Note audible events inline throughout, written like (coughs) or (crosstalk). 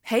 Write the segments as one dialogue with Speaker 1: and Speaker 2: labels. Speaker 1: Hey,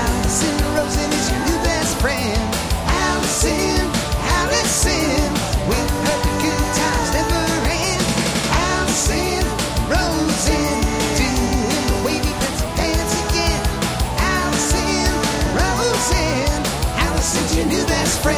Speaker 2: Allison Rosen is your new best friend. Allison, Allison, with her good times never end. Allison Rosen, doing the wavy pencil dance again. Allison Rosen, Allison's your new best friend.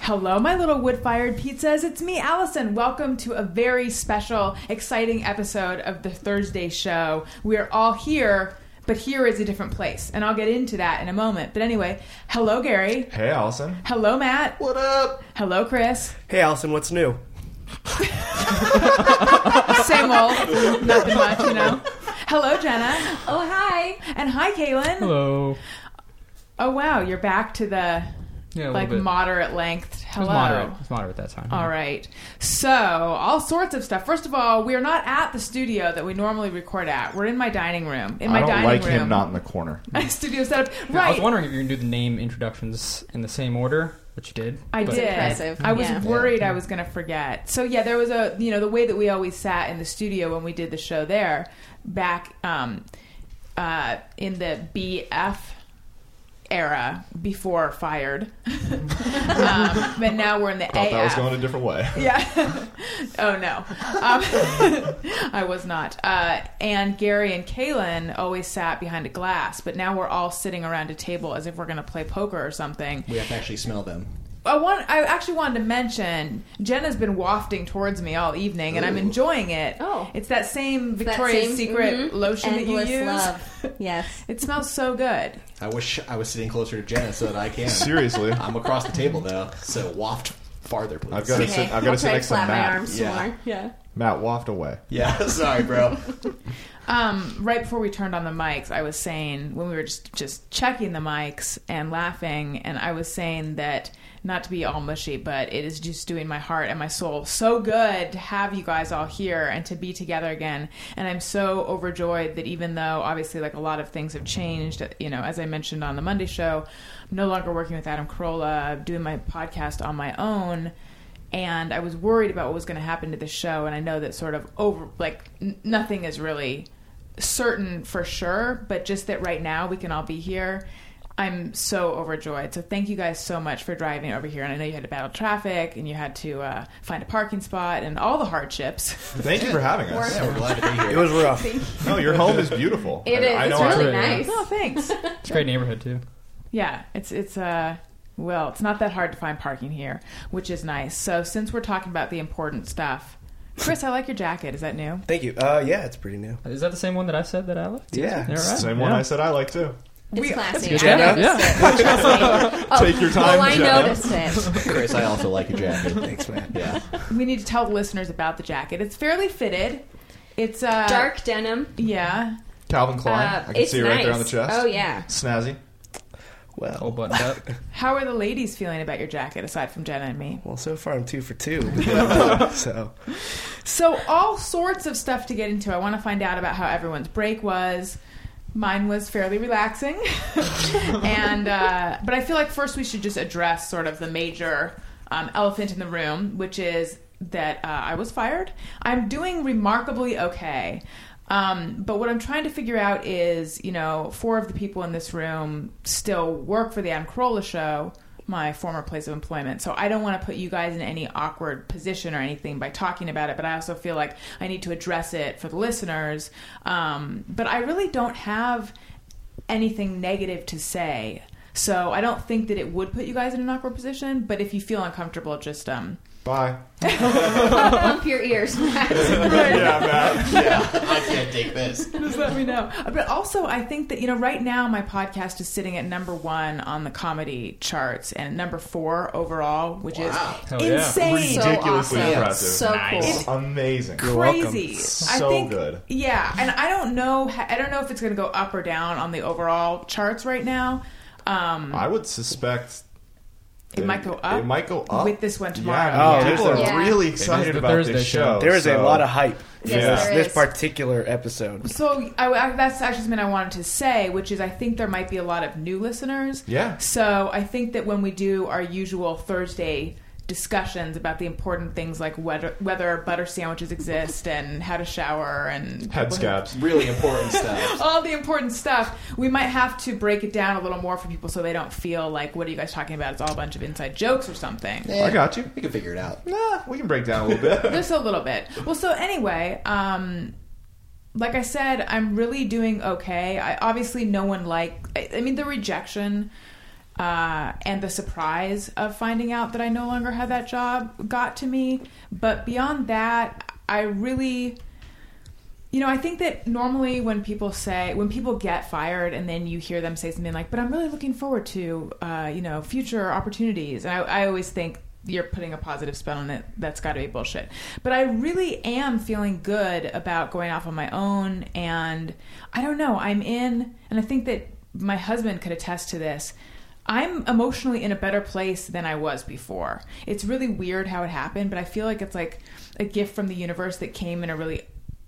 Speaker 1: Hello, my little wood fired pizzas. It's me, Allison. Welcome to a very special, exciting episode of the Thursday show. We are all here, but here is a different place. And I'll get into that in a moment. But anyway, hello, Gary.
Speaker 3: Hey, Allison.
Speaker 1: Hello, Matt.
Speaker 3: What up?
Speaker 1: Hello, Chris.
Speaker 4: Hey, Allison, what's new?
Speaker 1: Same old. Nothing much, you know. Hello, Jenna.
Speaker 5: Oh, hi.
Speaker 1: And hi, Kaylin.
Speaker 6: Hello.
Speaker 1: Oh, wow. You're back to the
Speaker 6: Yeah, a
Speaker 1: like
Speaker 6: little bit.
Speaker 1: moderate length.
Speaker 6: It
Speaker 1: Hello.
Speaker 6: was moderate. It was moderate that time.
Speaker 1: All right. So, all sorts of stuff. First of all, we are not at the studio that we normally record at. We're in my dining room. In my
Speaker 3: I don't
Speaker 1: dining
Speaker 3: like
Speaker 1: room.
Speaker 3: him not in the corner.
Speaker 1: My (laughs) studio setup.
Speaker 6: I
Speaker 1: Right.
Speaker 6: was wondering if you can do the name introductions in the same order, which you did.
Speaker 1: I
Speaker 6: but-
Speaker 1: did.
Speaker 5: impressive.
Speaker 1: I was
Speaker 5: Yeah.
Speaker 1: worried I was going to forget. So yeah, there was a you know the way that we always sat in the studio when we did the show there back um, uh, in the BF era before fired, (laughs) um, but now we're in the
Speaker 3: Thought
Speaker 1: AF.
Speaker 3: that was going a different way.
Speaker 1: Yeah. (laughs) oh no, um, (laughs) I was not. Uh, and Gary and Kaylin always sat behind a glass, but now we're all sitting around a table as if we're going to play poker or something.
Speaker 7: We have to actually smell them.
Speaker 1: I want. I actually wanted to mention Jenna's been wafting towards me all evening, and I'm enjoying it.
Speaker 5: Oh.
Speaker 1: it's that same Victoria's
Speaker 5: same-
Speaker 1: Secret
Speaker 5: mhm.
Speaker 1: lotion that
Speaker 5: Endless
Speaker 1: you use.
Speaker 5: (laughs) love. Yes.
Speaker 1: (laughs) It smells so good.
Speaker 7: I wish I was sitting closer to Jenna so that I can.
Speaker 3: Seriously.
Speaker 7: I'm across the table though, so waft farther, please.
Speaker 3: I've got to sit. I've got to sit next to
Speaker 5: flap my
Speaker 3: Matt.
Speaker 5: arms
Speaker 7: Yeah.
Speaker 5: more. Yeah.
Speaker 3: Matt waft away.
Speaker 7: Yeah, (laughs) sorry, bro.
Speaker 1: Um, right before we turned on the mics, I was saying when we were just just checking the mics and laughing, and I was saying that not to be all mushy, but it is just doing my heart and my soul so good to have you guys all here and to be together again. And I'm so overjoyed that even though obviously like a lot of things have changed, you know, as I mentioned on the Monday show, I'm no longer working with Adam Carolla, I'm doing my podcast on my own and I was worried about what was going to happen to the show. And I know that sort of over, like n- nothing is really certain for sure, but just that right now we can all be here. I'm so overjoyed. So thank you guys so much for driving over here. And I know you had to battle traffic and you had to uh, find a parking spot and all the hardships.
Speaker 3: Thank you for having us.
Speaker 7: (laughs) Yeah, we're glad to be
Speaker 4: It
Speaker 7: here.
Speaker 4: was rough.
Speaker 3: No, your home is beautiful.
Speaker 5: It is.
Speaker 3: I, I know.
Speaker 5: it's
Speaker 3: I-
Speaker 5: really
Speaker 6: I-
Speaker 5: nice.
Speaker 1: oh, thanks. (laughs)
Speaker 6: It's a great neighborhood too.
Speaker 1: Yeah, it's it's uh well, it's not that hard to find parking here, which is nice. So since we're talking about the important stuff, Chris, I like your jacket. Is that new?
Speaker 4: Thank you. Uh, yeah, it's pretty new.
Speaker 6: Is that the same one that I said that I liked?
Speaker 4: Yeah.
Speaker 6: All right.
Speaker 3: Same
Speaker 6: yeah.
Speaker 3: one I said I like too.
Speaker 5: It's classy. I
Speaker 6: Yeah.
Speaker 5: noticed it. Trust me. Oh,
Speaker 3: (laughs)
Speaker 5: (laughs)
Speaker 3: Take your time,
Speaker 5: Oh, I
Speaker 3: Jenna.
Speaker 5: noticed (laughs) it.
Speaker 7: Chris, I also like a jacket.
Speaker 4: Thanks, man.
Speaker 7: Yeah.
Speaker 1: we need to tell the listeners about the jacket. It's fairly fitted. It's uh
Speaker 5: Dark denim.
Speaker 1: Yeah.
Speaker 3: Calvin Klein.
Speaker 5: Uh,
Speaker 3: I can
Speaker 5: it's
Speaker 3: see it right there on the
Speaker 5: nice.
Speaker 3: chest. (laughs)
Speaker 5: Oh yeah.
Speaker 3: Snazzy.
Speaker 6: All
Speaker 4: Well,
Speaker 6: buttoned up.
Speaker 1: How are the ladies feeling about your jacket aside from Jenna and me?
Speaker 4: well, so far I'm two for two. so
Speaker 1: So all sorts of stuff to get into. I want to find out about how everyone's break was. Mine was fairly relaxing, (laughs) and uh, but I feel like first we should just address sort of the major um, elephant in the room, which is that uh, I was fired. I'm doing remarkably okay. Um, but what I'm trying to figure out is, you know, four of the people in this room still work for the Adam Carolla show, my former place of employment. So I don't want to put you guys in any awkward position or anything by talking about it, but I also feel like I need to address it for the listeners. Um, but I really don't have anything negative to say. So I don't think that it would put you guys in an awkward position, but if you feel uncomfortable, just um
Speaker 3: Bye.
Speaker 5: Pump your ears. (laughs) Matt.
Speaker 3: yeah, Matt.
Speaker 7: I can't take this.
Speaker 1: (laughs) just let me know. But also, I think that you know, right now my podcast is sitting at number one on the comedy charts and number four overall, which
Speaker 7: Wow.
Speaker 1: is
Speaker 6: Hell yeah.
Speaker 1: insane.
Speaker 5: So
Speaker 3: Ridiculously
Speaker 5: awesome.
Speaker 3: impressive.
Speaker 5: So
Speaker 3: It's
Speaker 5: cool.
Speaker 3: amazing.
Speaker 1: crazy. I
Speaker 3: So
Speaker 1: think,
Speaker 3: good.
Speaker 1: Yeah, and I don't know. I don't know if it's going to go up or down on the overall charts right now. Um,
Speaker 3: I would suspect.
Speaker 1: It might go up
Speaker 3: It might go up
Speaker 1: with this one
Speaker 3: Yeah,
Speaker 1: tomorrow.
Speaker 3: I mean,
Speaker 4: Yeah.
Speaker 3: people are
Speaker 5: Yeah.
Speaker 3: really
Speaker 6: It is
Speaker 3: excited
Speaker 6: the
Speaker 3: about
Speaker 6: Thursday
Speaker 3: this
Speaker 6: show.
Speaker 3: show.
Speaker 4: there is
Speaker 3: so-
Speaker 4: a lot of hype.
Speaker 5: Yes,
Speaker 3: Yeah.
Speaker 5: there is.
Speaker 4: this particular episode.
Speaker 1: So I, I, that's actually something I wanted to say, which is I think there might be a lot of new listeners.
Speaker 3: Yeah.
Speaker 1: So I think that when we do our usual Thursday discussions about the important things like whether, whether butter sandwiches exist and how to shower and
Speaker 3: Head
Speaker 4: (laughs)
Speaker 3: scabs.
Speaker 7: Really important stuff.
Speaker 1: all the important stuff, we might have to break it down a little more for people so they don't feel like what are you guys talking about? It's all a bunch of inside jokes or something.
Speaker 7: Eh,
Speaker 3: I got you.
Speaker 7: We can figure it out.
Speaker 3: Nah, we can break down a
Speaker 4: (laughs)
Speaker 3: little bit.
Speaker 1: (laughs) Just a little bit. Well, so anyway, um, like I said, I'm really doing okay. I obviously no one like. I, I mean, the rejection uh, and the surprise of finding out that I no longer had that job got to me. But beyond that, I really. You know, I think that normally when people say, when people get fired and then you hear them say something like, but I'm really looking forward to, uh, you know, future opportunities. And I, I always think you're putting a positive spin on it. That's got to be bullshit. But I really am feeling good about going off on my own. And I don't know, I'm in, and I think that my husband could attest to this. I'm emotionally in a better place than I was before. It's really weird how it happened, but I feel like it's like a gift from the universe that came in a really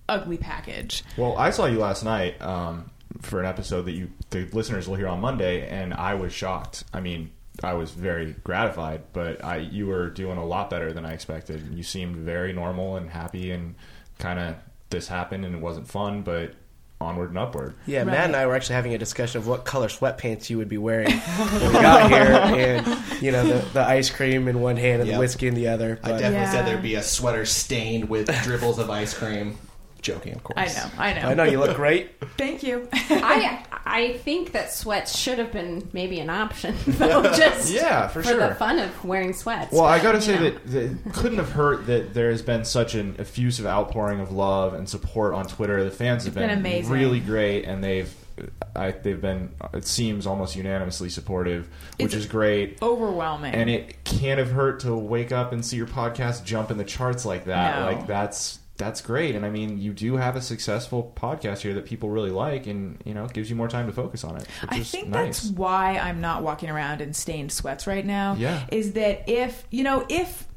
Speaker 1: ugly package.
Speaker 3: Well, I saw you last night um, for an episode that you the listeners will hear on Monday, and I was shocked. I mean, I was very gratified, but I you were doing a lot better than I expected. You seemed very normal and happy, and kind of this happened and it wasn't fun, but onward and upward.
Speaker 4: Yeah,
Speaker 1: Right.
Speaker 4: Matt and I were actually having a discussion of what color sweatpants you would be wearing when we got here, and you know the, the ice cream in one hand and
Speaker 7: Yep.
Speaker 4: the whiskey in the other.
Speaker 7: I
Speaker 4: But
Speaker 7: definitely said
Speaker 1: Yeah.
Speaker 7: there'd be a sweater stained with dribbles of ice cream. Joking, of course.
Speaker 1: I know, I know.
Speaker 4: I know you look great.
Speaker 1: Thank you. (laughs)
Speaker 5: I I think that sweats should have been maybe an option, (laughs)
Speaker 3: (laughs)
Speaker 5: though, just
Speaker 3: Yeah, for,
Speaker 5: for
Speaker 3: sure.
Speaker 5: the fun of wearing sweats.
Speaker 3: Well, I got to
Speaker 5: You
Speaker 3: say
Speaker 5: know.
Speaker 3: that, that it couldn't have hurt that there has been such an effusive outpouring of love and support on Twitter. The fans have
Speaker 1: It's been
Speaker 3: been,
Speaker 1: amazing.
Speaker 3: really great, and they've I, they've been it seems almost unanimously supportive, which
Speaker 1: It's-
Speaker 3: is great.
Speaker 1: Overwhelming.
Speaker 3: And it can't have hurt to wake up and see your podcast jump in the charts like that.
Speaker 1: No.
Speaker 3: Like that's that's great. And I mean, you do have a successful podcast here that people really like, and you know, it gives you more time to focus on it, which
Speaker 1: I
Speaker 3: is
Speaker 1: think
Speaker 3: nice.
Speaker 1: that's why I'm not walking around in stained sweats right now.
Speaker 3: Yeah.
Speaker 1: Is that if you know if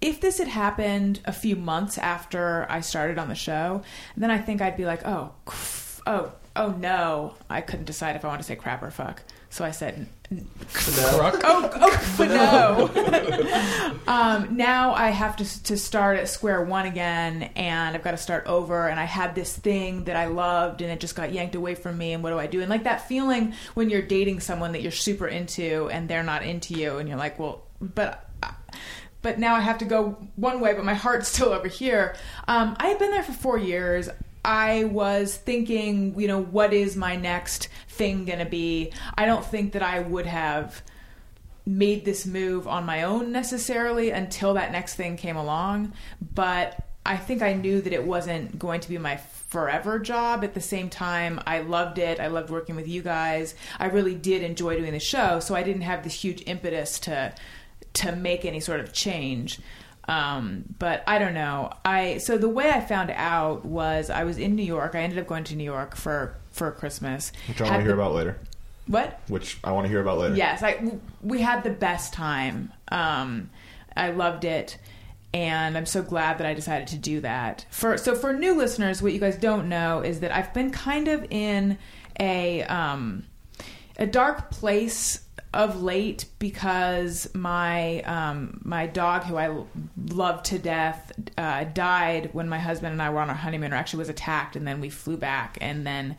Speaker 1: if this had happened a few months after I started on the show, then I think I'd be like, oh, cf- oh, oh no, I couldn't decide if I want to say crap or fuck. So I said, n-
Speaker 6: Crook?
Speaker 1: oh, oh, but no. um, now I have to to start at square one again, and I've got to start over. And I had this thing that I loved, and it just got yanked away from me. And what do I do? And like that feeling when you're dating someone that you're super into, and they're not into you, and you're like, well, but. uh, But now I have to go one way, but my heart's (laughs) still over here. Um, I had been there for four years. I was thinking, you know, what is my next thing going to be? I don't think that I would have made this move on my own necessarily until that next thing came along, but I think I knew that it wasn't going to be my forever job. At the same time, I loved it. I loved working with you guys. I really did enjoy doing the show, so I didn't have this huge impetus to to make any sort of change. Um, but I don't know. I so the way I found out was I was in New York. I ended up going to New York for for Christmas.
Speaker 3: which I want to
Speaker 1: Had
Speaker 3: hear
Speaker 1: the-
Speaker 3: about later.
Speaker 1: What?
Speaker 3: Which I want to hear about later.
Speaker 1: Yes, I w- we had the best time. Um, I loved it, and I'm so glad that I decided to do that. For so for new listeners, what you guys don't know is that I've been kind of in a um, a dark place of late because my um, my dog, who I l- love to death, uh, died when my husband and I were on our honeymoon, or actually was attacked, and then we flew back, and then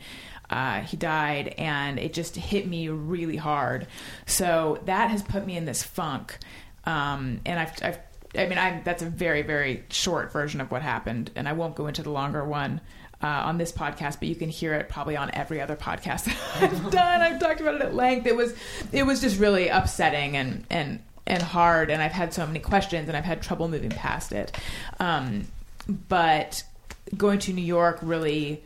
Speaker 1: uh, he died, and it just hit me really hard. So that has put me in this funk, um, and I've, I've I mean, I'm, that's a very, very short version of what happened, and I won't go into the longer one uh, on this podcast, but you can hear it probably on every other podcast (laughs) that I've done. I've talked about it at length. It was, it was just really upsetting and and and hard, and I've had so many questions, and I've had trouble moving past it. Um, but going to New York really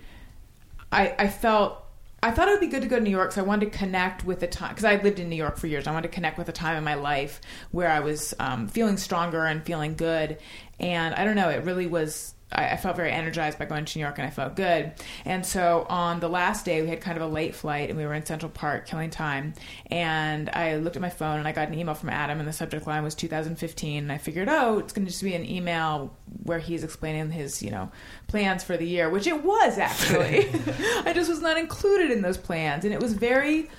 Speaker 1: I, I felt I thought it would be good to go to New York, so I wanted to connect with the time because I lived in New York for years. I wanted to connect with a time in my life where I was um, feeling stronger and feeling good, and I don't know, it really was I, I felt very energized by going to New York and I felt good. And so on the last day, we had kind of a late flight and we were in Central Park killing time. And I looked at my phone and I got an email from Adam and the subject line was 2015. And I figured, oh, it's going to just be an email where he's explaining his, you know, plans for the year, which it was actually. I just was not included in those plans. And it was very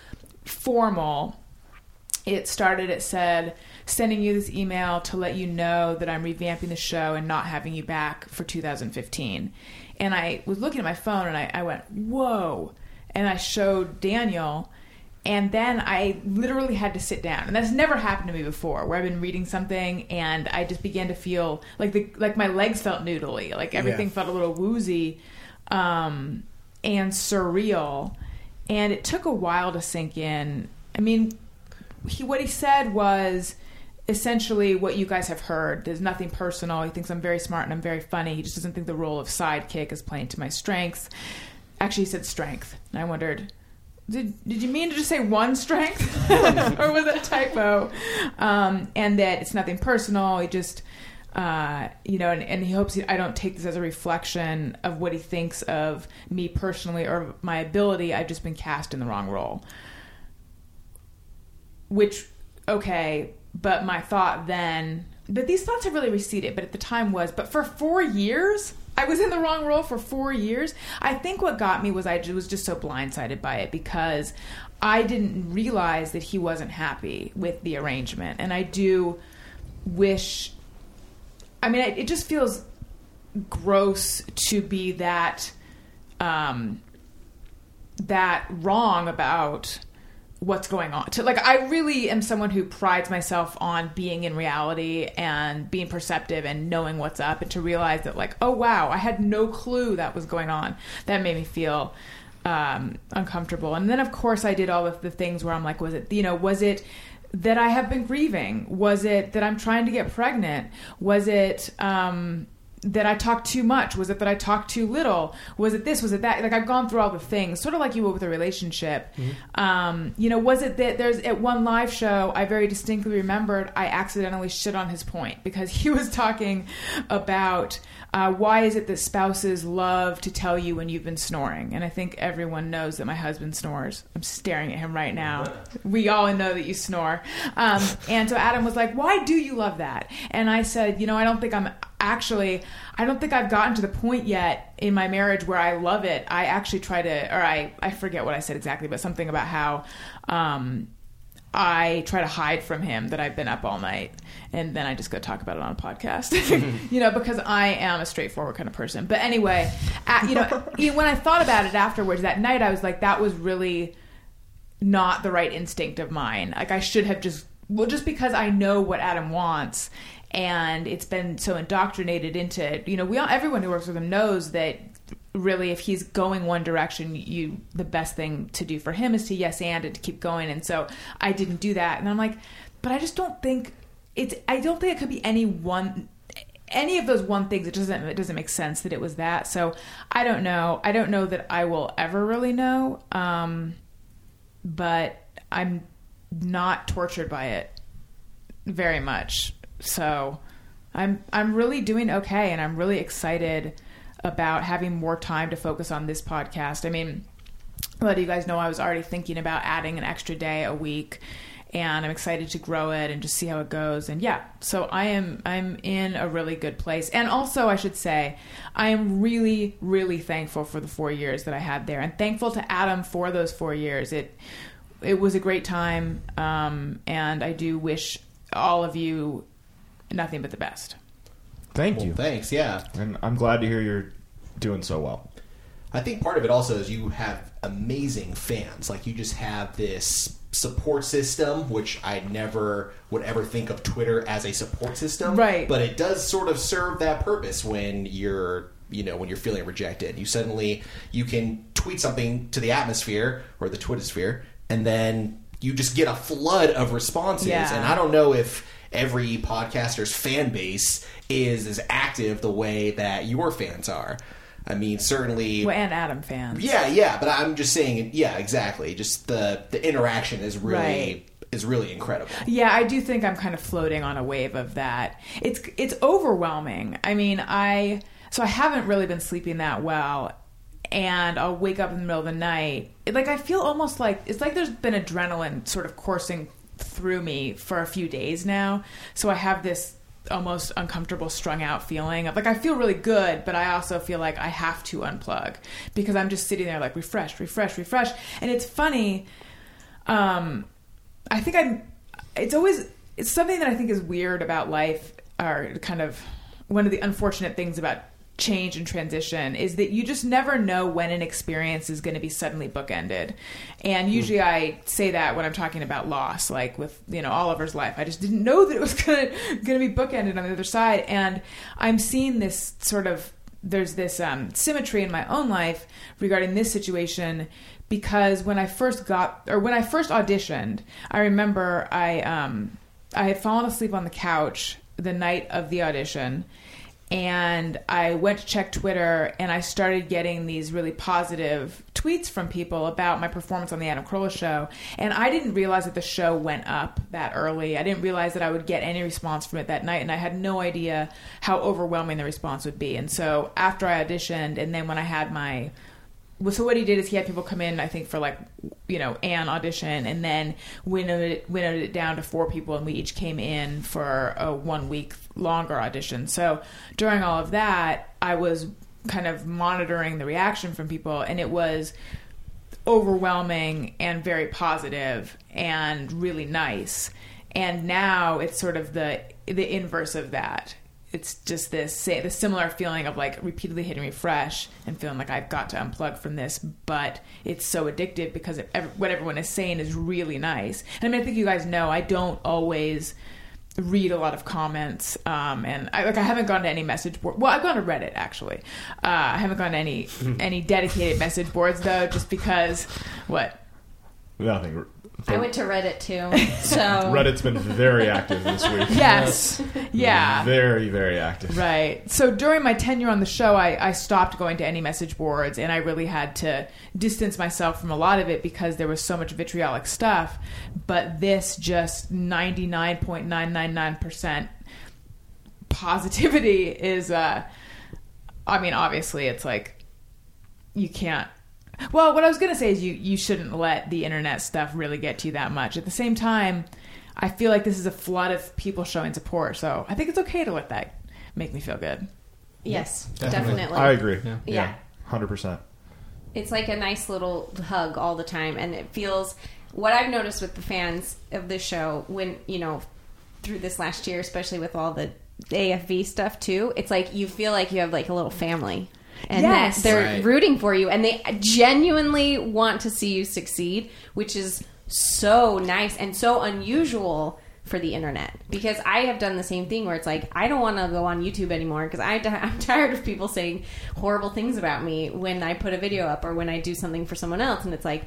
Speaker 1: formal it started it said sending you this email to let you know that i'm revamping the show and not having you back for 2015 and i was looking at my phone and i, I went whoa and i showed daniel and then I literally had to sit down, and that's never happened to me before. Where I've been reading something, and I just began to feel like the like my legs felt noodly, like everything felt a little woozy, um, and surreal. And it took a while to sink in. I mean, he what he said was essentially what you guys have heard. There's nothing personal. He thinks I'm very smart and I'm very funny. He just doesn't think the role of sidekick is playing to my strengths. Actually, he said strength, and I wondered. Did, did you mean to just say one strength (laughs) or was that a typo um, and that it's nothing personal he just uh, you know and, and he hopes he, i don't take this as a reflection of what he thinks of me personally or my ability i've just been cast in the wrong role which okay but my thought then but these thoughts have really receded but at the time was but for four years i was in the wrong role for four years i think what got me was i ju- was just so blindsided by it because i didn't realize that he wasn't happy with the arrangement and i do wish i mean it it just feels gross to be that um that wrong about what's going on. To, like, I really am someone who prides myself on being in reality and being perceptive and knowing what's up. And to realize that, like, oh wow, I had no clue that was going on. That made me feel um, uncomfortable. And then, of course, I did all of the things where I'm like, was it, you know, was it that I have been grieving? Was it that I'm trying to get pregnant? Was it, um, that I talked too much? Was it that I talked too little? Was it this? Was it that? Like I've gone through all the things, sort of like you would with a relationship. Um, you know, was it that there's at one live show I very distinctly remembered I accidentally shit on his point because he was talking about uh, why is it that spouses love to tell you when you've been snoring? And I think everyone knows that my husband snores. I'm staring at him right now. We all know that you snore. Um, and so Adam was like, why do you love that? And I said, you know, I don't think I'm actually i don't think i've gotten to the point yet in my marriage where i love it i actually try to or i i forget what i said exactly but something about how um i try to hide from him that i've been up all night and then i just go talk about it on a podcast (laughs) you know because i am a straightforward kind of person but anyway at, you know you- when i thought about it afterwards that night i was like that was really not the right instinct of mine. Like I should have just well, just because I know what Adam wants, and it's been so indoctrinated into you know we all everyone who works with him knows that really if he's going one direction, you the best thing to do for him is to yes and and to keep going. And so I didn't do that, and I'm like, but I just don't think it's I don't think it could be any one any of those one things it doesn't it doesn't make sense that it was that so i don't know i don't know that i will ever really know um but I'm not tortured by it very much. So I'm I'm really doing okay and I'm really excited about having more time to focus on this podcast. I mean, a lot of you guys know I was already thinking about adding an extra day a week and I'm excited to grow it and just see how it goes. And yeah, so I am I'm in a really good place. And also I should say, I am really, really thankful for the four years that I had there and thankful to Adam for those four years. It it was a great time. Um, and I do wish all of you nothing but the best.
Speaker 3: Thank
Speaker 7: Well,
Speaker 3: you.
Speaker 7: thanks. Yeah.
Speaker 3: And I'm glad to hear you're doing so well.
Speaker 7: I think part of it also is you have amazing fans. Like you just have this support system, which I never would ever think of Twitter as a support system.
Speaker 1: Right.
Speaker 7: But it does sort of serve that purpose when you're you know when you're feeling rejected you suddenly you can tweet something to the atmosphere or the twittersphere and then you just get a flood of responses
Speaker 1: Yeah.
Speaker 7: and i don't know if every podcaster's fan base is as active the way that your fans are i mean certainly
Speaker 1: Well, and Adam fans.
Speaker 7: yeah, yeah, but I'm just saying, yeah, exactly. Just the the interaction is really
Speaker 1: Right.
Speaker 7: is really incredible.
Speaker 1: Yeah, I do think I'm kind of floating on a wave of that. It's it's overwhelming. I mean, I So I haven't really been sleeping that well. And I'll wake up in the middle of the night. It- like, I feel almost like it's like there's been adrenaline sort of coursing through me for a few days now. So I have this almost uncomfortable, strung out feeling of like, I feel really good, but I also feel like I have to unplug because I'm just sitting there like, refresh, refresh, refresh. And it's funny um, I think I'm. It's always it's something that I think is weird about life, or kind of one of the unfortunate things about change and transition is that you just never know when an experience is going to be suddenly bookended. And usually I say that when I'm talking about loss, like with, you know, Oliver's life. I just didn't know that it was going to going to be bookended on the other side and I'm seeing this sort of there's this um, symmetry in my own life regarding this situation because when I first got or when I first auditioned, I remember I um, I had fallen asleep on the couch the night of the audition, and I went to check Twitter and I started getting these really positive tweets from people about my performance on the Adam Carolla show. And I didn't realize that the show went up that early. I didn't realize that I would get any response from it that night. And I had no idea how overwhelming the response would be. And so after I auditioned and then when I had my well, so what he did is he had people come in, I think, for like, you know, an audition, and then winnowed it, winnowed it down to four people, and we each came in for a one week longer audition. So during all of that, I was kind of monitoring the reaction from people, and it was overwhelming and very positive and really nice. And now it's sort of the the inverse of that. It's just this say the similar feeling of like repeatedly hitting refresh and feeling like I've got to unplug from this, but it's so addictive because it, ev- what everyone is saying is really nice. And I mean, I think you guys know I don't always read a lot of comments um, and I, like I haven't gone to any message board well I've gone to reddit actually uh, I haven't gone to any any dedicated message boards though just because what
Speaker 3: Nothing.
Speaker 5: I went to Reddit
Speaker 3: (laughs)
Speaker 5: too, so
Speaker 3: Reddit's been very active this week.
Speaker 1: yes (laughs) yeah
Speaker 3: Very, very active.
Speaker 1: Right. So during my tenure on the show, I, I stopped going to any message boards and I really had to distance myself from a lot of it because there was so much vitriolic stuff. But this just 99.999% positivity is, uh, I mean, obviously it's like you can't. Well, what I was going to say is you, you shouldn't let the internet stuff really get to you that much. At the same time, I feel like this is a flood of people showing support. So I think it's okay to let that make me feel good.
Speaker 5: yes,
Speaker 6: Definitely.
Speaker 5: definitely.
Speaker 3: I agree.
Speaker 6: Yeah.
Speaker 5: Yeah.
Speaker 3: Hundred percent.
Speaker 5: It's like a nice little hug all the time, and it feels. What I've noticed with the fans of this show, when you know, through this last year, especially with all the AFV stuff too, it's like you feel like you have like a little family, and that
Speaker 1: Yes.
Speaker 5: they're
Speaker 7: Right.
Speaker 5: rooting for you, and they genuinely want to see you succeed, which is so nice and so unusual for the internet because I have done the same thing where it's like I don't want to go on YouTube anymore because (laughs) I am tired of people saying horrible things about me when I put a video up or when I do something for someone else and it's like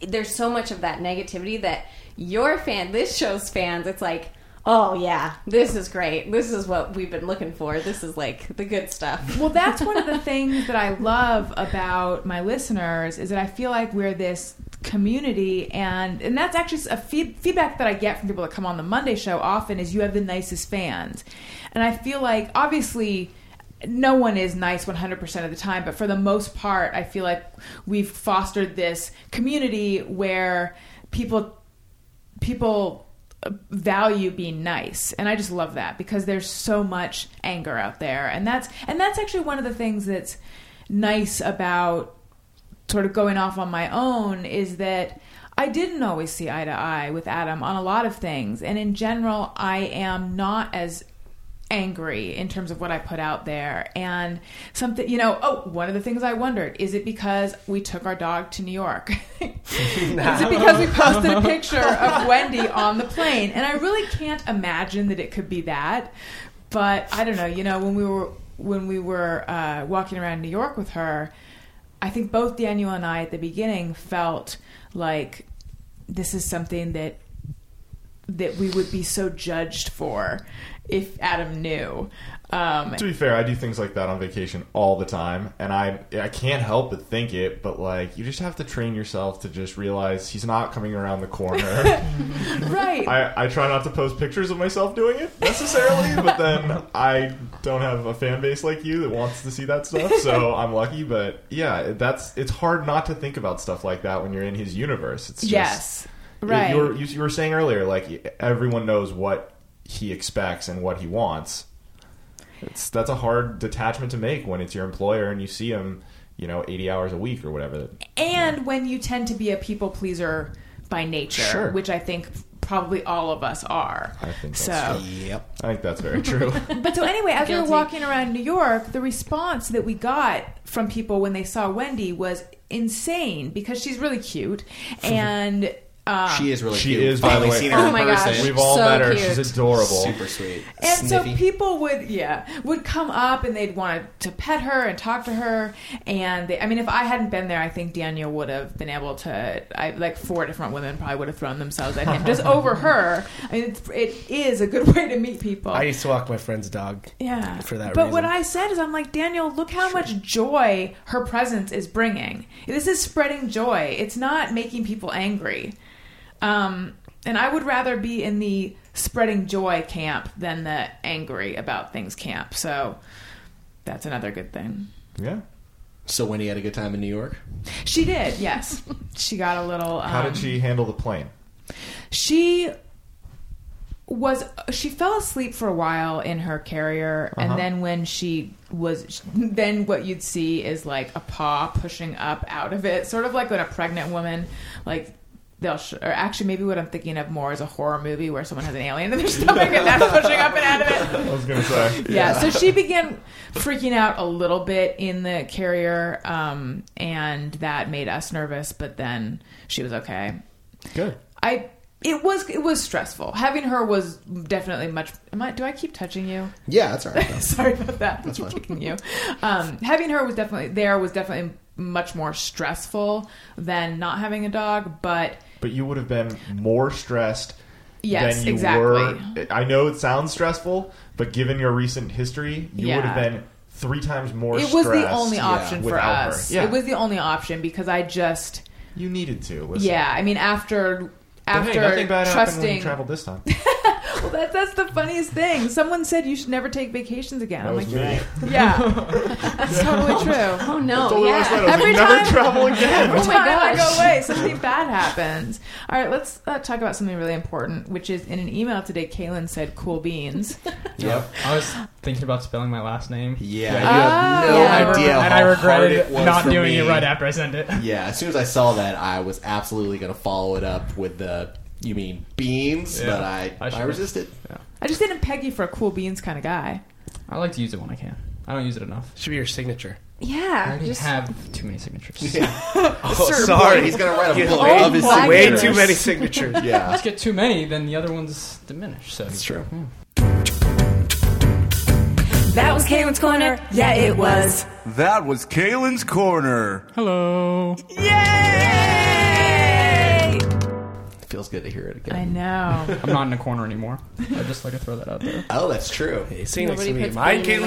Speaker 5: there's so much of that negativity that your fan this show's fans it's like oh yeah this is great this is what we've been looking for this is like the good stuff
Speaker 3: (laughs)
Speaker 1: Well, that's one of the things that I love about my listeners is that I feel like we're this community and and that's actually a feed, feedback that I get from people that come on the Monday show often is you have the nicest fans. And I feel like obviously no one is nice 100% of the time, but for the most part, I feel like we've fostered this community where people people uh, value being nice and i just love that because there's so much anger out there and that's and that's actually one of the things that's nice about sort of going off on my own is that I didn't always see eye to eye with Adam on a lot of things. And in general, I am not as angry in terms of what I put out there. And something, you know, oh, one of the things I wondered is it because we took our dog to New York? (laughs) Is it because we posted a picture of Wendy on the plane? And I really can't imagine that it could be that. But I don't know, you know, when we were when we were uh, walking around New York with her, I think both Daniel and I at the beginning felt like this is something that that we would be so judged for if Adam knew. Um,
Speaker 3: To be fair, I do things like that on vacation all the time, and I I can't help but think it. But like, you just have to train yourself to just realize he's not coming around the corner.
Speaker 1: right.
Speaker 3: I, I try not to post pictures of myself doing it necessarily, but then I don't have a fan base like you that wants to see that stuff,
Speaker 5: (laughs)
Speaker 3: so I'm lucky. But yeah, that's it's hard not to think about stuff like that when you're in his universe. It's just,
Speaker 1: yes.
Speaker 3: you-
Speaker 1: Right.
Speaker 3: You were, you, you were saying earlier, like everyone knows what he expects and what he wants. It's that's a hard detachment to make when it's your employer and you see him, you know, 80 hours a week or whatever.
Speaker 1: and when you tend to be a people pleaser by nature,
Speaker 3: Sure.
Speaker 1: which I think probably all of us are.
Speaker 3: I think that's
Speaker 1: so.
Speaker 7: Yep.
Speaker 3: I think that's very
Speaker 7: (laughs)
Speaker 3: true.
Speaker 1: But so anyway, as we were
Speaker 5: Guilty.
Speaker 1: walking around New York, the response that we got from people when they saw Wendy was insane because she's really
Speaker 3: (laughs)
Speaker 1: cute and. Um,
Speaker 7: She is really
Speaker 3: She
Speaker 7: cute.
Speaker 3: is, by
Speaker 7: Finally
Speaker 3: the way.
Speaker 7: seen her
Speaker 5: Oh
Speaker 7: in
Speaker 5: my
Speaker 7: person.
Speaker 5: gosh.
Speaker 3: We've all
Speaker 5: So
Speaker 3: met her.
Speaker 5: cute.
Speaker 3: She's adorable.
Speaker 7: Super sweet.
Speaker 1: and so
Speaker 7: Sniffy.
Speaker 1: people would yeah would come up and they'd want to pet her and talk to her and they, i mean if i hadn't been there i think daniel would have been able to I, like four different women probably would have thrown themselves at him just over her i mean it's, it is a good (laughs) way to meet
Speaker 7: Oh.
Speaker 1: people
Speaker 4: I used to walk my friend's dog.
Speaker 1: yeah
Speaker 4: for that
Speaker 1: but
Speaker 4: reason.
Speaker 1: what i said is i'm like daniel look how much joy her presence is bringing this is spreading joy it's not making people angry um, and I would rather be in the spreading joy camp than the angry about things camp. So that's another good thing.
Speaker 3: yeah.
Speaker 7: So Wendy had a good time in New York.
Speaker 1: She did,
Speaker 4: (laughs)
Speaker 1: yes. she got a little. Um,
Speaker 3: How did she handle the plane?
Speaker 1: She was she fell asleep for a while in her carrier
Speaker 3: Uh-huh.
Speaker 1: and then when she was then what you'd see is like a paw pushing up out of it sort of like when a pregnant woman like they'll sh- or actually maybe what i'm thinking of more is a horror movie where someone has an alien in their (laughs) stomach and that's pushing up and out of it
Speaker 3: I was gonna say.
Speaker 1: yeah. So she began freaking out a little bit in the carrier, um, and that made us nervous. But then she was okay.
Speaker 3: (laughs) Good.
Speaker 1: I. It was it was stressful. Having her was definitely much. Am I, do I keep touching you? (laughs)
Speaker 7: Yeah, that's all right. though.
Speaker 1: Sorry about that. That's
Speaker 7: fine.
Speaker 1: kicking you. Um, having her was definitely there was definitely much more stressful than not having a dog. But
Speaker 3: But you would have been more stressed
Speaker 1: Yes,
Speaker 3: than you
Speaker 1: exactly.
Speaker 3: were. I know it sounds stressful, but given your recent history, you would have
Speaker 1: Yeah.
Speaker 3: been three times more
Speaker 1: it
Speaker 3: stressed.
Speaker 1: was the only
Speaker 7: yeah,
Speaker 1: option for
Speaker 3: without her.
Speaker 1: us.
Speaker 3: Yeah.
Speaker 1: It was the only option because I just.
Speaker 3: You needed to. Listen.
Speaker 1: Yeah, I mean after
Speaker 3: But
Speaker 1: after
Speaker 3: hey, nothing bad happened when you
Speaker 1: trusting
Speaker 3: traveled this (laughs) time.
Speaker 1: well, that, that's the funniest thing. Someone said you should never take vacations again.
Speaker 3: That
Speaker 1: I'm
Speaker 3: was
Speaker 1: like,
Speaker 3: me. (laughs)
Speaker 1: yeah, (laughs) that's totally true.
Speaker 5: Oh
Speaker 3: That's
Speaker 5: no!
Speaker 3: all I
Speaker 5: Yeah.
Speaker 3: said. I was
Speaker 1: Every
Speaker 3: like, never
Speaker 1: time- (laughs)
Speaker 3: travel (laughs) again.
Speaker 1: Every
Speaker 5: Oh my
Speaker 1: time I
Speaker 5: gosh.
Speaker 1: go away, something bad happens. All right, let's uh, talk about something really important, which is in an email today, Kaylin said, "Cool beans."
Speaker 7: Yep.
Speaker 6: I was thinking about spelling my last name.
Speaker 7: Yeah,
Speaker 3: Yeah,
Speaker 7: you have
Speaker 1: you-
Speaker 7: no
Speaker 1: Ah.
Speaker 6: I re-
Speaker 7: idea.
Speaker 6: and
Speaker 7: how
Speaker 6: I
Speaker 7: hard
Speaker 6: regretted
Speaker 7: it was
Speaker 6: not
Speaker 7: for
Speaker 6: doing
Speaker 7: me.
Speaker 6: it right after I sent it.
Speaker 7: Yeah, as soon as I saw that, I was absolutely going to follow it up with the you mean beans,
Speaker 6: Yeah.
Speaker 7: but I
Speaker 6: I
Speaker 7: I,
Speaker 6: should've-
Speaker 7: resisted.
Speaker 1: I just didn't peg you for a cool beans kind of guy.
Speaker 6: I like to use it when I can. I don't use it enough.
Speaker 4: Should be your signature.
Speaker 6: I
Speaker 5: Yeah,
Speaker 6: already
Speaker 5: just
Speaker 6: have too many signatures.
Speaker 4: Oh,
Speaker 7: Boy, he's going to write a
Speaker 4: You-
Speaker 7: book
Speaker 4: way-
Speaker 7: of his
Speaker 5: Oh my
Speaker 4: Way
Speaker 7: signatures.
Speaker 4: too many signatures.
Speaker 6: I
Speaker 7: (laughs) Yeah,
Speaker 6: just get too many, then the other ones diminish. So that's
Speaker 4: true.
Speaker 8: That was Caitlin's Corner. Yeah, it was.
Speaker 9: That was Kalen's Corner.
Speaker 6: Hello.
Speaker 8: Yay!
Speaker 7: feels good to hear it again.
Speaker 1: I
Speaker 7: (laughs)
Speaker 1: know.
Speaker 6: I'm not in a corner anymore. I just like to throw that out there.
Speaker 7: Oh, that's true.
Speaker 4: He sitting next
Speaker 5: Nobody
Speaker 4: to me.
Speaker 5: puts
Speaker 4: Am I in
Speaker 5: Kaylin in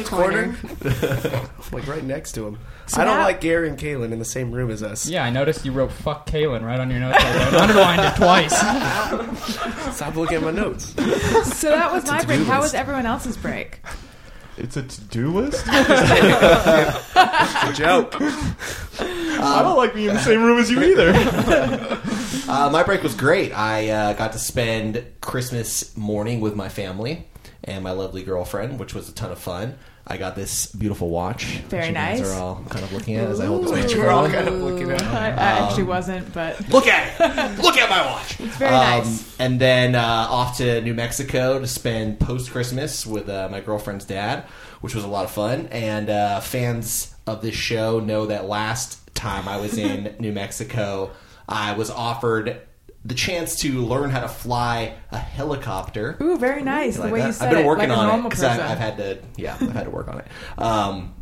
Speaker 5: the
Speaker 4: Kaylin's corner? (laughs) like right next to him. I don't
Speaker 1: that-
Speaker 4: like Gary and Kaylin in the same room as us.
Speaker 6: Yeah, I noticed you wrote "fuck Kalen" right on your notes. I underlined it twice.
Speaker 3: (laughs)
Speaker 4: Stop looking at my notes.
Speaker 1: So that was my break. How was everyone else's
Speaker 7: (laughs)
Speaker 1: break?
Speaker 3: It's a to-do list.
Speaker 4: Joke.
Speaker 3: I don't like being in the same room as you (laughs) either.
Speaker 7: Uh, my break was great. I uh, got to spend Christmas morning with my family and my lovely girlfriend, which was a ton of fun. I got this beautiful watch.
Speaker 1: Very
Speaker 7: which you guys
Speaker 1: nice.
Speaker 7: Are all kind of looking at as I hold this watch.
Speaker 4: We're all kind of looking at.
Speaker 1: I, I
Speaker 7: Um,
Speaker 1: actually wasn't, but
Speaker 7: (laughs) Look at it. Look at my watch. It's
Speaker 1: very nice.
Speaker 7: Um, And then uh, off to New Mexico to spend post Christmas with uh, my girlfriend's dad, which was a lot of fun. And uh, fans of this show know that last time I
Speaker 1: (laughs)
Speaker 7: was in New Mexico, I was offered the chance to learn how to fly a helicopter.
Speaker 1: ooh, very nice the
Speaker 7: Like
Speaker 1: way
Speaker 7: that.
Speaker 1: you said
Speaker 7: I've been
Speaker 1: it,
Speaker 7: working
Speaker 1: like a
Speaker 7: on it
Speaker 1: normal
Speaker 7: I've,
Speaker 1: person.
Speaker 7: I've had to, yeah, I've had to work on it. Um,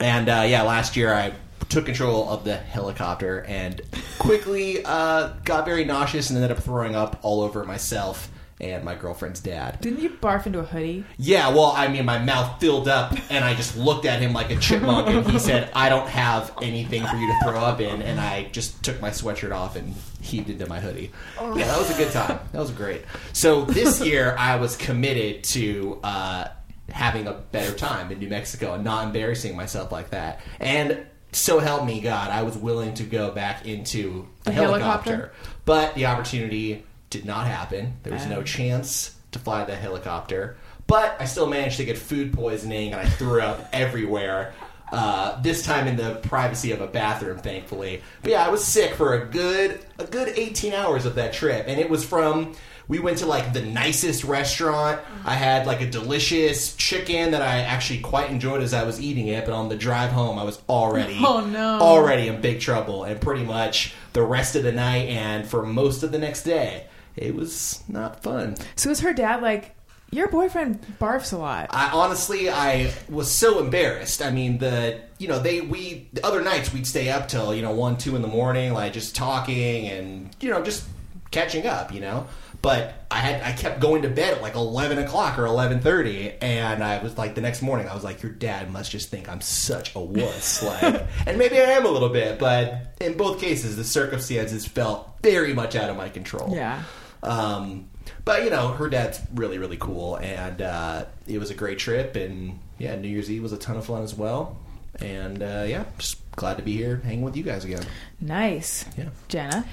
Speaker 7: and uh, yeah, last year I took control of the helicopter and quickly uh, got very nauseous and ended up throwing up all over myself and my girlfriend's dad.
Speaker 1: Didn't you barf into a hoodie?
Speaker 7: Yeah, well, I mean, my mouth filled up, and I just looked at him like a chipmunk, and he said, "I don't have anything for you to throw up in," and I just took my sweatshirt off and heaved into my hoodie. Yeah, that was a good time. That was great. So this year, I was committed to. Uh, having a better time in New Mexico and not embarrassing myself like that. And so help me God, I was willing to go back into the helicopter.
Speaker 1: helicopter?
Speaker 7: But the opportunity did not happen. There was no chance to fly the helicopter. But I still managed to get food poisoning and I threw up (laughs) everywhere. Uh, this time in the privacy of a bathroom, thankfully. But yeah, I was sick for a good a good 18 hours of that trip, and it was from we went to like the nicest restaurant.
Speaker 1: Mm-hmm.
Speaker 7: I had like a delicious chicken that I actually quite enjoyed as I was eating it, but on the drive home I was already
Speaker 1: (laughs) Oh, no.
Speaker 7: already in big trouble and pretty much the rest of the night and for most of the next day. It was not fun.
Speaker 1: So was her dad like, your boyfriend barfs a lot.
Speaker 7: I honestly, I was so embarrassed. I mean, the you know they we the other nights we'd stay up till you know one two in the morning, like just talking and you know just catching up, you know. But I had I kept going to bed at like eleven o'clock or eleven thirty, and I was like the next morning I was like, your dad must just think I'm such a wuss, like, and maybe I am a little bit, but in both cases the circumstances felt very much out of my control.
Speaker 1: Yeah.
Speaker 7: Um, but you know, her dad's really, really cool, and uh, it was a great trip. And yeah, New Year's Eve was a ton of fun as well. And uh, yeah, just glad to be here hanging with you guys again.
Speaker 1: Nice.
Speaker 7: Yeah.
Speaker 1: Jenna.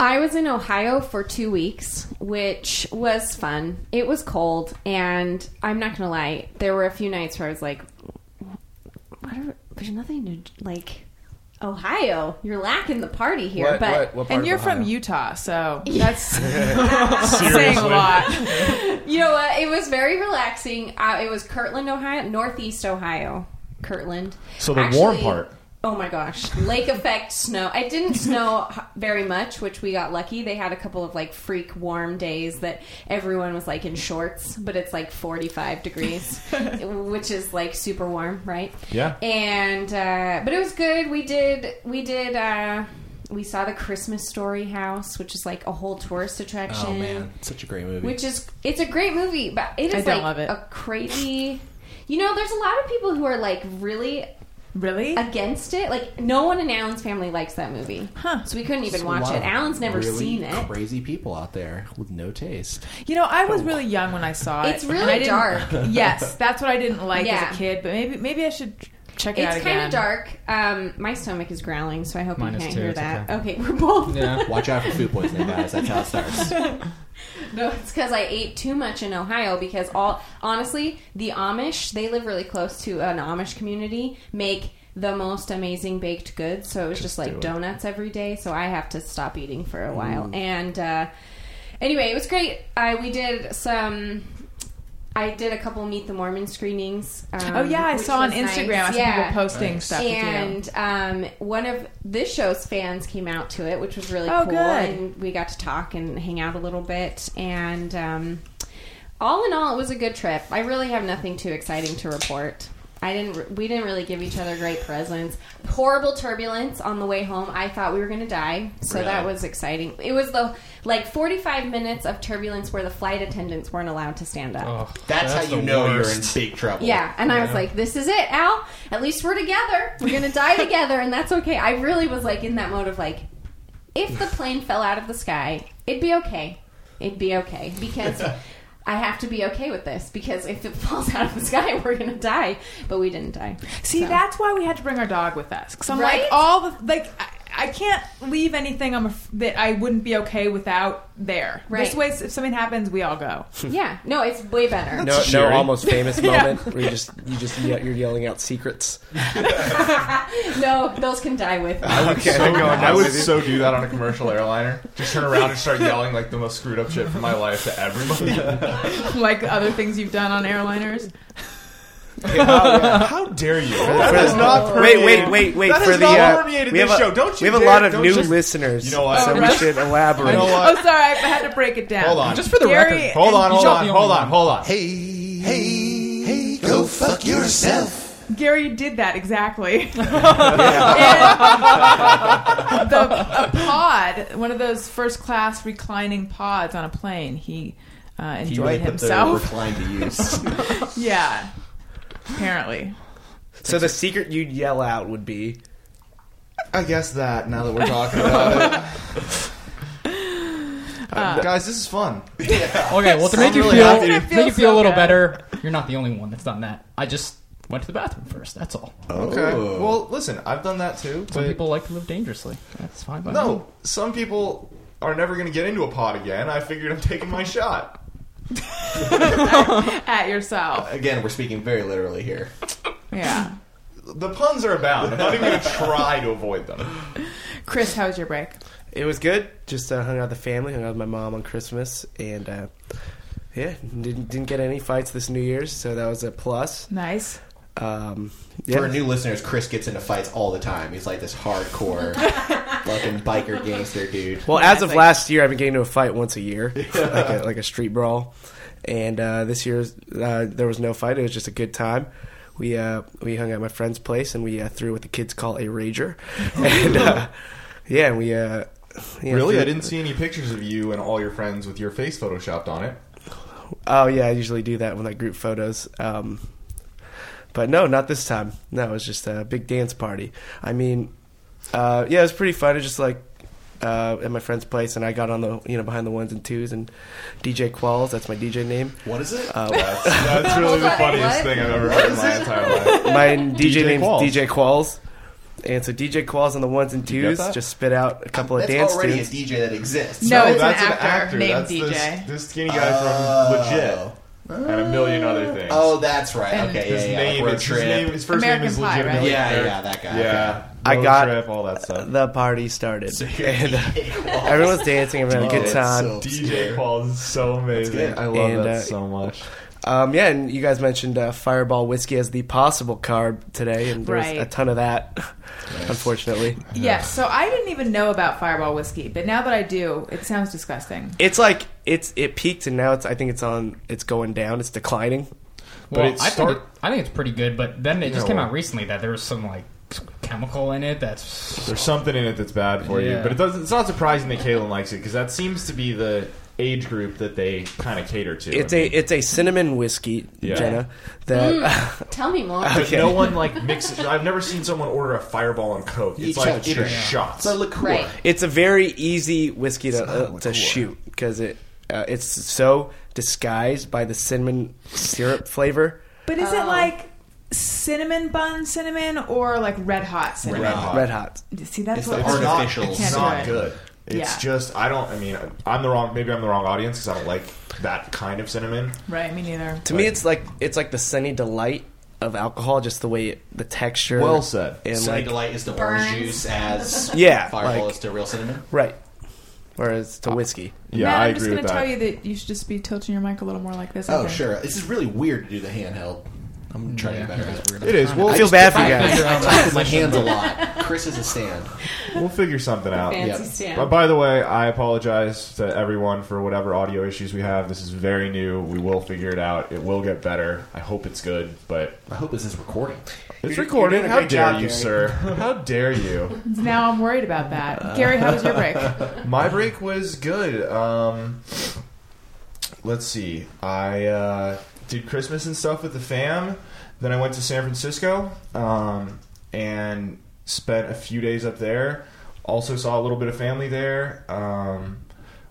Speaker 5: I was in Ohio for two weeks, which was fun. It was cold, and I'm not gonna lie, there were a few nights where I was like, what are, "There's nothing to like." Ohio, you're lacking the party here,
Speaker 4: What,
Speaker 5: but
Speaker 4: what, what part
Speaker 1: and
Speaker 4: of
Speaker 1: you're from
Speaker 4: Ohio?
Speaker 1: Utah, so that's saying a lot.
Speaker 5: you know what? It was very relaxing. Uh, it was Kirtland, Ohio, Northeast Ohio, Kirtland.
Speaker 3: So the warm part.
Speaker 5: Oh my gosh, lake effect snow. It didn't snow h- very much, which we got lucky. They had a couple of like freak warm days that everyone was like in shorts, but it's like
Speaker 3: (laughs)
Speaker 5: 45 degrees, which is like super warm, right?
Speaker 3: Yeah.
Speaker 5: And uh, but it was good. We did we did uh, we saw the Christmas Story house, which is like a whole tourist attraction.
Speaker 7: Oh man, such a great movie.
Speaker 5: Which is it's a great movie, but it
Speaker 1: I
Speaker 5: is
Speaker 1: don't
Speaker 5: like
Speaker 1: love it.
Speaker 5: a crazy. You know, there's a lot of people who are like really
Speaker 1: Really?
Speaker 5: against it. Like no one in Alan's family likes that movie,
Speaker 1: Huh.
Speaker 5: so we couldn't even
Speaker 7: There's a
Speaker 5: watch
Speaker 7: lot
Speaker 5: it.
Speaker 7: of
Speaker 5: Alan's never
Speaker 7: really
Speaker 5: seen it.
Speaker 7: Crazy people out there with no taste.
Speaker 1: You know, I
Speaker 3: Oh.
Speaker 1: was really young when I saw it.
Speaker 5: It's
Speaker 1: and I
Speaker 5: really
Speaker 1: didn't- (laughs)
Speaker 5: dark.
Speaker 1: Yes, that's what I didn't like
Speaker 5: Yeah.
Speaker 1: as a kid. But maybe maybe I should check it out
Speaker 5: It's
Speaker 1: again.
Speaker 5: kind of dark. Um, my stomach is growling, so I hope
Speaker 6: Mine
Speaker 5: you
Speaker 6: is
Speaker 5: can't
Speaker 6: too.
Speaker 5: hear
Speaker 6: It's
Speaker 5: that. Okay,
Speaker 6: okay.
Speaker 5: we're both.
Speaker 6: Yeah.
Speaker 7: Watch out for food poisoning, guys. That's how it starts.
Speaker 5: (laughs) No, it's because I ate too much in Ohio. Because all honestly, the Amish they live really close to an Amish community. Make the most amazing baked goods. So it was just, like
Speaker 3: do it. Mm.
Speaker 5: donuts every day. So I have to stop eating for a while. And uh, anyway, it was great. I we did some. I did a couple Meet the Mormon screenings. um,
Speaker 1: Oh yeah, I
Speaker 5: which
Speaker 1: saw on
Speaker 5: was nice.
Speaker 1: Instagram I saw
Speaker 5: Yeah.
Speaker 1: people posting stuff with you.
Speaker 5: And um, one of this show's fans came out to it, which was really
Speaker 1: Oh,
Speaker 5: cool.
Speaker 1: good.
Speaker 5: And we got to talk and hang out a little bit. And um, all in all, it was a good trip. I really have nothing too exciting to report. I didn't. We didn't really give each other great presents. Horrible turbulence on the way home. I thought we were going to die, so that
Speaker 7: Really?
Speaker 5: was exciting. It was the like forty-five minutes of turbulence where the flight attendants weren't allowed to stand up.
Speaker 6: Oh,
Speaker 7: That's, how
Speaker 6: the
Speaker 7: you know
Speaker 6: worst.
Speaker 7: you're in big trouble.
Speaker 5: Yeah, and I was like, "This is it, Al. At least we're together. We're gonna
Speaker 3: (laughs)
Speaker 5: die together, and that's okay." I really was like in that mode of like, if the plane fell out of the sky, it'd be okay. It'd be okay
Speaker 3: (laughs)
Speaker 5: because I have to be okay with this because if it (laughs) falls out of the sky, we're gonna die. But we
Speaker 3: (laughs)
Speaker 5: didn't die.
Speaker 1: See,
Speaker 5: So-
Speaker 1: that's why we had to bring our dog with us. Because I'm
Speaker 5: Right?
Speaker 1: like all the like. I, I can't leave anything I'm af- that I wouldn't be okay without there.
Speaker 5: Right.
Speaker 1: This way, if something happens, we all go. (laughs)
Speaker 5: yeah. No, it's way
Speaker 3: (laughs)
Speaker 5: better.
Speaker 4: No, no,
Speaker 3: Sherry.
Speaker 4: almost famous moment where you just you just ye- you're yelling out secrets.
Speaker 5: No, those can die with. me.
Speaker 4: Okay,
Speaker 3: So- I would so do that on a commercial airliner. Just turn around and start yelling like the most screwed up shit from my life to (laughs) everybody.
Speaker 1: like other things you've done on airliners.
Speaker 5: (laughs)
Speaker 3: How dare you? That is not
Speaker 4: Oh. Wait,
Speaker 3: permeating.
Speaker 4: wait, wait, wait
Speaker 3: That
Speaker 4: for
Speaker 3: has
Speaker 4: the.
Speaker 3: not
Speaker 4: uh,
Speaker 3: permeated
Speaker 4: we have
Speaker 3: this
Speaker 4: a,
Speaker 3: show. Don't you
Speaker 4: We have a
Speaker 3: dare-
Speaker 4: lot of
Speaker 3: don't
Speaker 4: new
Speaker 3: just-
Speaker 4: listeners.
Speaker 3: You know what?
Speaker 4: So
Speaker 1: Oh,
Speaker 4: we
Speaker 1: right.
Speaker 4: should elaborate.
Speaker 3: You know what?
Speaker 1: Oh, sorry, I had to break it down.
Speaker 3: Hold on.
Speaker 6: Just for the
Speaker 1: Gary
Speaker 6: record.
Speaker 3: hold on, hold
Speaker 6: You're not
Speaker 3: on,
Speaker 6: the
Speaker 3: hold
Speaker 6: only
Speaker 3: on,
Speaker 6: one.
Speaker 3: hold on.
Speaker 2: Hey, hey, hey, go fuck yourself.
Speaker 1: Gary did that
Speaker 7: (laughs)
Speaker 1: exactly. And the a pod, one of those first class reclining pods on a plane. He uh,
Speaker 7: He
Speaker 1: enjoyed
Speaker 7: really put the
Speaker 1: himself.
Speaker 7: recline to
Speaker 1: (laughs)
Speaker 7: use. (laughs)
Speaker 1: yeah, apparently.
Speaker 4: So the secret you'd yell out would be
Speaker 3: (laughs) I guess that now that we're talking about it. (laughs) Uh, guys, this is fun.
Speaker 6: Okay, well to make you
Speaker 3: really
Speaker 6: feel
Speaker 3: happy to-
Speaker 1: It
Speaker 6: make you
Speaker 1: feels
Speaker 6: feel
Speaker 1: so
Speaker 6: a little
Speaker 1: good.
Speaker 6: better, you're not the only one that's done that. I just went to the bathroom first. That's all.
Speaker 3: Okay. Well, listen, I've done that too.
Speaker 6: Some
Speaker 3: but-
Speaker 6: people like to live dangerously. That's fine. by me.
Speaker 3: No, some people are never going to get into a pod again. I figured I'm taking my shot.
Speaker 1: At yourself.
Speaker 7: Again, we're speaking very literally here.
Speaker 1: Yeah.
Speaker 3: The puns are abound. I'm not even going to try to avoid them.
Speaker 1: Chris, how was your break?
Speaker 4: It was good. Just uh, hung out with the family, hung out with my mom on Christmas, and uh, yeah, didn't didn't get any fights this New Year's, so that was a plus.
Speaker 1: Nice.
Speaker 4: Um, yeah.
Speaker 7: For our new listeners, Chris gets into fights all the time. He's like this hardcore fucking biker gangster (laughs) dude.
Speaker 4: well, as of
Speaker 1: like-
Speaker 4: last year, I've been getting to a fight once a year, like, a, like a street brawl, and uh, this year uh, there was no fight. It was just a good time. We uh, we hung out at my friend's place, and we uh, threw what the kids call a rager, (laughs) and uh, yeah, and we uh, yeah,
Speaker 3: Really?
Speaker 4: threw-
Speaker 3: I didn't see any pictures of you and all your friends with your face photoshopped on it.
Speaker 4: Oh yeah, I usually do that when I group photos. Um, but no, not this time. No, it was just a big dance party. I mean, uh, yeah, it was pretty fun. It was just like uh, at my friend's place, and I got on the you know behind the ones and twos and DJ Qualls. That's my DJ name.
Speaker 7: What is it?
Speaker 3: That's,
Speaker 5: (laughs)
Speaker 3: that's really the
Speaker 5: What?
Speaker 3: funniest
Speaker 5: What?
Speaker 3: thing I've ever heard in my entire life.
Speaker 4: My DJ,
Speaker 3: DJ
Speaker 4: name's
Speaker 3: Qualls.
Speaker 4: DJ Qualls. And so DJ Qualls on the ones and
Speaker 3: you get
Speaker 4: twos
Speaker 3: that?
Speaker 4: just spit out a couple of
Speaker 7: That's
Speaker 4: dance
Speaker 7: already
Speaker 4: tunes.
Speaker 7: a DJ that exists.
Speaker 1: No, it's
Speaker 3: that's
Speaker 1: an actor, named
Speaker 3: That's
Speaker 1: DJ.
Speaker 3: This, this skinny guy
Speaker 7: Oh.
Speaker 3: from Legit and a million other things.
Speaker 7: Oh, that's right.
Speaker 1: And-
Speaker 7: Okay,
Speaker 3: his
Speaker 7: yeah, yeah.
Speaker 3: name,
Speaker 7: like Road
Speaker 3: is, his
Speaker 7: Trip.
Speaker 3: name, his first
Speaker 1: American
Speaker 3: name is
Speaker 1: Pie, right?
Speaker 3: legitimately.
Speaker 7: Yeah,
Speaker 3: Eric.
Speaker 7: yeah, that guy.
Speaker 3: Yeah,
Speaker 4: I
Speaker 3: Road
Speaker 4: got-
Speaker 3: Trip, all that stuff.
Speaker 4: The party started. and, uh, (laughs)
Speaker 7: Okay.
Speaker 4: everyone's dancing, everyone had a good
Speaker 7: It's
Speaker 4: time.
Speaker 7: Oh, so
Speaker 3: DJ Paul is so amazing.
Speaker 7: good.
Speaker 3: I love
Speaker 4: And,
Speaker 3: that
Speaker 4: uh,
Speaker 3: so much.
Speaker 4: Um, yeah, and you guys mentioned uh, Fireball whiskey as the possible carb today, and there's
Speaker 1: Right.
Speaker 4: a ton of that, unfortunately.
Speaker 1: Yes. So I didn't even know about Fireball whiskey, but now that I do, it sounds disgusting.
Speaker 4: It's like it's it peaked, and now it's I think it's on it's going down, it's declining.
Speaker 3: But
Speaker 6: Well,
Speaker 3: it
Speaker 6: I,
Speaker 3: start-
Speaker 6: think it, I think it's pretty good, but then it just
Speaker 3: Yeah,
Speaker 6: came
Speaker 3: well-
Speaker 6: out recently that there was some like chemical in it that's
Speaker 3: There's something in it that's bad for you,
Speaker 6: Yeah.
Speaker 3: but it doesn't. It's not surprising that Kaylin likes it because that seems to be the age group that they kind of cater to.
Speaker 4: It's
Speaker 3: I
Speaker 4: a
Speaker 3: mean,
Speaker 4: it's a cinnamon whiskey,
Speaker 3: Yeah.
Speaker 4: Jenna. That
Speaker 5: Tell me more.
Speaker 3: but no one like mixes. I've never seen someone order a fireball and coke. It's
Speaker 7: Yeah,
Speaker 3: like it
Speaker 7: sure.
Speaker 3: is shots.
Speaker 7: It's a
Speaker 3: (laughs)
Speaker 7: liqueur.
Speaker 5: (laughs) Right.
Speaker 4: (laughs) it's a very easy whiskey to uh,
Speaker 7: liqueur.
Speaker 4: to shoot because it uh, it's so disguised by the cinnamon syrup flavor.
Speaker 1: But is it like cinnamon bun cinnamon or like red hot cinnamon?
Speaker 7: Red hot.
Speaker 4: Red hot.
Speaker 1: See, that's
Speaker 7: It's
Speaker 1: what
Speaker 7: the
Speaker 1: I-
Speaker 3: not-
Speaker 7: artificial.
Speaker 1: I
Speaker 3: It's
Speaker 1: can't
Speaker 3: not
Speaker 1: do it.
Speaker 3: good. It's
Speaker 1: Yeah.
Speaker 3: just I don't. I mean, I'm the wrong. Maybe I'm the wrong audience because I don't like that kind of cinnamon.
Speaker 1: Right. Me neither.
Speaker 4: To me, it's like it's like the sunny delight of alcohol, just the way it, the texture.
Speaker 3: Well said.
Speaker 4: And
Speaker 7: Sunny
Speaker 4: like,
Speaker 7: Delight is the orange
Speaker 5: Burns.
Speaker 7: juice
Speaker 4: (laughs)
Speaker 7: as
Speaker 4: Yeah,
Speaker 7: Fireball
Speaker 4: like-
Speaker 7: is to real cinnamon.
Speaker 4: Right. Whereas to whiskey.
Speaker 3: Yeah,
Speaker 1: Matt,
Speaker 3: I
Speaker 1: I'm
Speaker 3: agree
Speaker 1: just
Speaker 3: with
Speaker 1: gonna
Speaker 3: that.
Speaker 1: tell you that you should just be tilting your mic a little more like this. I
Speaker 7: Oh,
Speaker 1: think.
Speaker 7: sure. This is really weird to do the handheld. I'm trying to get better at it.
Speaker 3: it is. We'll
Speaker 4: I feel bad for you
Speaker 7: I,
Speaker 4: guys.
Speaker 7: I type
Speaker 4: (laughs)
Speaker 7: with my hands a lot. Chris is a stand.
Speaker 3: We'll figure something out.
Speaker 5: Fancy
Speaker 7: Yep.
Speaker 5: Stan.
Speaker 3: But by the way, I apologize to everyone for whatever audio issues we have. This is very new. We will figure it out. It will get better. I hope it's good, but
Speaker 7: I hope this is recording.
Speaker 3: it's
Speaker 4: you're
Speaker 3: recorded.
Speaker 4: doing a
Speaker 3: How dare
Speaker 4: great job,
Speaker 3: you,
Speaker 4: Gary. (laughs)
Speaker 3: sir? How dare you?
Speaker 1: Now I'm worried about that.
Speaker 3: Uh,
Speaker 1: Gary, how was your
Speaker 3: (laughs)
Speaker 1: break?
Speaker 3: My break was good. Um, let's see. I uh, did Christmas and stuff with the fam. Then I went to San Francisco um, and spent a few days up there. Also saw a little bit of family there. Um,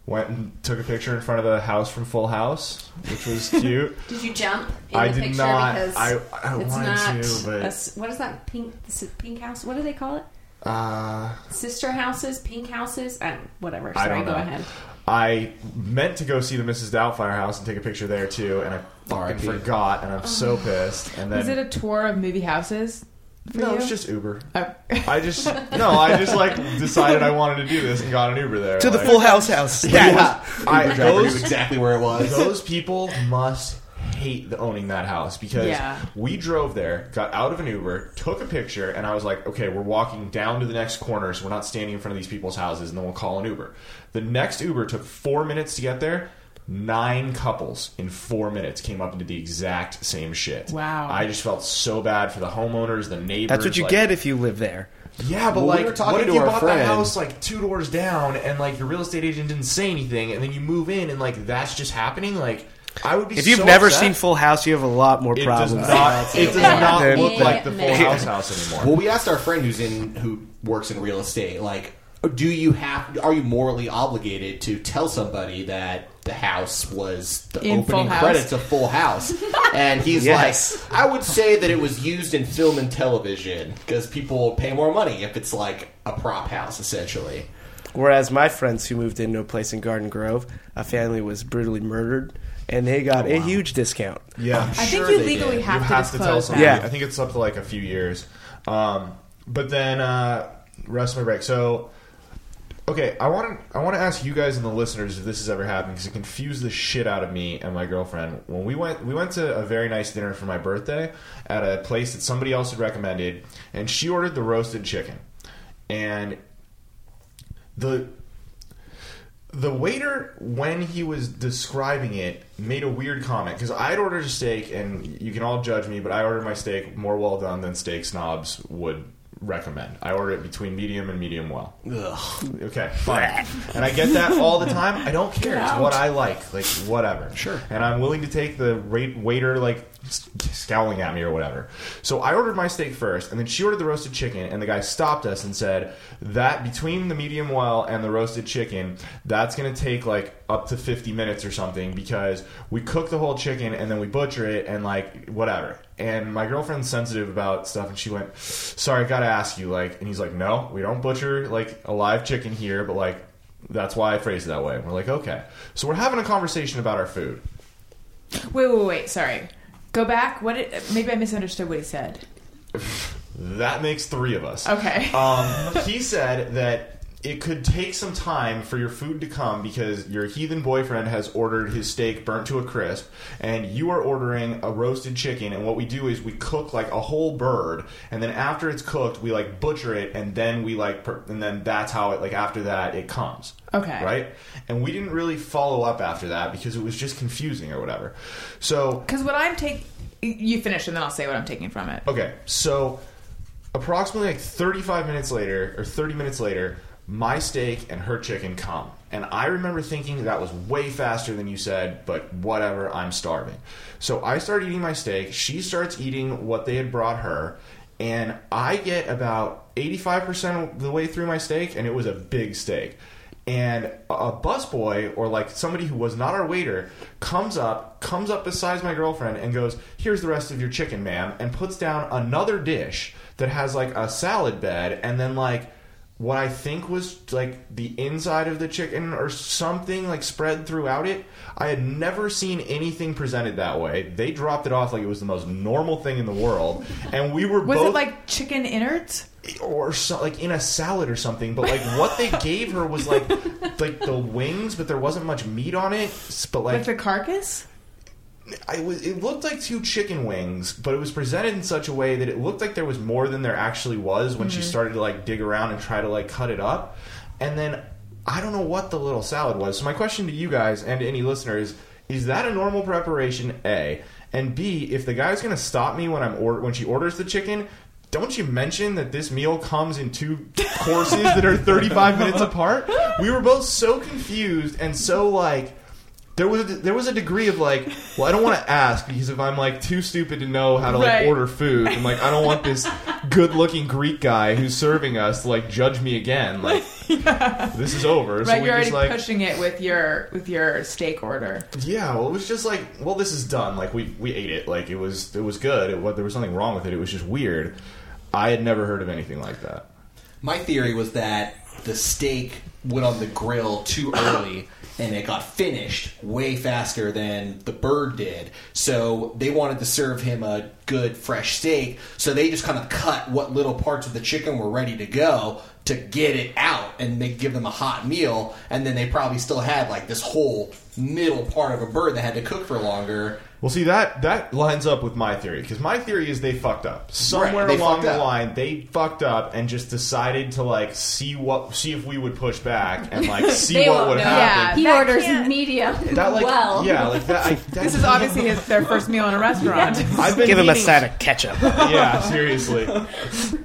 Speaker 3: went and took a picture in front of the house from Full House, which was
Speaker 5: (laughs)
Speaker 3: cute.
Speaker 5: Did you jump in
Speaker 3: I
Speaker 5: the
Speaker 3: did
Speaker 5: picture
Speaker 3: not.
Speaker 5: because
Speaker 3: I- I
Speaker 5: it's
Speaker 3: wanted
Speaker 5: not
Speaker 3: to, but-
Speaker 5: a s- what is that pink this is pink house? What do they call it?
Speaker 3: uh,
Speaker 5: Sister houses, pink houses, I don't- whatever.
Speaker 3: I
Speaker 5: Sorry,
Speaker 3: don't
Speaker 5: go
Speaker 3: know.
Speaker 5: ahead.
Speaker 3: I meant to go see the Mrs. Doubtfire house and take a picture there too, and I fucking
Speaker 7: R.I.P..
Speaker 3: forgot, and
Speaker 1: (sighs)
Speaker 3: I'm so pissed. And then
Speaker 1: Is it a tour of movie houses? For
Speaker 3: no,
Speaker 1: you?
Speaker 3: it's just Uber.
Speaker 1: Oh. (laughs)
Speaker 3: I just no, I just like decided I wanted to do this and got an Uber there.
Speaker 4: To the
Speaker 3: Like,
Speaker 4: Full House house.
Speaker 7: Yeah,
Speaker 3: I,
Speaker 7: driver knew
Speaker 3: those
Speaker 7: exactly where
Speaker 1: (laughs)
Speaker 7: it was.
Speaker 3: (laughs) those people must hate the, owning that house because
Speaker 1: Yeah.
Speaker 3: we drove there, got out of an Uber, took a picture, and I was like, okay, we're walking down to the next corner, so we're not standing in front of these people's houses, and then we'll call an Uber. The next Uber took four minutes to get there. Nine couples in four minutes came up and did the exact same shit.
Speaker 1: Wow.
Speaker 3: I just felt so bad for the homeowners, the neighbors.
Speaker 4: That's what you
Speaker 3: like-
Speaker 4: get if you live there.
Speaker 3: Yeah, but
Speaker 7: Well, we
Speaker 3: like,
Speaker 7: were talking
Speaker 3: what if
Speaker 7: to
Speaker 3: you
Speaker 7: our
Speaker 3: bought
Speaker 7: friend-
Speaker 3: that house like two doors down, and like your real estate agent didn't say anything, and then you move in, and like that's just happening? Like, I would be.
Speaker 4: If you've
Speaker 3: so
Speaker 4: never
Speaker 3: upset.
Speaker 4: seen Full House, you have a lot more
Speaker 3: it does
Speaker 4: problems.
Speaker 3: not. It does
Speaker 5: Yeah.
Speaker 3: not look
Speaker 5: Yeah.
Speaker 3: like the full house house anymore.
Speaker 7: Well, we asked our friend who's in who works in real estate, like, do you have? Are you morally obligated to tell somebody that the house was the
Speaker 1: In Full
Speaker 7: opening
Speaker 1: House.
Speaker 7: credits of Full
Speaker 1: (laughs)
Speaker 7: House? and he's
Speaker 4: Yes.
Speaker 7: like, I would say that it was used in film and television because people pay more money if it's like a prop house, essentially.
Speaker 4: Whereas my friends who moved into a place in Garden Grove, a family was brutally murdered, and they got a huge discount.
Speaker 3: yeah,
Speaker 1: I think
Speaker 7: Sure
Speaker 1: you
Speaker 7: they
Speaker 1: legally
Speaker 7: did.
Speaker 1: have
Speaker 3: you
Speaker 1: to
Speaker 3: have to tell
Speaker 1: disclose that.
Speaker 3: somebody.
Speaker 4: Yeah.
Speaker 3: I think it's up to like a few years. Um, but then uh, rest my break. So okay, I want to I want to ask you guys and the listeners if this has ever happened because it confused the shit out of me and my girlfriend when we went we went to a very nice dinner for my birthday at a place that somebody else had recommended, and she ordered the roasted chicken, and the the waiter when he was describing it made a weird comment because i'd ordered a steak and you can all judge me but i ordered my steak more well done than steak snobs would recommend i order it between medium and medium well okay fine and i get that all the time i don't care it's what i like like whatever
Speaker 7: Sure.
Speaker 3: and i'm willing to take the rate waiter like s- scowling at me or whatever so i ordered my steak first and then she ordered the roasted chicken and the guy stopped us and said that between the medium well and the roasted chicken that's going to take like up to 50 minutes or something because we cook the whole chicken and then we butcher it and like whatever and my girlfriend's sensitive about stuff and she went sorry i gotta ask you like and he's like no we don't butcher like a live chicken here but like that's why i phrased it that way and we're like okay so we're having a conversation about our food
Speaker 1: Wait, wait, wait. Sorry. Go back. What? Did, maybe I misunderstood what he said.
Speaker 3: that makes three of us
Speaker 1: Okay.
Speaker 3: um, he said that it could take some time for your food to come because your heathen boyfriend has ordered his steak burnt to a crisp and you are ordering a roasted chicken and what we do is we cook like a whole bird and then after it's cooked we like butcher it and then we like per- and then that's how it like after that it comes
Speaker 1: Okay.
Speaker 3: right and we didn't really follow up after that because it was just confusing or whatever so
Speaker 1: Because what I'm taking, you finish, and then I'll say what I'm taking from it.
Speaker 3: Okay, so approximately like 35 minutes later, or 30 minutes later, my steak and her chicken come. And I remember thinking that was way faster than you said, but whatever, I'm starving. So I start eating my steak. She starts eating what they had brought her. And I get about 85% of the way through my steak, and it was a big steak. And a- a busboy or like somebody who was not our waiter comes up, comes up beside my girlfriend and goes, "Here's the rest of your chicken, ma'am," and puts down another dish that has like a salad bed and then like what I think was like the inside of the chicken or something like spread throughout it. I had never seen anything presented that way. They dropped it off like it was the most normal thing in the world, and we were
Speaker 1: Was
Speaker 3: both
Speaker 1: it like chicken innards?
Speaker 3: or so, like in a salad or something. But like what they gave her was like like the wings, but there wasn't much meat on it. s- But
Speaker 1: Like
Speaker 3: like,
Speaker 1: the carcass?
Speaker 3: I was, it looked like two chicken wings, but it was presented in such a way that it looked like there was more than there actually was when she started to like dig around and try to like cut it up. And then I don't know what the little salad was. So my question to you guys and to any listeners is that a normal preparation? A and B, if the guy's going to stop me when I'm or- when she orders the chicken. Don't you mention that this meal comes in two courses that are 35 minutes apart? We were both so confused and so like there was a, there was a degree of like, well, I don't want to ask because if I'm like too stupid to know how to like
Speaker 1: Right.
Speaker 3: order food, I'm like I don't want this good looking Greek guy who's serving us to like judge me
Speaker 1: (laughs)
Speaker 3: again. Like this is over.
Speaker 1: right,
Speaker 3: so we
Speaker 1: you're already
Speaker 3: just like
Speaker 1: pushing it with your with your steak order.
Speaker 3: yeah, well, it was just like, well, this is done. Like we we ate it. Like it was it was good. It, wa- there was nothing wrong with it. It was just weird. I had never heard of anything like that.
Speaker 7: My theory was that the steak went on the grill too early and it got finished way faster than the bird did. So they wanted to serve him a good fresh steak. So they just kind of cut what little parts of the chicken were ready to go to get it out and they give them a hot meal. And then they probably still had like this whole middle part of a bird that had to cook for longer.
Speaker 3: Well, see that that lines up with my theory because my theory is they fucked up somewhere
Speaker 7: Right, they
Speaker 3: along
Speaker 7: fucked
Speaker 3: the
Speaker 7: up.
Speaker 3: line. They fucked up and just decided to like see what see if we would push back and
Speaker 7: (laughs)
Speaker 3: like see what would happen.
Speaker 5: He
Speaker 1: That
Speaker 5: orders
Speaker 1: can't-
Speaker 5: medium
Speaker 1: (laughs)
Speaker 3: That like
Speaker 5: well.
Speaker 3: yeah like that. I, that
Speaker 7: (laughs)
Speaker 3: (laughs)
Speaker 1: This is obviously his, their first meal in a restaurant.
Speaker 3: I've been
Speaker 4: Give him a
Speaker 3: meaning
Speaker 1: Please.
Speaker 6: side of ketchup.
Speaker 3: (laughs) yeah, seriously.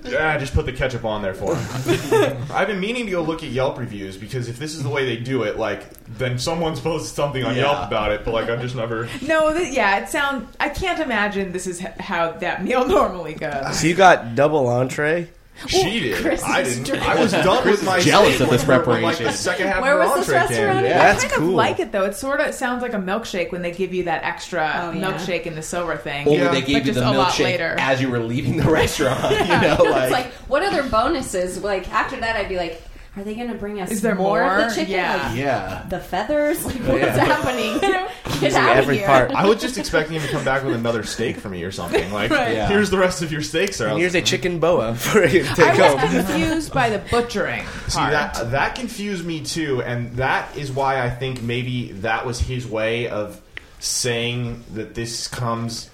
Speaker 3: Yeah, just put the ketchup on there for him.
Speaker 7: (laughs)
Speaker 3: I've been meaning to go look at Yelp reviews because if this is the way they do it, like then someone's posted something on
Speaker 7: Yeah.
Speaker 3: Yelp about it, but like I've just never.
Speaker 1: No, th- yeah, it sound. I can't imagine this is h- how that meal (laughs) normally goes.
Speaker 4: So you got double entree.
Speaker 3: She did.
Speaker 1: Chris
Speaker 3: I
Speaker 1: is
Speaker 3: didn't.
Speaker 1: drunk.
Speaker 3: I was done with my
Speaker 7: jealous
Speaker 3: steak
Speaker 7: of this
Speaker 3: when her- when, like, the
Speaker 7: preparation.
Speaker 3: second half
Speaker 5: Where
Speaker 3: of her
Speaker 5: was this
Speaker 3: entree came.
Speaker 5: restaurant?
Speaker 3: Yeah.
Speaker 1: I
Speaker 4: That's
Speaker 1: kind of
Speaker 4: cool.
Speaker 1: like it though. It sort of sounds like a milkshake when they give you that extra
Speaker 5: Oh, yeah.
Speaker 1: milkshake in the silver thing.
Speaker 7: Only
Speaker 3: Yeah.
Speaker 7: they
Speaker 1: But
Speaker 7: gave you
Speaker 1: just
Speaker 7: the
Speaker 1: a lot
Speaker 7: milkshake
Speaker 1: later.
Speaker 7: as you were leaving the (laughs) restaurant. You know, like,
Speaker 5: (laughs) it's like, what other bonuses? Like after that, I'd be like, are they going to bring us
Speaker 1: Is there
Speaker 5: more, of
Speaker 1: more?
Speaker 5: the chicken?
Speaker 1: Yeah.
Speaker 5: Like,
Speaker 7: yeah.
Speaker 5: The feathers? (laughs) Like,
Speaker 1: (laughs)
Speaker 5: what's happening? Get out
Speaker 4: Every
Speaker 5: of here.
Speaker 4: part.
Speaker 3: I was just expecting him to come back with another steak for me or something. Like,
Speaker 1: Right.
Speaker 7: Yeah.
Speaker 3: here's the rest of your steaks. Or
Speaker 4: And here's a chicken boa (laughs) for you to
Speaker 1: (laughs)
Speaker 4: take
Speaker 1: I was
Speaker 4: home.
Speaker 1: confused by the butchering part.
Speaker 3: See that that confused me too, and that is why I think maybe that was his way of saying that this comes.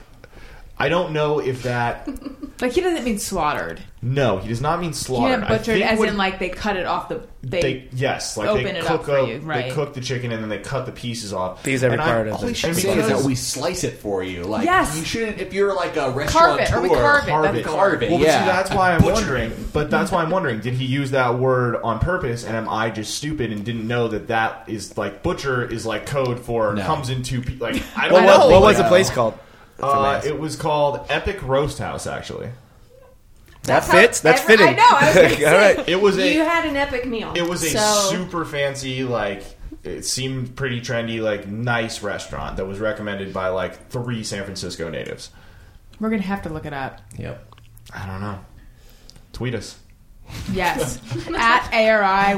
Speaker 3: I don't know if that.
Speaker 1: Like he doesn't mean slaughtered.
Speaker 3: No, he does not mean
Speaker 1: He
Speaker 3: slaughtered.
Speaker 1: meant
Speaker 3: I
Speaker 1: butchered,
Speaker 3: think
Speaker 1: as
Speaker 3: what-
Speaker 1: in like they cut it off the. They,
Speaker 3: They, yes, like
Speaker 1: open
Speaker 3: they
Speaker 1: it
Speaker 3: cook
Speaker 1: up for you, right.
Speaker 3: they cook the chicken and then they cut the pieces off.
Speaker 4: These every
Speaker 3: And I-
Speaker 4: part of
Speaker 3: holy
Speaker 4: it.
Speaker 3: shit,
Speaker 7: And
Speaker 3: because-
Speaker 7: because that we slice it for you. Like
Speaker 1: Yes.
Speaker 7: you shouldn't if you're like a
Speaker 1: Carve
Speaker 7: restaurant
Speaker 1: it, or we carve it.
Speaker 7: tour.
Speaker 1: That's
Speaker 3: Carve it.
Speaker 1: the word.
Speaker 7: Carve it.
Speaker 3: Well, but
Speaker 7: yeah.
Speaker 3: see, that's why I'm
Speaker 7: Butcher.
Speaker 3: wondering. But that's why I'm wondering. Did he use that word on purpose? And am I just stupid and didn't know that that is like butcher is like code for
Speaker 7: No.
Speaker 3: comes in two pe- like I don't
Speaker 4: What,
Speaker 3: know.
Speaker 4: what, what was
Speaker 3: like,
Speaker 4: the place called?
Speaker 3: Uh, it was called Epic Roast House. Actually,
Speaker 4: That
Speaker 5: how
Speaker 4: fits. That's
Speaker 5: every-
Speaker 4: fitting.
Speaker 5: I know,
Speaker 4: (laughs)
Speaker 5: I was gonna
Speaker 4: All
Speaker 5: say.
Speaker 4: right.
Speaker 3: it was (laughs)
Speaker 5: You
Speaker 3: a
Speaker 5: had an epic meal.
Speaker 3: it was a
Speaker 5: So-
Speaker 3: super fancy like. It seemed pretty trendy, like nice restaurant that was recommended by like three San Francisco natives.
Speaker 1: We're gonna have to look it up.
Speaker 7: Yep.
Speaker 3: I don't know. Tweet us.
Speaker 1: Yes, at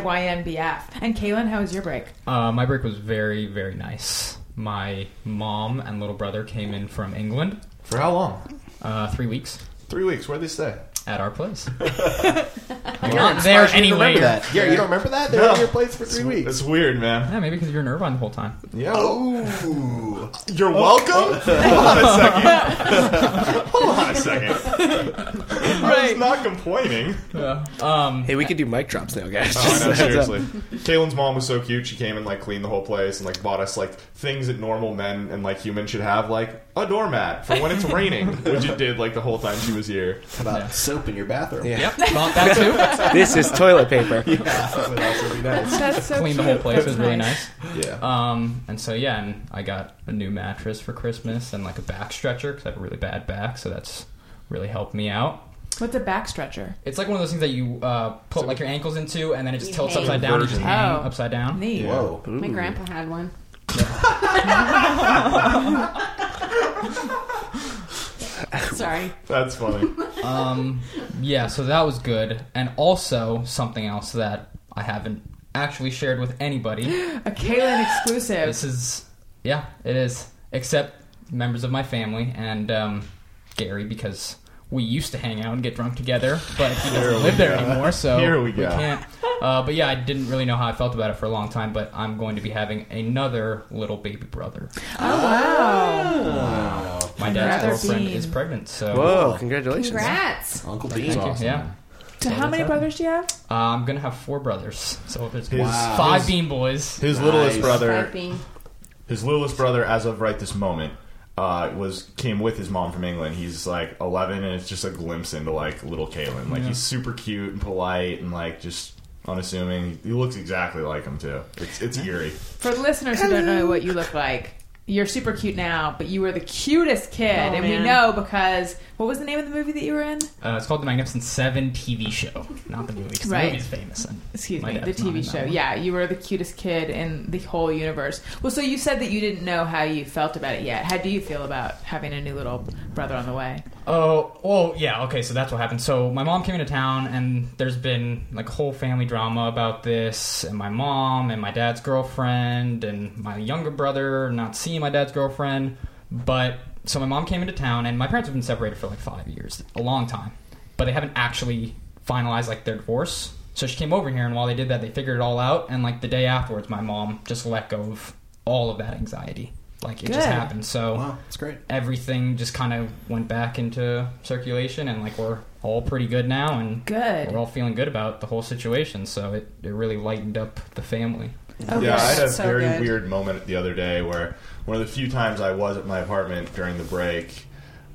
Speaker 1: ARIYNBF. And Kaylin, how was your break?
Speaker 6: Uh, my break was very, very nice. My mom and little brother came in from England
Speaker 3: For how long?
Speaker 6: uh, three weeks
Speaker 3: Three weeks. Where'd they stay?
Speaker 6: at our place. You're not there anyway.
Speaker 7: That. Yeah, you don't remember that? They were
Speaker 3: No.
Speaker 7: at your place for three weeks.
Speaker 3: That's weird, man.
Speaker 6: Yeah, maybe because you're in Irvine the whole (laughs) time.
Speaker 3: Yeah.
Speaker 7: Oh. Ooh.
Speaker 3: You're welcome. Oh. (laughs) Hold on a second. Hold on a
Speaker 7: (laughs)
Speaker 3: second. I was not complaining.
Speaker 6: Um,
Speaker 4: Hey, we could do mic drops now, guys.
Speaker 3: Oh, I know, seriously. Kaylin's mom was so cute. She came and like cleaned the whole place and like bought us like things that normal men and like humans should have, like a doormat for when it's raining,
Speaker 7: (laughs)
Speaker 3: which it did like the whole time she was here.
Speaker 7: How about soap in your bathroom?
Speaker 4: Yeah.
Speaker 6: yep, thought that too.
Speaker 4: (laughs) this is toilet paper.
Speaker 7: That would also be nice.
Speaker 1: That's so
Speaker 6: Cleaned the whole place. It was really nice.
Speaker 3: Yeah.
Speaker 6: Um, and so yeah, and I got a new mattress for Christmas and like a back stretcher because I have a really bad back, so that's really helped me out.
Speaker 1: What's a back stretcher?
Speaker 6: It's like one of those things that you uh, put like your ankles into, and then it just
Speaker 5: You
Speaker 6: tilts
Speaker 5: hang.
Speaker 6: upside down. You just
Speaker 3: Inversion.
Speaker 6: hang
Speaker 1: Oh.
Speaker 6: upside down.
Speaker 1: Neat.
Speaker 7: Whoa.
Speaker 5: My grandpa had one. Sorry.
Speaker 3: That's funny.
Speaker 6: Um, yeah, so that was good. And also something else that I haven't actually shared with (gasps) anybody.
Speaker 1: A Kaylin exclusive.
Speaker 6: This is, yeah, it is, except members of my family and um, Gary because we used to hang out and get drunk together, but he doesn't live there anymore,
Speaker 7: Oh,
Speaker 6: so
Speaker 3: Here we go.
Speaker 6: can't. Uh, but yeah, I didn't really know how I felt about it for a long time, but I'm going to be having another little baby brother.
Speaker 1: Oh, Wow.
Speaker 6: My dad's
Speaker 1: Brother
Speaker 6: girlfriend
Speaker 1: Dean.
Speaker 6: is pregnant, so
Speaker 4: Whoa, congratulations.
Speaker 5: Congrats.
Speaker 7: Uncle
Speaker 6: Thank
Speaker 7: Dean.
Speaker 6: you, yeah.
Speaker 1: So how many brothers do you have?
Speaker 6: Uh, I'm gonna have four brothers, so there's
Speaker 3: Wow.
Speaker 6: five Bean Boys.
Speaker 3: His littlest
Speaker 7: Nice.
Speaker 3: brother
Speaker 5: Typing.
Speaker 3: his littlest brother, as of right this moment, uh, was came with his mom from England. He's like 11, and it's just a glimpse into like little Kalen. Like he's super cute and polite, and like just unassuming. He looks exactly like him too. It's it's eerie.
Speaker 1: For the listeners who don't know what you look like, you're super cute now, but you were the cutest kid,
Speaker 6: Oh,
Speaker 1: and we
Speaker 5: man.
Speaker 1: know because what was the name of the movie that you were in?
Speaker 6: Uh, it's called the Magnificent Seven TV show, not the movie. 'cause
Speaker 1: Right.
Speaker 6: The movie's famous. And
Speaker 1: Excuse
Speaker 6: my
Speaker 1: me, the
Speaker 6: dad's not in
Speaker 1: TV
Speaker 6: that
Speaker 1: show.
Speaker 6: one.
Speaker 1: Yeah, you were the cutest kid in the whole universe. Well, so you said that you didn't know how you felt about it yet. How do you feel about having a new little brother on the way?
Speaker 6: Oh, well, yeah. Okay, so that's what happened. So my mom came into town, and there's been like whole family drama about this, and my mom and my dad's girlfriend and my younger brother not seeing my dad's girlfriend. But so my mom came into town, and my parents have been separated for like five years, a long time, but they haven't actually finalized like their divorce. So she came over here, and while they did that, they figured it all out. And like the day afterwards, my mom just let go of all of that anxiety. Like it
Speaker 1: Good.
Speaker 6: just happened. So
Speaker 7: Wow, that's great.
Speaker 6: everything just kind of went back into circulation and like we're all pretty good now and
Speaker 1: Good.
Speaker 6: we're all feeling good about the whole situation so it, it really lightened up the family
Speaker 3: Yeah, I had a
Speaker 5: So
Speaker 3: very
Speaker 5: good.
Speaker 3: weird moment the other day where one of the few times I was at my apartment during the break,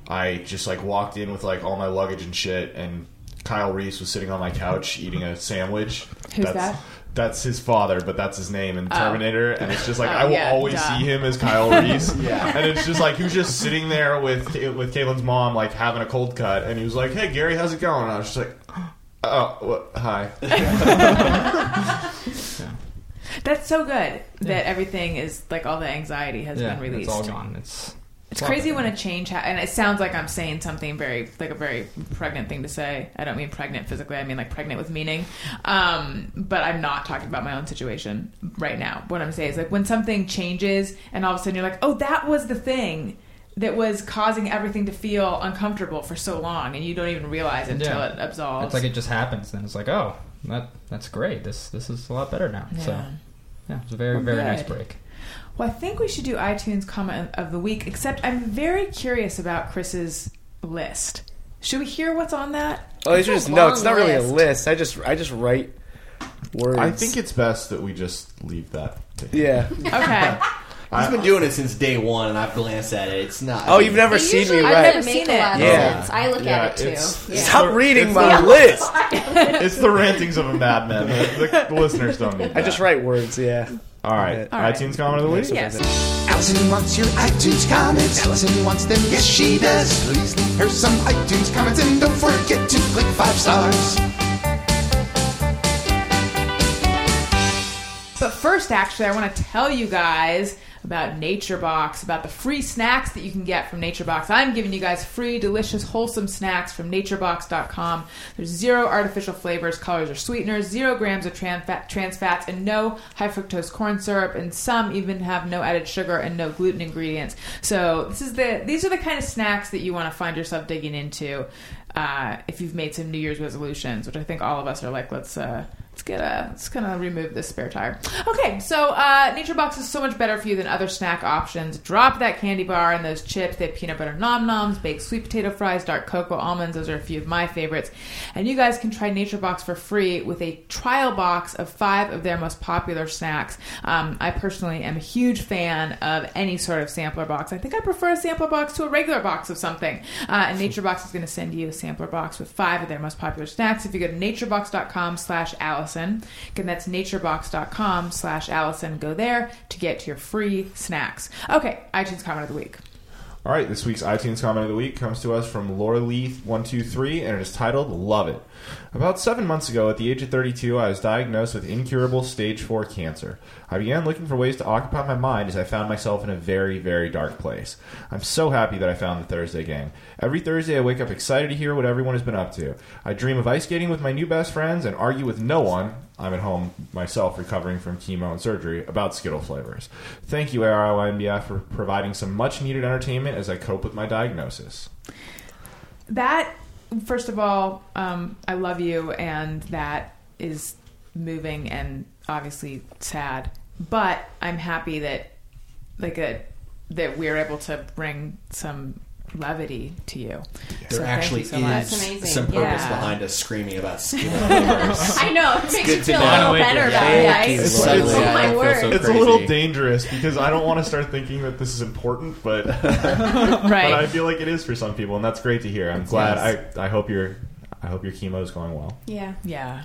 Speaker 3: I just like walked in with like all my luggage and shit, and Kyle Reese was sitting on my couch eating a sandwich.
Speaker 1: Who's
Speaker 3: that's,
Speaker 1: that?
Speaker 3: That's his father, but that's his name in Terminator, and it's just like
Speaker 1: Oh,
Speaker 3: I will
Speaker 1: yeah,
Speaker 3: always
Speaker 1: duh.
Speaker 3: see him as Kyle
Speaker 1: (laughs)
Speaker 3: Reese, and it's just like he was just sitting there with with Caitlin's mom, like having a cold cut, and he was like, "Hey Gary, how's it going?" And I was just like, "Oh, what, hi."
Speaker 1: That's so good that everything is like all the anxiety has
Speaker 6: Yeah,
Speaker 1: been released.
Speaker 6: it's all gone. It's
Speaker 1: It's crazy when a change ha- and it sounds like I'm saying something very like a very pregnant thing to say. I don't mean pregnant physically. I mean like pregnant with meaning. Um, but I'm not talking about my own situation right now. What I'm saying is like when something changes and all of a sudden you're like, "Oh, that was the thing." That was causing everything to feel uncomfortable for so long, and you don't even realize until
Speaker 6: yeah.
Speaker 1: it absolves.
Speaker 6: It's like it just happens. Then it's like, oh, that that's great. This this is a lot better now. So
Speaker 1: Yeah.
Speaker 6: yeah, it's a very
Speaker 1: Well,
Speaker 6: very nice
Speaker 1: good.
Speaker 6: break.
Speaker 1: Well, I think we should do iTunes comment of the week, except I'm very curious about Chris's list. Should we hear what's on
Speaker 6: (laughs)
Speaker 1: that?
Speaker 4: Oh, it's
Speaker 5: It's a
Speaker 4: just no. It's
Speaker 5: long
Speaker 4: not really a
Speaker 5: list.
Speaker 4: list. I just I just write words.
Speaker 3: I think it's best that we just leave that. To him.
Speaker 4: yeah.
Speaker 1: Okay.
Speaker 7: He's been doing it since day one, and I've glanced at it. It's not.
Speaker 4: Oh, you've never
Speaker 5: They
Speaker 4: seen me
Speaker 5: usually
Speaker 1: I've
Speaker 4: write.
Speaker 1: never
Speaker 5: make
Speaker 1: seen
Speaker 5: a
Speaker 1: it.
Speaker 5: lot of
Speaker 4: Yeah.
Speaker 5: sense. I look
Speaker 3: Yeah,
Speaker 5: at it
Speaker 3: it's-
Speaker 5: too.
Speaker 3: it's
Speaker 5: Yeah.
Speaker 4: Stop
Speaker 3: Or-
Speaker 4: reading
Speaker 3: it's
Speaker 4: my
Speaker 3: the-
Speaker 4: list.
Speaker 3: It's the rantings of a madman. The, the listeners don't need. That.
Speaker 4: I just write words. Yeah. (laughs)
Speaker 3: All right.
Speaker 1: All right.
Speaker 3: iTunes comment of the week.
Speaker 1: yes.
Speaker 2: Allison wants your iTunes comments. Allison wants them. Yes, she does. Please leave her some iTunes comments and don't forget to click five stars.
Speaker 1: But first, actually, I want to tell you guys about Nature Box, about the free snacks that you can get from Nature Box. I'm giving you guys free, delicious, wholesome snacks from naturebox.com. There's zero artificial flavors, colors, or sweeteners, zero grams of trans, fat, trans fats, and no high fructose corn syrup, and some even have no added sugar and no gluten ingredients. So this is the these are the kind of snacks that you want to find yourself digging into uh, if you've made some New Year's resolutions, which I think all of us are like, let's uh, let's get a let's kind of remove this spare tire. Okay, so uh, Nature Box is so much better for you than other snack options. Drop that candy bar and those chips. They have peanut butter nom noms, baked sweet potato fries, dark cocoa almonds. Those are a few of my favorites. And you guys can try Nature Box for free with a trial box of five of their most popular snacks. Um, I personally am a huge fan of any sort of sampler box. I think I prefer a sampler box to a regular box of something. Uh, and Nature Box is going to send you a sampler box with five of their most popular snacks. If you go to naturebox.com slash Allison, again, that's naturebox.com slash Allison. Go there to get your free snacks. Okay, iTunes comment of the week.
Speaker 3: All right, this week's iTunes comment of the week comes to us from Laura Leith123, and it is titled Love It. About seven months ago, at the age of 32, I was diagnosed with incurable stage 4 cancer. I began looking for ways to occupy my mind as I found myself in a very, very dark place. I'm so happy that I found the Thursday Gang. Every Thursday, I wake up excited to hear what everyone has been up to. I dream of ice skating with my new best friends and argue with no one, I'm at home myself recovering from chemo and surgery about Skittle flavors. Thank you, AROMBF, for providing some much needed entertainment as I cope with my diagnosis.
Speaker 1: That, first of all, um, I love you, and that is moving and obviously sad. But I'm happy that, like, a, that we're able to bring some levity to you.
Speaker 7: There actually
Speaker 1: thank you so
Speaker 7: is
Speaker 1: much.
Speaker 5: amazing.
Speaker 7: some purpose
Speaker 1: Yeah.
Speaker 7: behind us screaming
Speaker 1: (laughs)
Speaker 7: about skin.
Speaker 5: (laughs) I know. It makes you
Speaker 7: good
Speaker 5: feel
Speaker 7: to
Speaker 5: a
Speaker 7: know.
Speaker 6: Finally,
Speaker 5: little better about it.
Speaker 4: thank
Speaker 5: I-
Speaker 4: you, Lord.
Speaker 7: Suddenly,
Speaker 5: (laughs) Oh
Speaker 7: I
Speaker 5: my
Speaker 7: don't feel so
Speaker 5: word.
Speaker 3: It's a little dangerous because I don't want to start thinking that this is important, (laughs) but, but
Speaker 1: Right.
Speaker 3: I feel like it is for some people, and that's great to hear. I'm glad. I, I hope your I hope your chemo is going well.
Speaker 5: Yeah.
Speaker 1: yeah.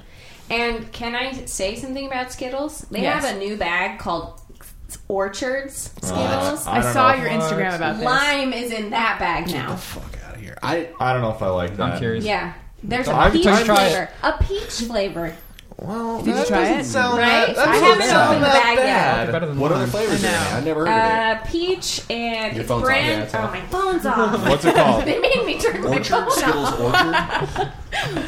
Speaker 5: And can I say something about Skittles? They
Speaker 1: Yes.
Speaker 5: have a new bag called Orchards Skittles.
Speaker 3: Uh, I
Speaker 1: I,
Speaker 3: don't
Speaker 1: saw
Speaker 3: know
Speaker 1: your
Speaker 3: if-
Speaker 1: Instagram about this.
Speaker 5: Lime is in that bag now.
Speaker 7: Fuck out of here. I
Speaker 3: I don't know if I like that.
Speaker 6: I'm curious.
Speaker 5: Yeah. There's a
Speaker 6: I'm
Speaker 5: peach
Speaker 6: trying to try
Speaker 5: flavor. A peach flavor.
Speaker 7: well,
Speaker 5: Oh,
Speaker 1: Did you try it?
Speaker 5: Right? I haven't opened the bag yet.
Speaker 6: Better than
Speaker 7: What
Speaker 6: mine.
Speaker 7: other flavors?
Speaker 1: I
Speaker 7: Are
Speaker 1: know.
Speaker 7: there? I've never heard
Speaker 5: Uh, peach and
Speaker 7: Your
Speaker 5: it's
Speaker 7: phone's off.
Speaker 5: brand.
Speaker 7: Yeah, it's
Speaker 5: oh,
Speaker 7: off.
Speaker 5: my
Speaker 7: (laughs)
Speaker 5: phone's off.
Speaker 3: What's it
Speaker 5: (laughs)
Speaker 3: called?
Speaker 5: they made me turn
Speaker 7: of
Speaker 5: my
Speaker 7: it.
Speaker 5: phone
Speaker 7: Orchard
Speaker 1: Uh,
Speaker 7: Skittles
Speaker 5: off.
Speaker 7: Orchard.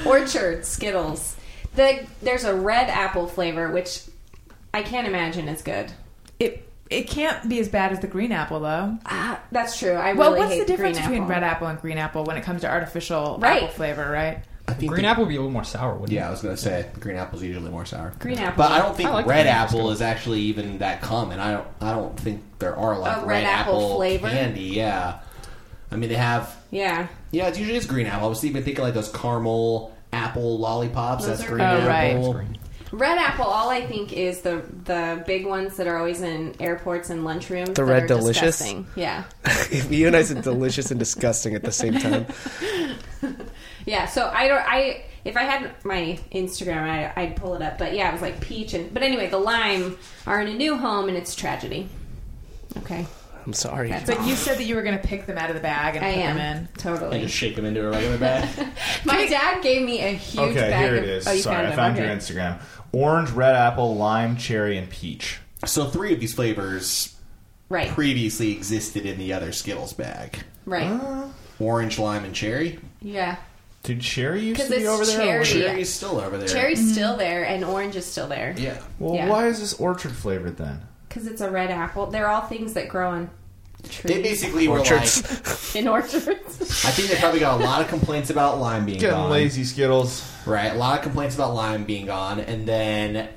Speaker 5: Orchard Skittles. The there's a red apple flavor, which I can't imagine is good.
Speaker 1: It it can't be as bad as the green apple though.
Speaker 5: Ah, that's true. I
Speaker 1: Well,
Speaker 5: really
Speaker 1: what's
Speaker 5: hate
Speaker 1: the difference
Speaker 5: green
Speaker 1: between
Speaker 5: apple.
Speaker 1: red apple and green apple when it comes to artificial
Speaker 5: Right.
Speaker 1: apple flavor, right?
Speaker 7: I think
Speaker 6: Green
Speaker 7: the-
Speaker 6: apple would be a little more sour, wouldn't
Speaker 7: Yeah, I was gonna say green apple's usually more sour.
Speaker 5: Green apple.
Speaker 7: But I don't think
Speaker 6: I like
Speaker 7: red
Speaker 6: green
Speaker 7: apple
Speaker 6: apple.
Speaker 7: is actually even that common. I don't. I don't think there are like
Speaker 5: A red apple flavor?
Speaker 7: candy. Yeah. I mean, they have.
Speaker 5: Yeah.
Speaker 7: Yeah, it's usually is green apple. I was even thinking like those caramel apple lollipops.
Speaker 5: Those
Speaker 7: that's
Speaker 5: are
Speaker 7: green
Speaker 1: good. Oh, right.
Speaker 7: apple.
Speaker 6: Green.
Speaker 5: Red apple. All I think is the the big ones that are always in airports and lunchrooms. that
Speaker 4: Red
Speaker 5: are
Speaker 4: Delicious?
Speaker 5: disgusting. Yeah,
Speaker 4: you and I said delicious and disgusting at the same time.
Speaker 5: yeah. So I don't. I if I had my Instagram, I, I'd pull it up. But yeah, it was like peach and. But anyway, the lime are in a new home, and it's tragedy. Okay,
Speaker 4: I'm sorry.
Speaker 5: That's
Speaker 1: But you said that you were going to pick them out of the bag and
Speaker 5: I
Speaker 1: put
Speaker 5: am
Speaker 1: them in.
Speaker 5: totally.
Speaker 7: And just shake them into a regular bag. (laughs)
Speaker 5: My dad gave me a huge
Speaker 3: Okay,
Speaker 5: bag
Speaker 3: here
Speaker 5: of.
Speaker 3: it is.
Speaker 5: Oh, you
Speaker 3: Sorry,
Speaker 5: found
Speaker 3: I
Speaker 5: them.
Speaker 3: found
Speaker 5: okay.
Speaker 3: your Instagram. Orange, red apple, lime, cherry, and peach.
Speaker 7: so three of these flavors
Speaker 5: Right,
Speaker 7: previously existed in the other Skittles bag:
Speaker 5: right.
Speaker 7: orange, lime, and cherry.
Speaker 5: yeah,
Speaker 3: Did cherry used to
Speaker 5: 'Cause
Speaker 3: be
Speaker 5: it's
Speaker 3: over there? or was it-
Speaker 5: cherry. Yeah.
Speaker 7: Cherry's still over there.
Speaker 5: cherry's still there, and orange is still there.
Speaker 7: Yeah.
Speaker 3: Well,
Speaker 5: Yeah.
Speaker 3: why is this orchard flavored then?
Speaker 5: Because it's a red apple. They're all things that grow on
Speaker 7: They
Speaker 5: trees
Speaker 7: basically were like.
Speaker 4: Orchards.
Speaker 5: in orchards.
Speaker 7: I think they probably got a lot of complaints about lime being
Speaker 3: Getting
Speaker 7: gone.
Speaker 3: lazy Skittles.
Speaker 7: Right, a lot of complaints about lime being gone, and then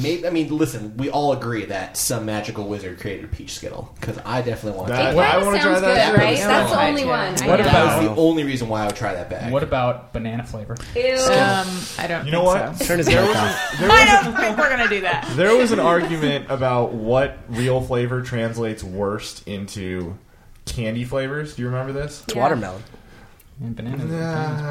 Speaker 7: maybe I mean, listen, we all agree that some magical wizard created a peach skittle because I definitely want to.
Speaker 3: That-
Speaker 7: Try
Speaker 5: it
Speaker 7: that.
Speaker 5: kind
Speaker 3: I
Speaker 5: of
Speaker 3: wanna
Speaker 5: sounds
Speaker 3: try
Speaker 5: good,
Speaker 3: that.
Speaker 5: right?
Speaker 3: Yeah.
Speaker 5: That's the
Speaker 1: Yeah.
Speaker 5: only one. I
Speaker 3: What
Speaker 5: know.
Speaker 3: about-
Speaker 7: that was
Speaker 3: Wow.
Speaker 7: the only reason why I would try that bag.
Speaker 6: What about banana flavor?
Speaker 5: Ew.
Speaker 1: Um, I don't.
Speaker 3: You know
Speaker 1: think
Speaker 3: what?
Speaker 1: so.
Speaker 4: Turn his mic off.
Speaker 1: I don't think we're going to do
Speaker 3: (laughs)
Speaker 1: that.
Speaker 3: There was an argument about what real flavor translates worst into candy flavors. Do you remember this?
Speaker 5: Yeah.
Speaker 4: Watermelon.
Speaker 6: And bananas.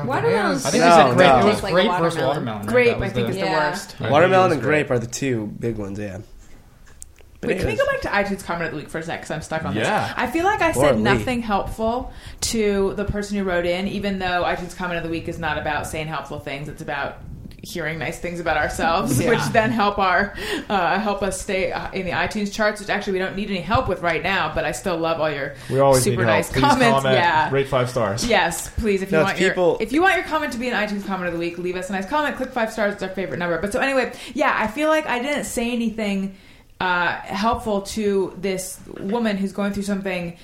Speaker 5: Watermelons.
Speaker 6: I think
Speaker 4: No,
Speaker 6: they said grape.
Speaker 4: no.
Speaker 6: It was
Speaker 5: Like a
Speaker 6: grape
Speaker 5: watermelon.
Speaker 6: versus watermelon.
Speaker 1: Grape,
Speaker 6: That was
Speaker 1: I think,
Speaker 6: the-
Speaker 1: is the
Speaker 5: Yeah.
Speaker 1: worst.
Speaker 6: Yeah,
Speaker 4: Watermelon
Speaker 6: it
Speaker 4: and
Speaker 6: was
Speaker 4: grape are the two big ones, yeah.
Speaker 1: Wait, can we
Speaker 4: Bananas.
Speaker 1: go back to iTunes comment of the week for a sec? Because I'm stuck on
Speaker 3: Yeah.
Speaker 1: this. I feel like I
Speaker 4: Or
Speaker 1: said
Speaker 4: Lee.
Speaker 1: nothing helpful to the person who wrote in, even though iTunes comment of the week is not about saying helpful things. It's about hearing nice things about ourselves, which then help our uh, help us stay uh, in the iTunes charts, which actually we don't need any help with right now. But I still love all your
Speaker 3: We always
Speaker 1: super
Speaker 3: need help.
Speaker 1: nice
Speaker 3: Please
Speaker 1: comments.
Speaker 3: comment.
Speaker 1: Yeah.
Speaker 3: Rate five stars.
Speaker 1: Yes, please. If you
Speaker 4: No, if
Speaker 1: want
Speaker 4: people-
Speaker 1: your if you want your comment to be an iTunes comment of the week, leave us a nice comment. Click five stars. It's our favorite number. But so anyway, yeah, I feel like I didn't say anything uh, helpful to this woman who's going through something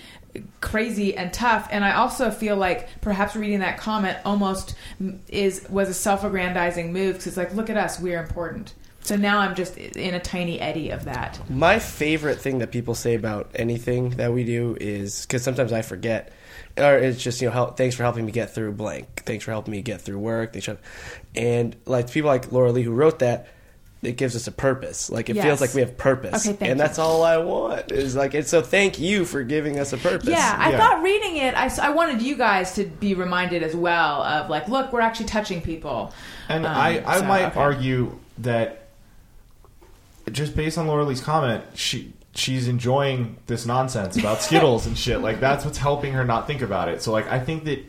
Speaker 1: crazy and tough. And I also feel like perhaps reading that comment almost m- is was a self-aggrandizing move because it's like, look at us, we're important. So now I'm just in a tiny eddy of that.
Speaker 4: My favorite thing that people say about anything that we do is because sometimes I forget, or it's just you know, help, thanks for helping me get through blank. Thanks for helping me get through work. They should, and like people like Laura Lee who wrote that, it gives us a purpose. Like it
Speaker 1: Yes.
Speaker 4: feels like we have purpose,
Speaker 1: Okay, thank
Speaker 4: and
Speaker 1: you.
Speaker 4: that's all I want is like. And so thank you for giving us a purpose.
Speaker 1: Yeah, I
Speaker 3: Yeah.
Speaker 1: thought reading it, I, s- I wanted you guys to be reminded as well of like, look, we're actually touching people.
Speaker 3: And
Speaker 1: Um,
Speaker 3: I, I
Speaker 1: so,
Speaker 3: might
Speaker 1: okay.
Speaker 3: argue that just based on Laura Lee's comment, she she's enjoying this nonsense about Skittles and shit. Like that's what's helping her not think about it. So like I think that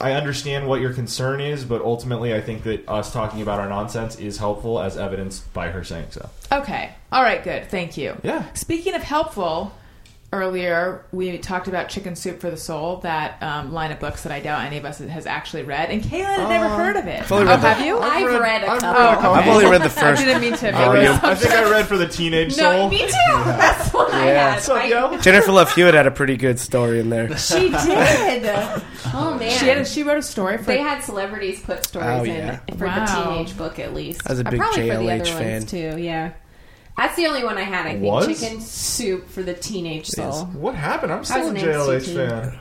Speaker 3: I understand what your concern is, but ultimately I think that us talking about our nonsense is helpful as evidenced by her saying so.
Speaker 1: Okay. All right. Good. Thank you.
Speaker 3: Yeah.
Speaker 1: Speaking of helpful, earlier we talked about Chicken Soup for the Soul, that um, line of books that I doubt any of us has actually read, and Kayla had never heard of it.
Speaker 4: only read
Speaker 1: oh, have you?
Speaker 5: I've read, a couple.
Speaker 4: I've only read
Speaker 1: (laughs)
Speaker 4: the
Speaker 1: I
Speaker 4: first.
Speaker 1: didn't mean to. (laughs)
Speaker 3: I,
Speaker 1: make
Speaker 3: read-
Speaker 1: this
Speaker 3: I
Speaker 1: up.
Speaker 3: think I read for the teenage
Speaker 5: No,
Speaker 3: soul.
Speaker 5: me too. (laughs) That's what I
Speaker 4: Yeah.
Speaker 5: had. I-
Speaker 4: (laughs) Jennifer Love Hewitt had a pretty good story in there.
Speaker 5: She (laughs) did. Oh man.
Speaker 1: She, had a, she wrote a story for.
Speaker 5: they had celebrities put stories
Speaker 4: Oh, yeah.
Speaker 5: in for the
Speaker 1: Wow.
Speaker 5: teenage book at least.
Speaker 4: I was a
Speaker 5: Or
Speaker 4: big
Speaker 5: probably for the
Speaker 4: JLH
Speaker 5: other
Speaker 4: fan.
Speaker 5: ones too. Yeah. That's the only one I had. I think
Speaker 3: Was?
Speaker 5: chicken soup for the teenage soul.
Speaker 3: What happened? I'm
Speaker 5: was
Speaker 3: still a
Speaker 5: an
Speaker 3: JLH
Speaker 5: NCT.
Speaker 3: fan.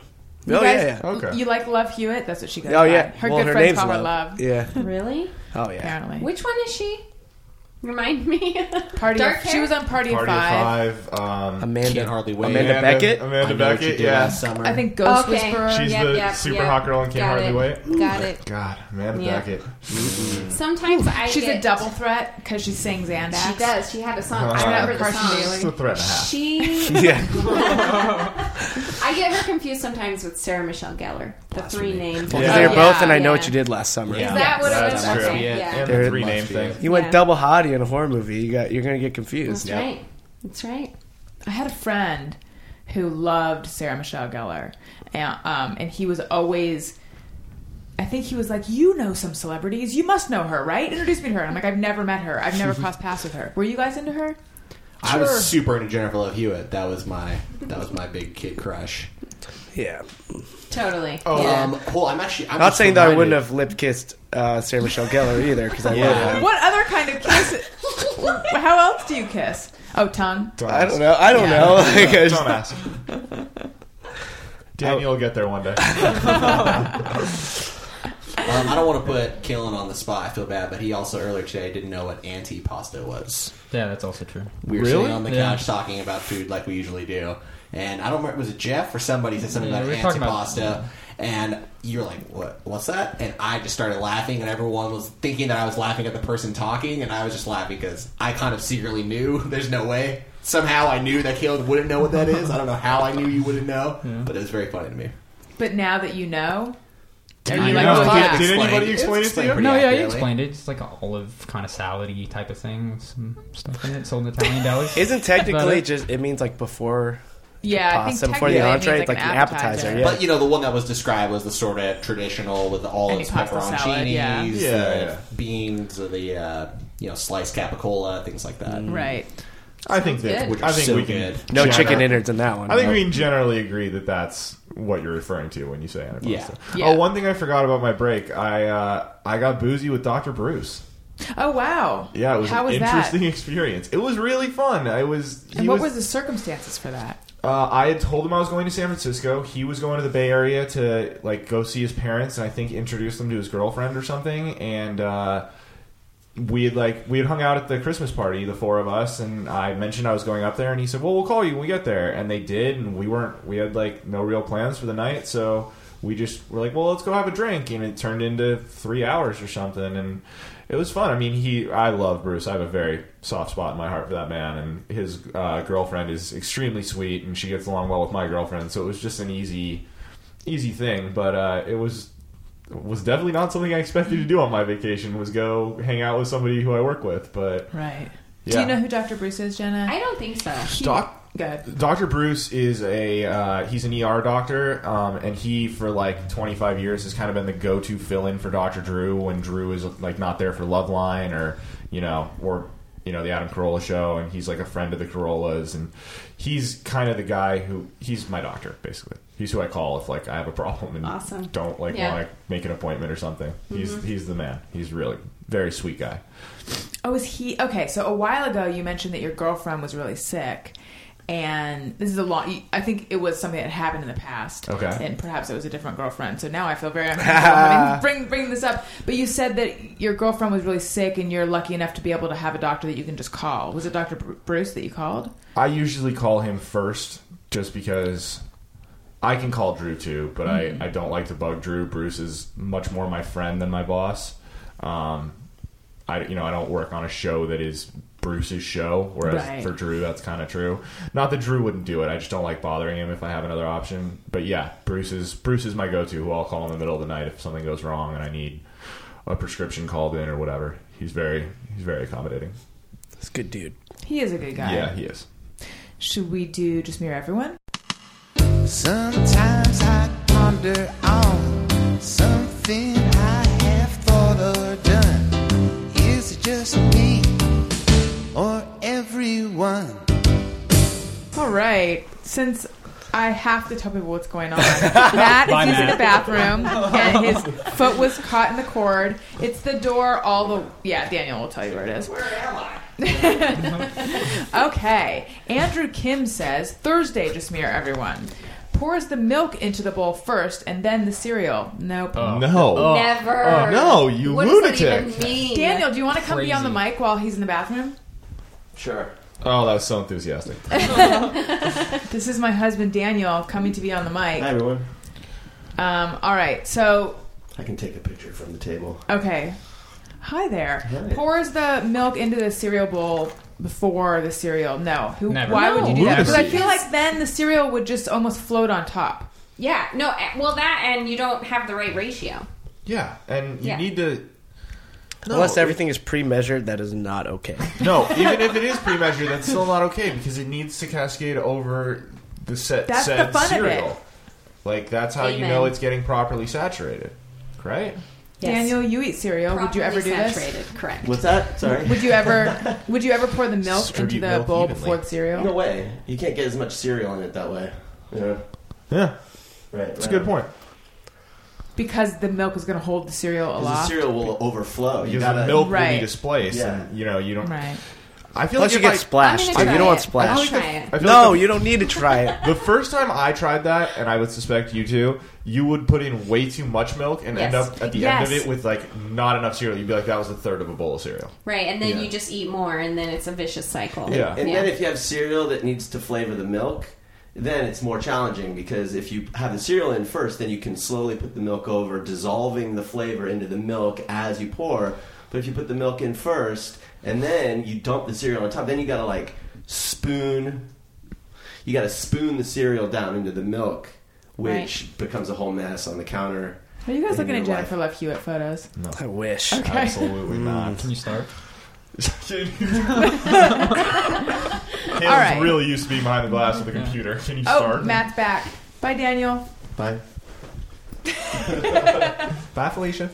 Speaker 1: you
Speaker 4: oh
Speaker 1: guys-
Speaker 4: yeah, yeah.
Speaker 3: Okay.
Speaker 1: You like Love Hewitt? That's what she goes.
Speaker 4: Oh
Speaker 1: by.
Speaker 4: yeah.
Speaker 1: Her
Speaker 4: well,
Speaker 1: good
Speaker 4: her
Speaker 1: friends
Speaker 4: name's
Speaker 1: call her
Speaker 4: Love.
Speaker 1: Love. (laughs)
Speaker 4: Yeah.
Speaker 5: Really?
Speaker 4: Oh yeah.
Speaker 1: Apparently,
Speaker 5: Which one is she? Remind me. (laughs)
Speaker 1: party?
Speaker 5: Dark
Speaker 1: of,
Speaker 5: hair?
Speaker 1: She was on Party,
Speaker 3: Party
Speaker 1: of Five.
Speaker 3: of Five. Um,
Speaker 4: Amanda
Speaker 7: Can't hardly wait.
Speaker 4: Amanda Beckett.
Speaker 7: I
Speaker 3: Amanda
Speaker 7: know what you
Speaker 3: Beckett.
Speaker 7: did
Speaker 3: Yeah.
Speaker 7: last summer.
Speaker 1: I think Ghost
Speaker 5: Okay.
Speaker 1: Whisperer.
Speaker 3: She's
Speaker 5: Yep,
Speaker 3: the
Speaker 5: yep,
Speaker 3: super
Speaker 5: yep.
Speaker 3: hot girl and can't
Speaker 5: Got
Speaker 3: hardly
Speaker 5: it.
Speaker 3: wait.
Speaker 5: Got it.
Speaker 3: God, Amanda
Speaker 5: Yeah.
Speaker 3: Beckett.
Speaker 5: Sometimes I
Speaker 1: She's
Speaker 5: get,
Speaker 1: a double threat because she sings and acts.
Speaker 5: She does. She had a song.
Speaker 3: Uh,
Speaker 5: I remember the
Speaker 1: Carson
Speaker 5: song.
Speaker 1: Daly.
Speaker 3: It's a threat and a half. (laughs)
Speaker 5: She
Speaker 4: (laughs) Yeah.
Speaker 5: I get her confused sometimes with Sarah Michelle Gellar. The three names.
Speaker 4: Because
Speaker 3: Yeah.
Speaker 1: Oh,
Speaker 4: they were both,
Speaker 5: Yeah,
Speaker 4: and I know
Speaker 5: yeah.
Speaker 4: what you did last summer.
Speaker 5: Is that what it was?
Speaker 3: That's true.
Speaker 5: Okay, Yeah.
Speaker 3: And
Speaker 4: There
Speaker 3: the
Speaker 4: it
Speaker 3: three
Speaker 4: must
Speaker 3: name
Speaker 7: be.
Speaker 3: thing.
Speaker 4: You went
Speaker 5: Yeah.
Speaker 4: double hottie in a horror movie. You got, you're gonna get confused.
Speaker 5: That's right. That's right.
Speaker 1: I had a friend who loved Sarah Michelle Gellar, and, um, and he was always. I think he was like, "You know some celebrities. You must know her, right? Introduce me to her." And I'm like, "I've never met her. I've
Speaker 4: (laughs)
Speaker 1: never crossed paths with her. Were you guys into her?"
Speaker 7: I was super into Jennifer Love Hewitt. That was my that was my big kid crush.
Speaker 4: Yeah.
Speaker 5: Totally.
Speaker 3: Oh.
Speaker 1: Oh,
Speaker 7: Um, well, I'm actually I'm
Speaker 4: Not
Speaker 7: just
Speaker 4: saying that I
Speaker 7: reminded-
Speaker 4: wouldn't have lip kissed uh, Sarah Michelle Gellar either, because I
Speaker 7: Yeah.
Speaker 4: would have.
Speaker 1: What other kind of
Speaker 4: (laughs)
Speaker 1: kiss? How else do you kiss? Oh, tongue.
Speaker 4: I don't know. I don't
Speaker 1: Yeah.
Speaker 4: know. (laughs) Like, I just-
Speaker 3: Don't ask. Daniel will get there one day.
Speaker 7: Um, I don't want to put Kalen on the spot. I feel bad, but he also earlier today didn't know what antipasto was.
Speaker 6: Yeah, that's also true.
Speaker 7: We were
Speaker 3: Really?
Speaker 7: sitting on the
Speaker 6: Yeah.
Speaker 7: couch talking about food like we usually do, and I don't remember. Was it Jeff or somebody said something
Speaker 6: Yeah,
Speaker 7: about
Speaker 6: we were talking about-
Speaker 7: antipasto? And you're like, "What? What's that?" And I just started laughing, and everyone was thinking that I was laughing at the person talking, and I was just laughing because I kind of secretly knew. (laughs) There's no way. Somehow I knew that Caleb wouldn't know what that is. I don't know how I knew you wouldn't know, but it was very funny to me.
Speaker 1: But now that you know, are
Speaker 6: I
Speaker 1: you
Speaker 6: know.
Speaker 1: like,
Speaker 6: Did-
Speaker 1: "Fuck."
Speaker 3: did anybody
Speaker 7: It's
Speaker 3: explain it to
Speaker 7: explained
Speaker 3: you?
Speaker 7: pretty
Speaker 6: No, yeah, he
Speaker 7: accurately.
Speaker 6: explained it. It's like an olive kind of salad-y type of thing with some stuff in it sold in Italian
Speaker 3: (laughs)
Speaker 6: delis.
Speaker 4: Isn't technically
Speaker 6: Butter.
Speaker 4: just it means like before
Speaker 1: yeah, I think
Speaker 4: pasta before the
Speaker 1: technically it
Speaker 4: entree,
Speaker 1: means
Speaker 4: like an appetizer. Yeah,
Speaker 7: But you know, the one that was described was the sort of traditional with all
Speaker 1: Any
Speaker 7: its
Speaker 1: pasta
Speaker 7: pepperoncinis,
Speaker 1: salad, yeah.
Speaker 7: the
Speaker 3: Yeah, yeah.
Speaker 7: beans, or the uh, you know sliced capicola, things like that.
Speaker 10: Mm.
Speaker 1: Right.
Speaker 3: I think that
Speaker 1: good.
Speaker 7: Which
Speaker 3: I
Speaker 7: are
Speaker 3: think
Speaker 7: so
Speaker 3: we can
Speaker 7: good.
Speaker 4: no
Speaker 3: generally-
Speaker 4: chicken innards in that one.
Speaker 3: I think we can generally agree that that's what you're referring to when you say antipasto.
Speaker 7: Yeah.
Speaker 1: Yeah.
Speaker 3: Oh, one thing I forgot about my break. I uh, I got boozy with Dr. Bruce.
Speaker 1: Oh wow.
Speaker 3: Yeah, it was
Speaker 1: How
Speaker 3: an
Speaker 1: was
Speaker 3: interesting (laughs)
Speaker 1: that?
Speaker 3: experience. It was really fun. I was. he
Speaker 1: And what were the circumstances for that?
Speaker 3: Uh, I had told him I was going to San Francisco. He was going to the Bay Area to like go see his parents, and I think introduce them to his girlfriend or something. And uh, we had like we had hung out at the Christmas party, the four of us, and I mentioned I was going up there, and he said, "Well, we'll call you when we get there." And they did, and we weren't. We had like no real plans for the night, so we just were like, "Well, let's go have a drink," and it turned into three hours or something, and it was fun. I mean, he I love Bruce. I have a very soft spot in my heart for that man, and his uh, girlfriend is extremely sweet, and she gets along well with my girlfriend, so it was just an easy, easy thing. But uh, it was was definitely not something I expected to do on my vacation. Was go hang out with somebody who I work with, but
Speaker 1: Right. Do
Speaker 3: Yeah.
Speaker 1: you know who Dr. Bruce is, Jenna?
Speaker 5: I don't think so.
Speaker 3: Doc,
Speaker 1: Good.
Speaker 3: Dr. Bruce is a uh, he's an ER doctor, um, and he for like 25 years has kind of been the go-to fill-in for Dr. Drew when Drew is like not there for Loveline or you know or you know the Adam Carolla show, and he's like a friend of the Carollas, and he's kind of the guy who he's my doctor basically. He's who I call if like I have a problem and
Speaker 5: Awesome.
Speaker 3: don't like
Speaker 5: Yeah. Mm-hmm.
Speaker 3: want to make an appointment or something. He's he's the man. He's really very sweet guy.
Speaker 1: Oh, is he okay? So a while ago, you mentioned that your girlfriend was really sick, and this is a long. I think it was something that happened in the past.
Speaker 3: Okay.
Speaker 1: and perhaps it was a different girlfriend. So now I feel
Speaker 3: (laughs)
Speaker 1: very uncomfortable having- bring bring this up. But you said that your girlfriend was really sick, and you're lucky enough to be able to have a doctor that you can just call. Was it Doctor Bruce that you called?
Speaker 3: I usually call him first just because I can call Drew too, but I, I don't like to bug Drew. Bruce is much more my friend than my boss. Um, I you know I don't work on a show that is Bruce's show, whereas
Speaker 1: Right.
Speaker 3: for Drew that's kind of true. Not that Drew wouldn't do it. I just don't like bothering him if I have another option. But yeah, Bruce is Bruce is my go-to. Who I'll call in the middle of the night if something goes wrong and I need a prescription called in or whatever. He's very he's very accommodating.
Speaker 4: it's good, dude.
Speaker 1: He is a good guy.
Speaker 3: Yeah, he is.
Speaker 1: Should we do just mirror everyone?
Speaker 2: Sometimes I ponder on something I have thought or done. Is it just me or everyone?
Speaker 1: All right. Since I have to tell people what's going
Speaker 6: (laughs)
Speaker 1: on, Matt is
Speaker 6: Bye,
Speaker 1: using
Speaker 6: Matt.
Speaker 1: the bathroom,
Speaker 6: (laughs)
Speaker 1: and his foot was caught in the cord. It's the door. All the yeah. Daniel will tell you where it is.
Speaker 7: Where am I?
Speaker 1: (laughs) Okay. Andrew Kim says Thursday just mirror everyone. Pours the milk into the bowl first and then the cereal. Nope.
Speaker 6: Oh.
Speaker 3: No.
Speaker 5: Never.
Speaker 3: oh, no, you
Speaker 5: what does that
Speaker 3: lunatic.
Speaker 5: even mean?
Speaker 1: Daniel, do you want to come be on the
Speaker 6: Crazy.
Speaker 1: mic while he's in the bathroom?
Speaker 7: Sure.
Speaker 3: Oh, that was so enthusiastic.
Speaker 1: This is my husband Daniel coming to be on the mic.
Speaker 10: everyone.
Speaker 1: Um, all right. So
Speaker 10: I can take a picture from the table.
Speaker 1: Okay. Hi there.
Speaker 10: Hi.
Speaker 1: Pours the milk into the cereal bowl before the cereal. No. Who,
Speaker 6: Never.
Speaker 1: Why would you do that?
Speaker 3: Never.
Speaker 1: Because I feel like then the cereal would just almost float on top.
Speaker 5: Yeah, no. eh, Well, that and you don't have the right ratio.
Speaker 3: Yeah, and you
Speaker 5: Yeah.
Speaker 3: need to. No,
Speaker 4: Unless everything is pre-measured, that is not okay.
Speaker 3: No, even if it is pre-measured, that's still not okay because it needs to cascade over the set
Speaker 1: That's
Speaker 3: said
Speaker 1: the fun of
Speaker 3: cereal.
Speaker 1: it.
Speaker 3: Like that's how you
Speaker 5: Amen.
Speaker 3: know it's getting properly saturated, right?
Speaker 1: Daniel, you eat cereal. would you ever do this?
Speaker 5: saturated, Correct.
Speaker 10: What's that? Sorry.
Speaker 1: Would
Speaker 10: (laughs)
Speaker 1: you ever would you ever pour the milk
Speaker 3: Distribute
Speaker 1: into the
Speaker 3: milk
Speaker 1: bowl
Speaker 3: evenly.
Speaker 1: before the cereal?
Speaker 10: No way. You can't get as much cereal in it that way. Yeah.
Speaker 3: Yeah,
Speaker 10: Right.
Speaker 3: that's a good point.
Speaker 1: Because the milk is going to hold the cereal
Speaker 10: Because the
Speaker 1: aloft.
Speaker 10: cereal will overflow. You
Speaker 3: Because
Speaker 10: gotta
Speaker 3: the milk will
Speaker 1: Right.
Speaker 3: be displaced,
Speaker 10: Yeah.
Speaker 3: and you know you don't.
Speaker 1: Right.
Speaker 3: I feel like
Speaker 4: Plus, you
Speaker 3: if
Speaker 4: get
Speaker 3: I-
Speaker 4: splashed.
Speaker 5: I'm
Speaker 4: Dude,
Speaker 5: gonna
Speaker 4: you don't
Speaker 5: try
Speaker 4: want
Speaker 5: it.
Speaker 4: splashed.
Speaker 5: I'll try it.
Speaker 3: I feel
Speaker 4: no,
Speaker 3: like
Speaker 4: you don't need to try it. (laughs)
Speaker 3: the, the first time I tried that, and I would suspect you too, you would put in way too much milk and end
Speaker 5: Yes.
Speaker 3: up at the end of
Speaker 5: Yes.
Speaker 3: it with like not enough cereal. You'd be like, that was a third of a bowl of cereal.
Speaker 5: Right, and then
Speaker 10: Yeah.
Speaker 5: you just eat more, and then it's a vicious cycle.
Speaker 3: Yeah.
Speaker 10: And
Speaker 5: Yeah.
Speaker 10: then if you have cereal that needs to flavor the milk, then it's more challenging because if you have the cereal in first, then you can slowly put the milk over, dissolving the flavor into the milk as you pour. But if you put the milk in first and then you dump the cereal on top, then you gotta like spoon. You gotta spoon the cereal down into the milk, which becomes a whole mess on the counter.
Speaker 1: Are you guys
Speaker 10: In
Speaker 1: looking at
Speaker 10: real life.
Speaker 1: Jennifer Love Hewitt photos?
Speaker 4: I
Speaker 1: (laughs)
Speaker 4: wish.
Speaker 3: Absolutely not.
Speaker 6: (laughs) Can you start?
Speaker 3: Caleb's
Speaker 1: All right.
Speaker 3: really used to being behind the glass of the computer. Can you
Speaker 1: Oh,
Speaker 3: start?
Speaker 1: Matt's back. Bye, Daniel.
Speaker 3: Bye. Bye, Felicia.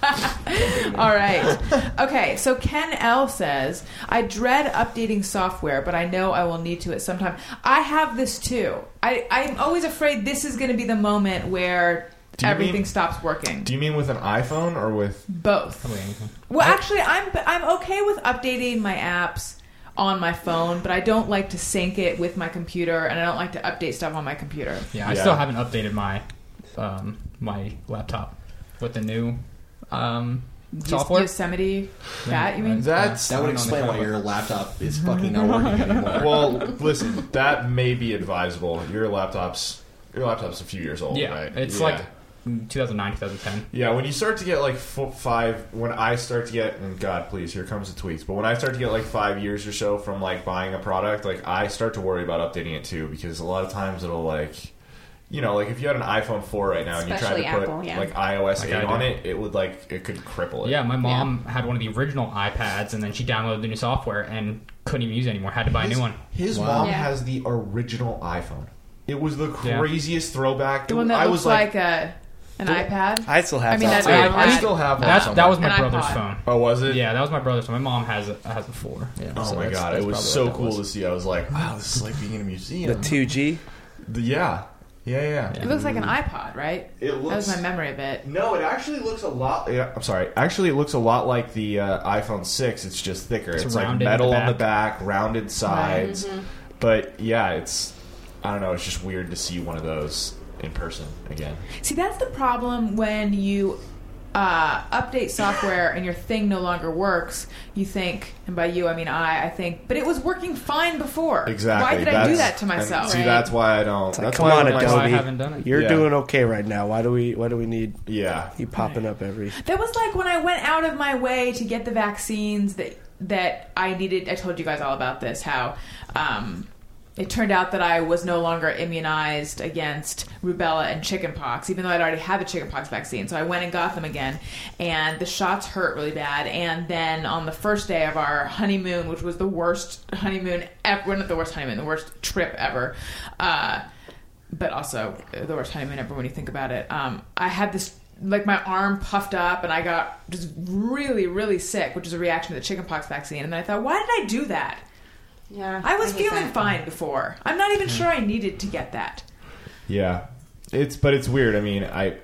Speaker 1: All right. Okay, so Ken L says, I dread updating software, but I know I will need to at some time. I have this too. I, I'm always afraid this is going to be the moment where
Speaker 3: Do you
Speaker 1: everything
Speaker 3: mean-
Speaker 1: stops working.
Speaker 3: Do you mean with an iPhone or with?
Speaker 1: Both.
Speaker 6: Probably anything.
Speaker 1: Well, actually, I'm, I'm okay with updating my apps on my phone, but I don't like to sync it with my computer, and I don't like to update stuff on my computer.
Speaker 6: Yeah, I
Speaker 3: Yeah.
Speaker 6: still haven't updated my um, my laptop with the new um, software.
Speaker 1: Yosemite, that you mean?
Speaker 3: That's-
Speaker 7: That would explain why your laptop is fucking not working anymore.
Speaker 1: (laughs)
Speaker 3: Well, listen, that may be advisable. Your laptop's your laptop's a few years old,
Speaker 6: yeah.
Speaker 3: right?
Speaker 6: It's
Speaker 3: Yeah.
Speaker 6: like 2009, 2010.
Speaker 3: Yeah, when you start to get like four, five, when I start to get, and God, please, here comes the tweets. But when I start to get like five years or so from like buying a product, like I start to worry about updating it too because a lot of times it'll like, you know, like if you had an iPhone four right now and you
Speaker 5: Especially
Speaker 3: tried to
Speaker 5: Apple,
Speaker 3: put
Speaker 5: yeah.
Speaker 3: like iOS
Speaker 6: Like I
Speaker 3: eight
Speaker 6: do.
Speaker 3: on it, it would like it could cripple it.
Speaker 6: Yeah, my mom had one of the original iPads, and then she downloaded the new software and couldn't even use it anymore. Had to buy a new one.
Speaker 3: His mom
Speaker 5: Yeah.
Speaker 3: has the original iPhone. It was the
Speaker 6: Yeah.
Speaker 3: craziest throwback.
Speaker 1: the one that
Speaker 3: I
Speaker 1: looks
Speaker 3: was like,
Speaker 1: like, a, an iPad?
Speaker 4: I still have
Speaker 1: I mean,
Speaker 4: that.
Speaker 1: that's
Speaker 4: too.
Speaker 1: iPad.
Speaker 3: I still have one.
Speaker 6: That's, that was
Speaker 1: An
Speaker 6: my brother's
Speaker 1: iPod.
Speaker 6: phone.
Speaker 3: Oh, was it?
Speaker 6: Yeah, that was my brother's phone. My mom has a, has a four. Yeah,
Speaker 3: Oh
Speaker 6: so
Speaker 3: my
Speaker 6: that's-
Speaker 3: god,
Speaker 6: that's
Speaker 3: it was
Speaker 6: probably
Speaker 3: so
Speaker 6: what that
Speaker 3: cool
Speaker 6: was.
Speaker 3: to see. I was like, wow, this is like being in a
Speaker 4: the
Speaker 3: museum.
Speaker 4: 2G.
Speaker 3: The- yeah. Yeah, yeah.
Speaker 1: It looks like an iPod, right?
Speaker 3: It
Speaker 1: That was
Speaker 3: looks-
Speaker 1: my memory of it.
Speaker 3: No, it actually looks a lot. Yeah, I'm sorry. Actually, it looks a lot like the uh, iPhone 6. It's just thicker. It's, like
Speaker 6: rounded at
Speaker 3: metal
Speaker 6: the
Speaker 3: on the back, rounded sides.
Speaker 1: Mm-hmm.
Speaker 3: But yeah, it's. I don't know. It's just weird to see one of those in person again.
Speaker 1: See, that's the problem when you uh, update software and your thing no longer works. You think, and by you I mean I, I think, but it was working fine before. Why did I do
Speaker 3: That's-
Speaker 1: that to
Speaker 3: and
Speaker 1: myself?
Speaker 3: see, that's why I don't.
Speaker 4: Like,
Speaker 3: that's
Speaker 4: come
Speaker 3: why
Speaker 4: on,
Speaker 3: I'm like-
Speaker 6: That's why I
Speaker 4: Adobe.
Speaker 6: haven't done it.
Speaker 4: You're
Speaker 3: Yeah.
Speaker 4: doing okay right now. Why do we? Why do we need
Speaker 3: Yeah.
Speaker 4: you popping up every?
Speaker 1: That was like when I went out of my way to get the vaccines that that I needed. I told you guys all about this. How um, it turned out that I was no longer immunized against rubella and chickenpox, even though I'd already had the chickenpox vaccine. So I went and got them again, and the shots hurt really bad. And then on the first day of our honeymoon, which was the worst honeymoon ever, well, not the worst honeymoon, the worst trip ever. Uh, but also uh, the worst honeymoon ever when you think about it. Um, I had this like my arm puffed up and I got just really really sick, which is a reaction to the chickenpox vaccine. And then I thought, why did I do that?
Speaker 5: Yeah,
Speaker 1: I was
Speaker 5: hate
Speaker 1: feeling
Speaker 5: that.
Speaker 1: fine before. I'm not
Speaker 3: Hmm.
Speaker 1: even sure I needed to get that.
Speaker 3: Yeah, it's but it's weird. I mean, I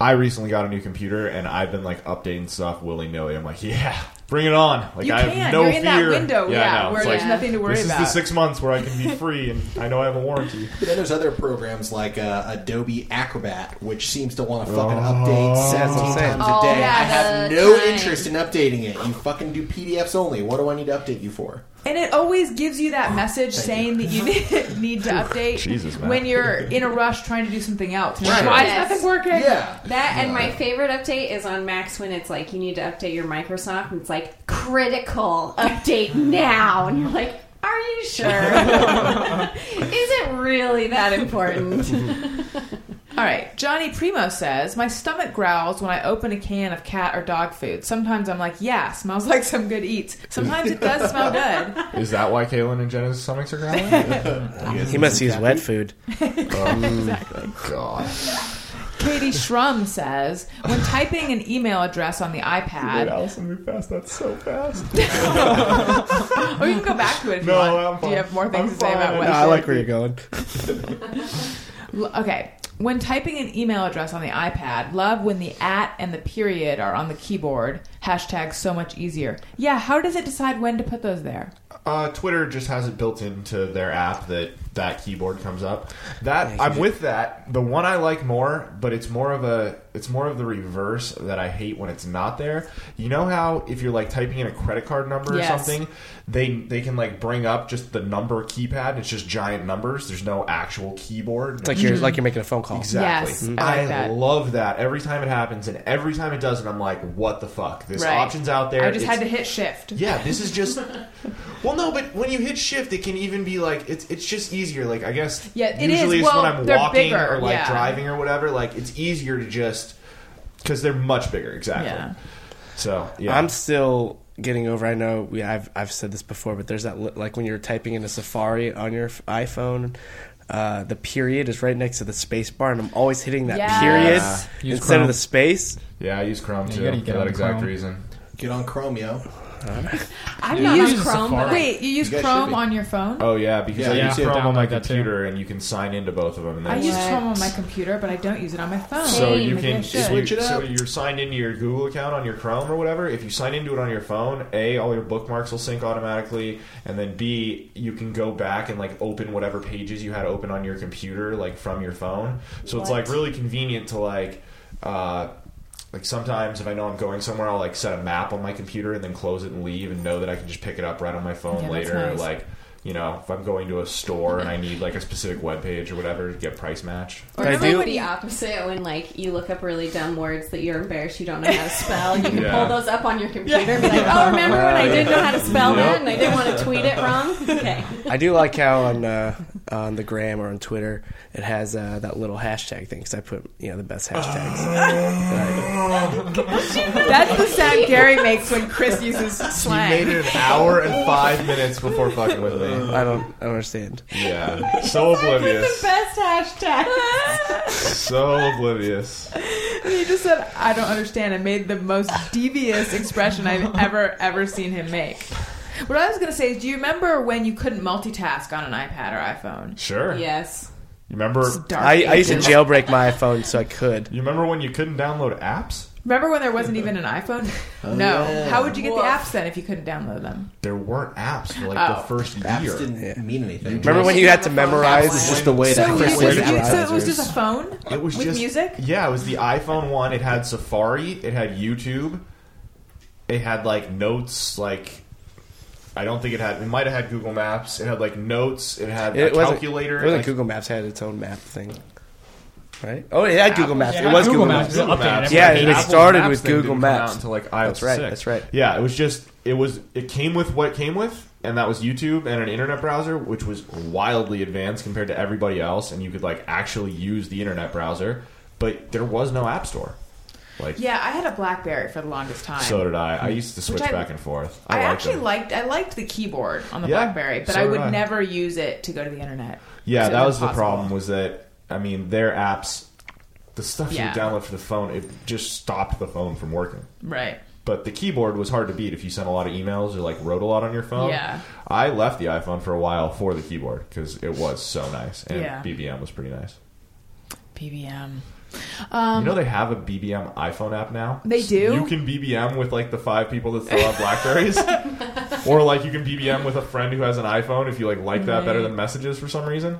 Speaker 3: I recently got a new computer and I've been like updating stuff willy nilly. I'm like, (laughs) yeah, bring it on. Like
Speaker 1: You
Speaker 3: I
Speaker 1: can.
Speaker 3: have no
Speaker 1: You're
Speaker 3: fear.
Speaker 1: in that window,
Speaker 3: I
Speaker 1: yeah,
Speaker 3: know.
Speaker 1: where
Speaker 3: It's
Speaker 1: there's
Speaker 3: like,
Speaker 1: nothing to worry
Speaker 3: this
Speaker 1: about.
Speaker 3: is the six months where I
Speaker 1: (laughs)
Speaker 3: can be free and I know I have a warranty.
Speaker 7: But then there's other programs like uh, Adobe Acrobat, which seems to want to fucking update
Speaker 4: That's what I'm
Speaker 7: 17
Speaker 4: saying.
Speaker 7: times
Speaker 5: All
Speaker 7: a
Speaker 1: Oh,
Speaker 7: day. I
Speaker 5: the
Speaker 7: have no
Speaker 5: time.
Speaker 7: interest in updating it. You fucking do PDFs only. What do I need to update you for?
Speaker 1: And it always gives you that message saying that you
Speaker 3: (laughs)
Speaker 1: need- need to update
Speaker 3: Oh, Jesus, man.
Speaker 1: when you're in a rush trying to do something else. You're like,
Speaker 7: Right.
Speaker 1: Why is
Speaker 5: Yes.
Speaker 1: nothing working?
Speaker 7: Yeah.
Speaker 5: That and my favorite update is on Max when it's like you need to update your Microsoft and it's like critical update now and you're like, are you sure? is it really that important?
Speaker 1: All right, Johnny Primo says, My stomach growls when I open a can of cat or dog food. Sometimes I'm like, Yeah, smells (laughs) like some good eats. Sometimes it does smell
Speaker 3: (laughs)
Speaker 1: good.
Speaker 3: Is that why Kaylin and Jenna's stomachs are growling? (laughs)
Speaker 4: (laughs) He must use wet food.
Speaker 3: God,
Speaker 1: Katie Shrum says, When typing an email address on the iPad,
Speaker 3: Allison moved past that so fast.
Speaker 1: or you can go back to it if
Speaker 3: No,
Speaker 1: you want. Do
Speaker 3: I'm
Speaker 1: you
Speaker 3: fine.
Speaker 1: have more things
Speaker 3: I'm
Speaker 1: to say about
Speaker 3: fine.
Speaker 1: what
Speaker 4: No, I like where you're going.
Speaker 1: L- Okay. When typing an email address on the iPad, love when the at and the period are on the keyboard. Hashtag so much easier. Yeah, how does it decide when to put those there?
Speaker 3: Uh, Twitter just has it built into their app that that keyboard comes up. That I'm with that. The one I like more, but it's more of a it's more of the reverse that I hate when it's not there. You know how if you're like typing in a credit card number
Speaker 1: Yes.
Speaker 3: or something, they they can like bring up just the number keypad. and It's just giant numbers. There's no actual keyboard.
Speaker 4: It's like you're like you're making a phone call.
Speaker 3: Exactly.
Speaker 1: Yes, I like that.
Speaker 3: love that every time it happens, and every time it doesn't, I'm like, "What the fuck? This
Speaker 1: Right.
Speaker 3: option's out there."
Speaker 1: I just
Speaker 3: It's-
Speaker 1: had to hit shift.
Speaker 3: yeah, this is just. well, no, but when you hit shift, it can even be like it's it's just easier. Like I guess
Speaker 1: Yeah, it is.
Speaker 3: usually it's
Speaker 1: Well,
Speaker 3: when I'm
Speaker 1: they're
Speaker 3: walking
Speaker 1: bigger,
Speaker 3: or like
Speaker 1: yeah.
Speaker 3: driving or whatever. Like it's easier to just because they're much bigger. Exactly.
Speaker 1: Yeah.
Speaker 3: So yeah,
Speaker 4: I'm still getting over. I know we, I've I've said this before, but there's that li- like when you're typing in a Safari on your f- iPhone. Uh, the period is right next to the space bar, and I'm always hitting that
Speaker 1: Yes.
Speaker 4: period
Speaker 6: Use
Speaker 4: instead
Speaker 6: Chrome.
Speaker 4: of the space.
Speaker 3: yeah. I use Chrome
Speaker 6: Yeah,
Speaker 3: too
Speaker 6: you gotta get
Speaker 3: for that
Speaker 6: on
Speaker 3: exact
Speaker 6: Chrome.
Speaker 3: reason.
Speaker 7: Get on Chrome, yo.
Speaker 5: I'm
Speaker 6: You
Speaker 5: not on
Speaker 6: use
Speaker 5: Chrome, but
Speaker 6: Safari.
Speaker 5: I-
Speaker 1: Wait, you use
Speaker 7: You guys should
Speaker 1: Chrome
Speaker 7: be.
Speaker 1: on your phone?
Speaker 3: Oh yeah, because
Speaker 7: Yeah,
Speaker 3: I
Speaker 7: you
Speaker 3: use
Speaker 6: have to
Speaker 3: Chrome on my
Speaker 6: download that, too.
Speaker 3: computer, and you can sign into both of them. And
Speaker 1: I
Speaker 3: then
Speaker 1: use
Speaker 5: What?
Speaker 1: Chrome on my computer, but I don't use it on my phone.
Speaker 3: So
Speaker 5: Same,
Speaker 3: you
Speaker 5: I
Speaker 3: can
Speaker 5: guess you
Speaker 3: if
Speaker 7: Switch
Speaker 3: you-
Speaker 7: it
Speaker 3: So
Speaker 7: up.
Speaker 3: you're signed into your Google account on your Chrome or whatever. If you sign into it on your phone, a all your bookmarks will sync automatically, and then b you can go back and like open whatever pages you had open on your computer like from your phone. So it's like really convenient to like. Uh, like sometimes if I know I'm going somewhere, I'll like set a map on my computer and then close it and leave, and know that I can just pick it up right on my phone
Speaker 1: Yeah, that's
Speaker 3: later.
Speaker 1: nice.
Speaker 3: Like you know, if I'm going to a store and I need like a specific web page or whatever to get price
Speaker 7: (laughs)
Speaker 3: match.
Speaker 5: Or
Speaker 4: I
Speaker 5: it
Speaker 4: do-
Speaker 5: might be the opposite when like you look up really dumb words that you're embarrassed you don't know how to spell. You can
Speaker 3: Yeah.
Speaker 5: pull those up on your computer and be like, Oh, remember when I didn't know how to spell that and I didn't want to tweet it wrong? Okay.
Speaker 4: I do like how on uh, on the gram or on Twitter it has uh, that little hashtag thing because I put you know the best hashtags.
Speaker 1: That's the sound Gary makes when Chris uses slang.
Speaker 3: You made it an hour and five minutes before fucking with me.
Speaker 4: I don't I don't understand.
Speaker 3: Yeah. So oblivious.
Speaker 1: Best hashtag. (laughs)
Speaker 3: So oblivious.
Speaker 1: he just said, "I don't understand," and made the most devious expression
Speaker 5: (laughs)
Speaker 1: I've ever ever seen him make. What I was gonna say is, do you remember when you couldn't multitask on an iPad or iPhone?
Speaker 3: Sure.
Speaker 5: Yes.
Speaker 3: You remember
Speaker 1: It's dark
Speaker 4: I, I used to
Speaker 1: ages.
Speaker 4: jailbreak my iPhone so I could.
Speaker 3: you remember when you couldn't download apps?
Speaker 1: Remember when there wasn't even an iPhone? no.
Speaker 7: yeah.
Speaker 1: How would you get
Speaker 5: Woof.
Speaker 1: the apps then if you couldn't download them?
Speaker 3: There weren't apps for like
Speaker 1: Oh.
Speaker 3: the first
Speaker 7: Apps
Speaker 3: year.
Speaker 7: didn't mean anything.
Speaker 4: Remember when you had to
Speaker 7: It's
Speaker 4: memorize?
Speaker 7: just the way
Speaker 1: So,
Speaker 7: that
Speaker 1: you
Speaker 7: Chris
Speaker 1: just,
Speaker 4: where
Speaker 7: did
Speaker 4: did
Speaker 1: you-
Speaker 4: you-
Speaker 1: so it was just a phone
Speaker 3: It was
Speaker 1: with
Speaker 3: just
Speaker 1: music.
Speaker 3: Yeah, it was the iPhone one. It had Safari, it had YouTube, it had like notes, like I don't think it had it might have had Google Maps, it had like notes, it had
Speaker 4: It
Speaker 3: a
Speaker 4: wasn't,
Speaker 3: calculator.
Speaker 4: It wasn't
Speaker 3: like-
Speaker 4: Google Maps. It had its own map thing, right? Oh, it had Google Maps.
Speaker 6: Yeah,
Speaker 4: it was
Speaker 6: Google
Speaker 4: Google,
Speaker 6: Maps.
Speaker 4: Maps.
Speaker 3: Google
Speaker 6: Updated
Speaker 3: Maps.
Speaker 6: everything. Yeah,
Speaker 3: Like,
Speaker 6: it
Speaker 3: Apple's
Speaker 4: started
Speaker 3: Maps
Speaker 4: with
Speaker 3: thing didn't
Speaker 4: Google
Speaker 3: come out
Speaker 4: Maps.
Speaker 3: until like iOS
Speaker 4: That's right,
Speaker 3: 6.
Speaker 4: that's right.
Speaker 3: Yeah, it was just it was it came with what it came with, and that was YouTube and an internet browser, which was wildly advanced compared to everybody else, and you could like actually use the internet browser, but there was no app store. Like
Speaker 1: Yeah, I had a BlackBerry for the longest time.
Speaker 3: so did I. I used to switch
Speaker 1: I-
Speaker 3: back and forth. I,
Speaker 1: I,
Speaker 3: liked
Speaker 1: actually
Speaker 3: them.
Speaker 1: liked I liked the keyboard on the
Speaker 3: Yeah,
Speaker 1: BlackBerry, but
Speaker 3: so
Speaker 1: I
Speaker 3: did
Speaker 1: would
Speaker 3: I.
Speaker 1: never use it to go to the internet.
Speaker 3: Yeah,
Speaker 1: So it
Speaker 3: that was the
Speaker 1: impossible.
Speaker 3: problem was that I mean their apps the stuff you
Speaker 1: Yeah.
Speaker 3: would download for the phone, it just stopped the phone from working.
Speaker 1: Right.
Speaker 3: but the keyboard was hard to beat if you sent a lot of emails or like wrote a lot on your phone.
Speaker 1: Yeah.
Speaker 3: I left the iPhone for a while for the keyboard because it was so nice, and
Speaker 1: Yeah.
Speaker 3: BBM was pretty nice.
Speaker 1: BBM.
Speaker 3: you know they have a BBM iPhone app now.
Speaker 1: Um, They do?
Speaker 3: You can BBM with like the five people that throw out
Speaker 1: (laughs)
Speaker 3: Blackberries, or like you can BBM with a friend who has an iPhone if you like like that better than messages for some reason.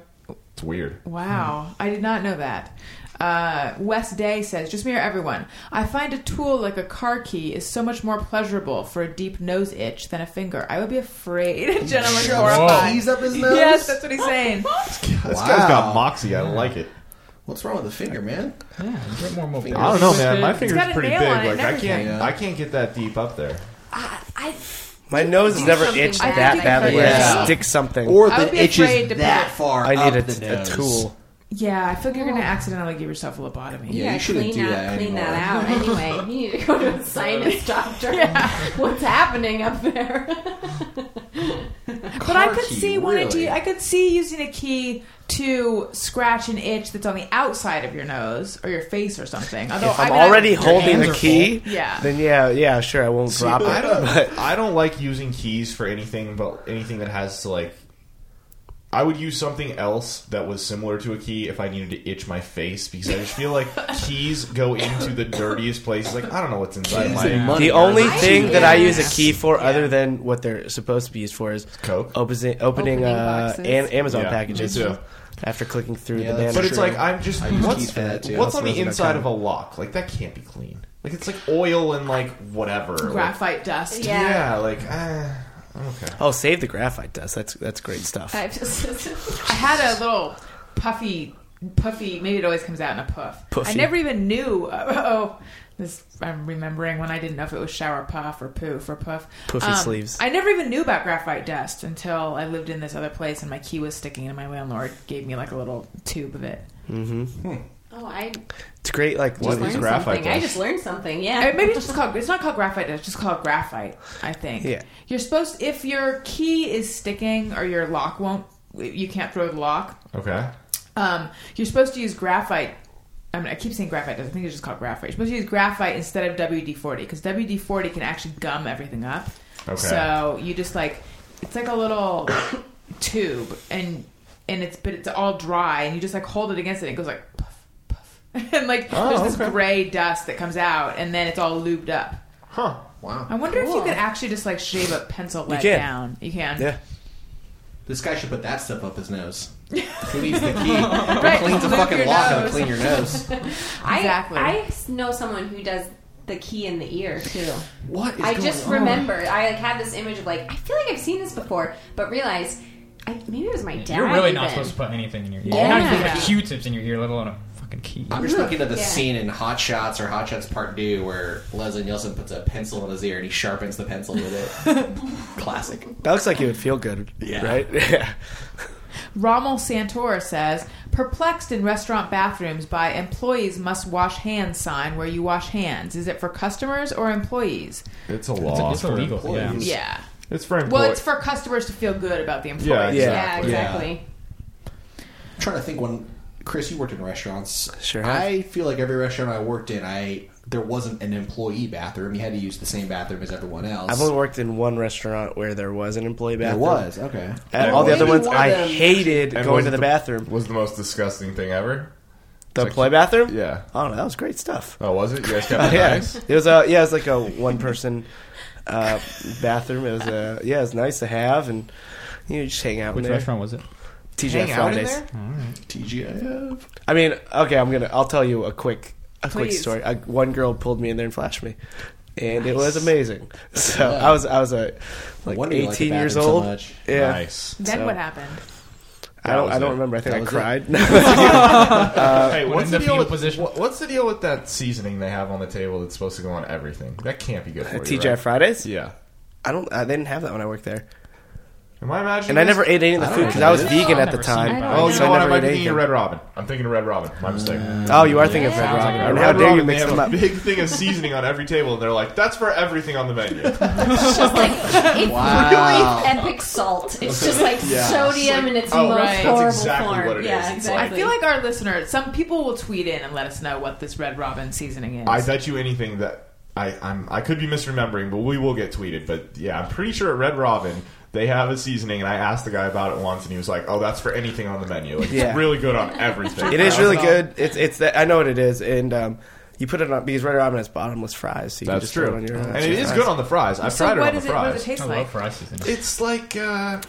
Speaker 3: It's weird.
Speaker 1: Wow, I did not know that. Uh, Wes Day says, "Just me or everyone. I find a tool like a car key is so much more pleasurable for a deep nose itch than a finger. I would be afraid, (laughs) gentlemen, horrified.
Speaker 7: He's up his nose.
Speaker 1: Yes, that's what he's saying.
Speaker 3: This guy's
Speaker 7: Wow.
Speaker 3: got moxie. I like it.
Speaker 7: What's wrong with the finger, man?
Speaker 6: Yeah, get more mobile.
Speaker 3: I don't know, man. My
Speaker 1: got
Speaker 3: finger's
Speaker 1: a
Speaker 3: pretty
Speaker 1: nail
Speaker 3: big.
Speaker 1: on it
Speaker 3: Like
Speaker 1: and
Speaker 3: I can't,
Speaker 7: everything.
Speaker 3: I can't get that deep up there.
Speaker 5: I
Speaker 4: My nose has never itched
Speaker 5: I
Speaker 4: that
Speaker 5: think
Speaker 4: badly.
Speaker 1: I-
Speaker 4: where I
Speaker 7: Yeah.
Speaker 4: Stick something.
Speaker 7: Or
Speaker 1: I would
Speaker 7: that
Speaker 1: be
Speaker 7: itches
Speaker 1: afraid to
Speaker 7: that
Speaker 1: put-
Speaker 7: far
Speaker 4: I need
Speaker 7: up the
Speaker 4: a, a
Speaker 7: nose.
Speaker 4: tool.
Speaker 1: Yeah, I feel like you're going to accidentally give yourself a lobotomy.
Speaker 7: Yeah,
Speaker 5: yeah,
Speaker 7: you shouldn't
Speaker 5: clean
Speaker 7: do
Speaker 5: that
Speaker 7: that
Speaker 5: clean
Speaker 7: anymore.
Speaker 5: that out anyway. You need to go to a sinus doctor. What's happening up there?
Speaker 1: But I
Speaker 7: Car
Speaker 1: could
Speaker 7: key,
Speaker 1: see wanting to.
Speaker 7: really?
Speaker 1: I could see using a key to scratch an itch that's on the outside of your nose or your face or something. Although
Speaker 4: If I'm
Speaker 1: I mean, I-
Speaker 4: already holding
Speaker 6: hands
Speaker 4: the
Speaker 6: are
Speaker 4: key,
Speaker 1: full. Yeah.
Speaker 4: then yeah, yeah, sure, I won't drop
Speaker 3: I
Speaker 4: it.
Speaker 3: don't. I don't like using keys for anything, but anything that has to like I would use something else that was similar to a key if I needed to itch my face because I just feel like keys go into the dirtiest places. Like I don't know what's inside
Speaker 7: Keys
Speaker 3: my
Speaker 7: and money.
Speaker 4: The
Speaker 7: Yeah.
Speaker 4: only
Speaker 7: I
Speaker 4: thing that I use a
Speaker 1: guess.
Speaker 4: key for, other than what they're supposed to be used for, is
Speaker 3: Coke.
Speaker 4: opening opening
Speaker 5: Opening
Speaker 4: uh,
Speaker 5: boxes.
Speaker 4: an, Amazon
Speaker 3: Yeah, me
Speaker 4: packages
Speaker 3: too.
Speaker 4: after clicking through
Speaker 7: Yeah,
Speaker 4: the
Speaker 7: that's
Speaker 4: banner.
Speaker 3: But it's
Speaker 7: Sure.
Speaker 3: like I'm just
Speaker 7: I use
Speaker 3: what's
Speaker 7: keys for that, too.
Speaker 3: what's
Speaker 7: That's
Speaker 3: on the
Speaker 7: resin, I
Speaker 3: inside
Speaker 7: kinda-
Speaker 3: of a lock? Like that can't be clean. Like it's like oil and like whatever. Like,
Speaker 1: graphite dust.
Speaker 5: Yeah.
Speaker 3: yeah, like ah, I'm okay.
Speaker 4: oh, save the graphite dust. That's that's great stuff.
Speaker 5: I've just-
Speaker 1: I had a little puffy, puffy. Maybe it always comes out in a puff. I
Speaker 4: Puffy.
Speaker 1: never even knew. (laughs) Oh, this I'm remembering when I didn't know if it was shower puff or poof or puff. Um,
Speaker 4: Puffy sleeves.
Speaker 1: I never even knew about graphite dust until I lived in this other place and my key was sticking, and my landlord gave me like a little tube of it.
Speaker 5: oh, I
Speaker 4: It's great. Like
Speaker 3: What
Speaker 5: just
Speaker 3: is
Speaker 5: learned
Speaker 3: graphite
Speaker 5: something. I
Speaker 3: dust?
Speaker 5: just learned something. Yeah.
Speaker 1: I mean, maybe it's just called. It's not called graphite. It's just called graphite. I think.
Speaker 4: Yeah.
Speaker 1: You're supposed if your key is sticking or your lock won't. You can't throw the lock.
Speaker 3: Okay.
Speaker 1: Um, you're supposed to use graphite. I mean, I keep saying graphite. I think it's just called graphite. You're supposed to use graphite instead of WD-40 because WD-40 can actually gum everything up.
Speaker 3: Okay.
Speaker 1: So you just like it's like a little (coughs) tube, and and it's but it's all dry, and you just like hold it against it, and it goes like puff puff, (laughs) and like
Speaker 3: Oh,
Speaker 1: there's this
Speaker 3: okay.
Speaker 1: gray dust that comes out, and then it's all lubed up.
Speaker 3: Huh.
Speaker 1: I
Speaker 7: Wow.
Speaker 1: wonder if you
Speaker 5: Cool.
Speaker 1: could actually just like shave a pencil lead
Speaker 4: can.
Speaker 1: down. You can.
Speaker 4: Yeah.
Speaker 7: This guy should put that stuff up his nose. Who needs
Speaker 1: (laughs)
Speaker 7: the key? Who
Speaker 1: Right,
Speaker 7: cleans a
Speaker 1: lube
Speaker 7: fucking
Speaker 1: your
Speaker 7: lock and
Speaker 1: nose.
Speaker 7: clean
Speaker 1: (laughs)
Speaker 7: your nose?
Speaker 5: I,
Speaker 1: Exactly.
Speaker 5: I know someone who does the key in the ear too.
Speaker 7: What is
Speaker 5: I
Speaker 7: going
Speaker 5: just
Speaker 7: on?
Speaker 5: remembered. I like had this image of like I feel like I've seen this before, but realized I, maybe it was my dad.
Speaker 6: You're really not
Speaker 5: even.
Speaker 6: supposed to put anything in your ear.
Speaker 5: Yeah.
Speaker 6: You're not even
Speaker 1: Yeah.
Speaker 6: putting Q-tips in your ear, let alone a fucking key.
Speaker 7: I'm just thinking of the
Speaker 5: Yeah.
Speaker 7: scene in Hot Shots or Hot Shots Part Two where Leslie Nielsen puts a pencil in his ear and he sharpens the pencil with it.
Speaker 1: (laughs)
Speaker 7: Classic.
Speaker 4: That looks like it would feel good.
Speaker 3: (laughs)
Speaker 7: Yeah.
Speaker 4: Right. Yeah.
Speaker 1: Rommel Santor says, perplexed in restaurant bathrooms by employees must wash hands sign where you wash hands. Is it for customers or employees?
Speaker 3: It's a
Speaker 6: It's,
Speaker 3: law.
Speaker 6: it's illegal. Yeah.
Speaker 7: employees.
Speaker 1: Yeah.
Speaker 3: It's for employees.
Speaker 1: Well, it's for customers to feel good about the employees.
Speaker 4: Yeah.
Speaker 5: Yeah, exactly.
Speaker 7: I'm trying to think when Chris, you worked in restaurants.
Speaker 4: Sure have.
Speaker 7: I feel like every restaurant I worked in, I there wasn't an employee bathroom. You had to use the same bathroom as everyone else.
Speaker 4: I've only worked in one restaurant where there was an employee
Speaker 7: there
Speaker 4: bathroom.
Speaker 7: was okay.
Speaker 4: And all the other
Speaker 10: Maybe
Speaker 4: ones,
Speaker 10: one of
Speaker 4: I
Speaker 10: them-
Speaker 4: hated
Speaker 3: And
Speaker 4: going
Speaker 3: was
Speaker 4: to
Speaker 3: it
Speaker 4: the
Speaker 3: the-
Speaker 4: bathroom.
Speaker 3: was the most disgusting thing ever.
Speaker 4: The
Speaker 3: like-
Speaker 4: employee bathroom.
Speaker 3: Yeah.
Speaker 4: Oh, that was great stuff.
Speaker 3: Oh, was it? You (laughs) guys
Speaker 4: (laughs)
Speaker 3: kept it
Speaker 4: yeah,
Speaker 3: nice.
Speaker 4: it was a yeah, it was like a one person uh, bathroom. It was a yeah, it was nice to have, and you know, just hang out in
Speaker 6: Which
Speaker 4: there.
Speaker 6: restaurant was it?
Speaker 4: TGI
Speaker 1: Hang out in
Speaker 4: Fridays.
Speaker 1: there?
Speaker 7: TGIF.
Speaker 4: I mean, okay, I'm gonna I'll tell you a quick a quick
Speaker 1: Please.
Speaker 4: story. I, one girl pulled me in there and flashed me, and it was amazing. (laughs) So I was I was a like
Speaker 7: Wonder you like the
Speaker 4: 18 years
Speaker 7: bathroom so
Speaker 4: old.
Speaker 7: much.
Speaker 4: Yeah,
Speaker 3: Nice.
Speaker 1: Then
Speaker 4: So-
Speaker 1: what happened?
Speaker 4: I don't
Speaker 3: That
Speaker 4: I
Speaker 3: was
Speaker 4: don't
Speaker 3: it.
Speaker 4: remember. I think
Speaker 7: That
Speaker 4: I
Speaker 7: was
Speaker 4: cried.
Speaker 3: hey,
Speaker 6: When
Speaker 3: what's
Speaker 6: in
Speaker 3: the,
Speaker 6: the
Speaker 3: deal
Speaker 6: fetal
Speaker 3: with,
Speaker 6: position.
Speaker 3: what- what's the deal with that seasoning they have on the table that's supposed to go on everything? That can't be good
Speaker 4: (laughs)
Speaker 3: for you.
Speaker 4: TGI
Speaker 3: right?
Speaker 4: Fridays.
Speaker 3: Yeah.
Speaker 4: I don't. I, they didn't have that when I worked there,
Speaker 3: Am I imagining?
Speaker 4: and I
Speaker 3: this?
Speaker 4: never ate any of the
Speaker 7: I don't
Speaker 4: food
Speaker 7: know.
Speaker 4: because I was
Speaker 7: No,
Speaker 4: vegan
Speaker 6: I've
Speaker 4: at the
Speaker 6: never seen
Speaker 4: time.
Speaker 6: that.
Speaker 3: Oh, you
Speaker 4: so
Speaker 3: know
Speaker 4: I
Speaker 3: what? I
Speaker 4: never
Speaker 3: might
Speaker 4: ate
Speaker 3: be thinking
Speaker 4: anything.
Speaker 3: of Red Robin. I'm thinking of Red Robin. My mistake.
Speaker 4: Oh, you are thinking of Red
Speaker 6: Sounds
Speaker 4: Robin.
Speaker 6: like
Speaker 4: And
Speaker 6: Red
Speaker 4: how
Speaker 3: Red
Speaker 4: dare you
Speaker 3: Robin,
Speaker 4: mix
Speaker 3: they have
Speaker 4: them
Speaker 3: a
Speaker 4: up?
Speaker 3: Big thing of seasoning on every table, and they're like, "That's for everything on the
Speaker 4: (laughs)
Speaker 3: menu."
Speaker 5: It's just like it's
Speaker 7: Wow.
Speaker 5: really epic salt. It's just like
Speaker 7: Yeah.
Speaker 5: sodium in its
Speaker 3: oh,
Speaker 5: most
Speaker 1: right. That's
Speaker 5: horrible
Speaker 3: exactly
Speaker 5: form.
Speaker 3: what it is.
Speaker 5: yeah,
Speaker 3: It's like-
Speaker 1: I
Speaker 5: exactly.
Speaker 1: feel like our listeners, some people will tweet in and let us know what this Red Robin seasoning is.
Speaker 3: I bet you anything that I I'm, I could be misremembering, but we will get tweeted. But yeah, I'm pretty sure at Red Robin they have a seasoning, and I asked the guy about it once, and he was like, "Oh, that's for anything on the menu. Like,
Speaker 4: Yeah.
Speaker 3: It's really good on everything.
Speaker 4: (laughs) It is
Speaker 3: I was
Speaker 4: really
Speaker 3: like,
Speaker 4: good. It's it's that I know what it is, and um, you put it on because Red Robin has bottomless fries, so you can
Speaker 3: That's
Speaker 4: just put it
Speaker 3: true,
Speaker 4: on your.
Speaker 3: and
Speaker 4: uh,
Speaker 3: it is
Speaker 4: fries.
Speaker 3: good on the fries. I've
Speaker 1: so
Speaker 3: tried it
Speaker 1: what
Speaker 3: on the
Speaker 1: is it? What does
Speaker 3: fries.
Speaker 1: it taste
Speaker 6: I
Speaker 1: like?
Speaker 6: love fries. seasoning.
Speaker 3: It's like uh,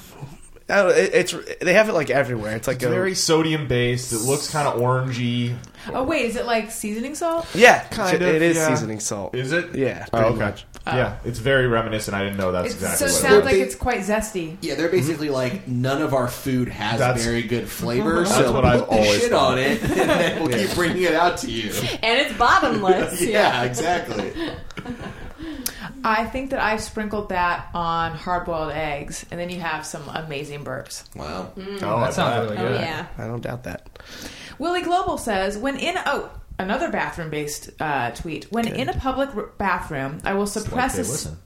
Speaker 4: Oh, it, it's they have it like everywhere. It's like
Speaker 3: it's
Speaker 4: a
Speaker 3: very sodium based. It looks kind of orangey.
Speaker 1: Oh wait, is it like seasoning salt?
Speaker 4: yeah,
Speaker 3: kind
Speaker 4: it-
Speaker 3: of,
Speaker 4: it is
Speaker 3: yeah.
Speaker 4: seasoning salt.
Speaker 3: Is it?
Speaker 4: Yeah,
Speaker 3: Oh,
Speaker 4: pretty
Speaker 3: okay.
Speaker 4: much.
Speaker 3: yeah, it's very reminiscent. I didn't know that's
Speaker 1: It's,
Speaker 3: exactly
Speaker 1: so
Speaker 3: what
Speaker 1: it
Speaker 3: it
Speaker 1: sounds
Speaker 3: was.
Speaker 1: like
Speaker 7: They-
Speaker 1: it's quite zesty.
Speaker 7: Yeah, they're basically
Speaker 4: Mm-hmm.
Speaker 7: like none of our food has
Speaker 3: That's-
Speaker 7: very
Speaker 4: (laughs)
Speaker 7: good flavor.
Speaker 3: That's
Speaker 7: so
Speaker 3: what I've
Speaker 7: put this
Speaker 3: always
Speaker 7: shit
Speaker 3: thought.
Speaker 7: on it, and then we'll keep bringing it out to you.
Speaker 4: (laughs)
Speaker 5: and it's
Speaker 3: (laughs)
Speaker 5: bottomless.
Speaker 7: Yeah, exactly.
Speaker 1: I think that I've sprinkled that on hard boiled eggs, and then you have some amazing burps.
Speaker 7: Wow.
Speaker 4: Mm.
Speaker 3: Oh, I
Speaker 6: that sounds
Speaker 3: bet.
Speaker 6: really
Speaker 5: Oh,
Speaker 6: good.
Speaker 5: yeah.
Speaker 4: I don't doubt that.
Speaker 1: Willie Global says, when in oh another bathroom based uh, tweet. When in a public r- bathroom, I will suppress
Speaker 3: They
Speaker 1: a s-
Speaker 3: listen.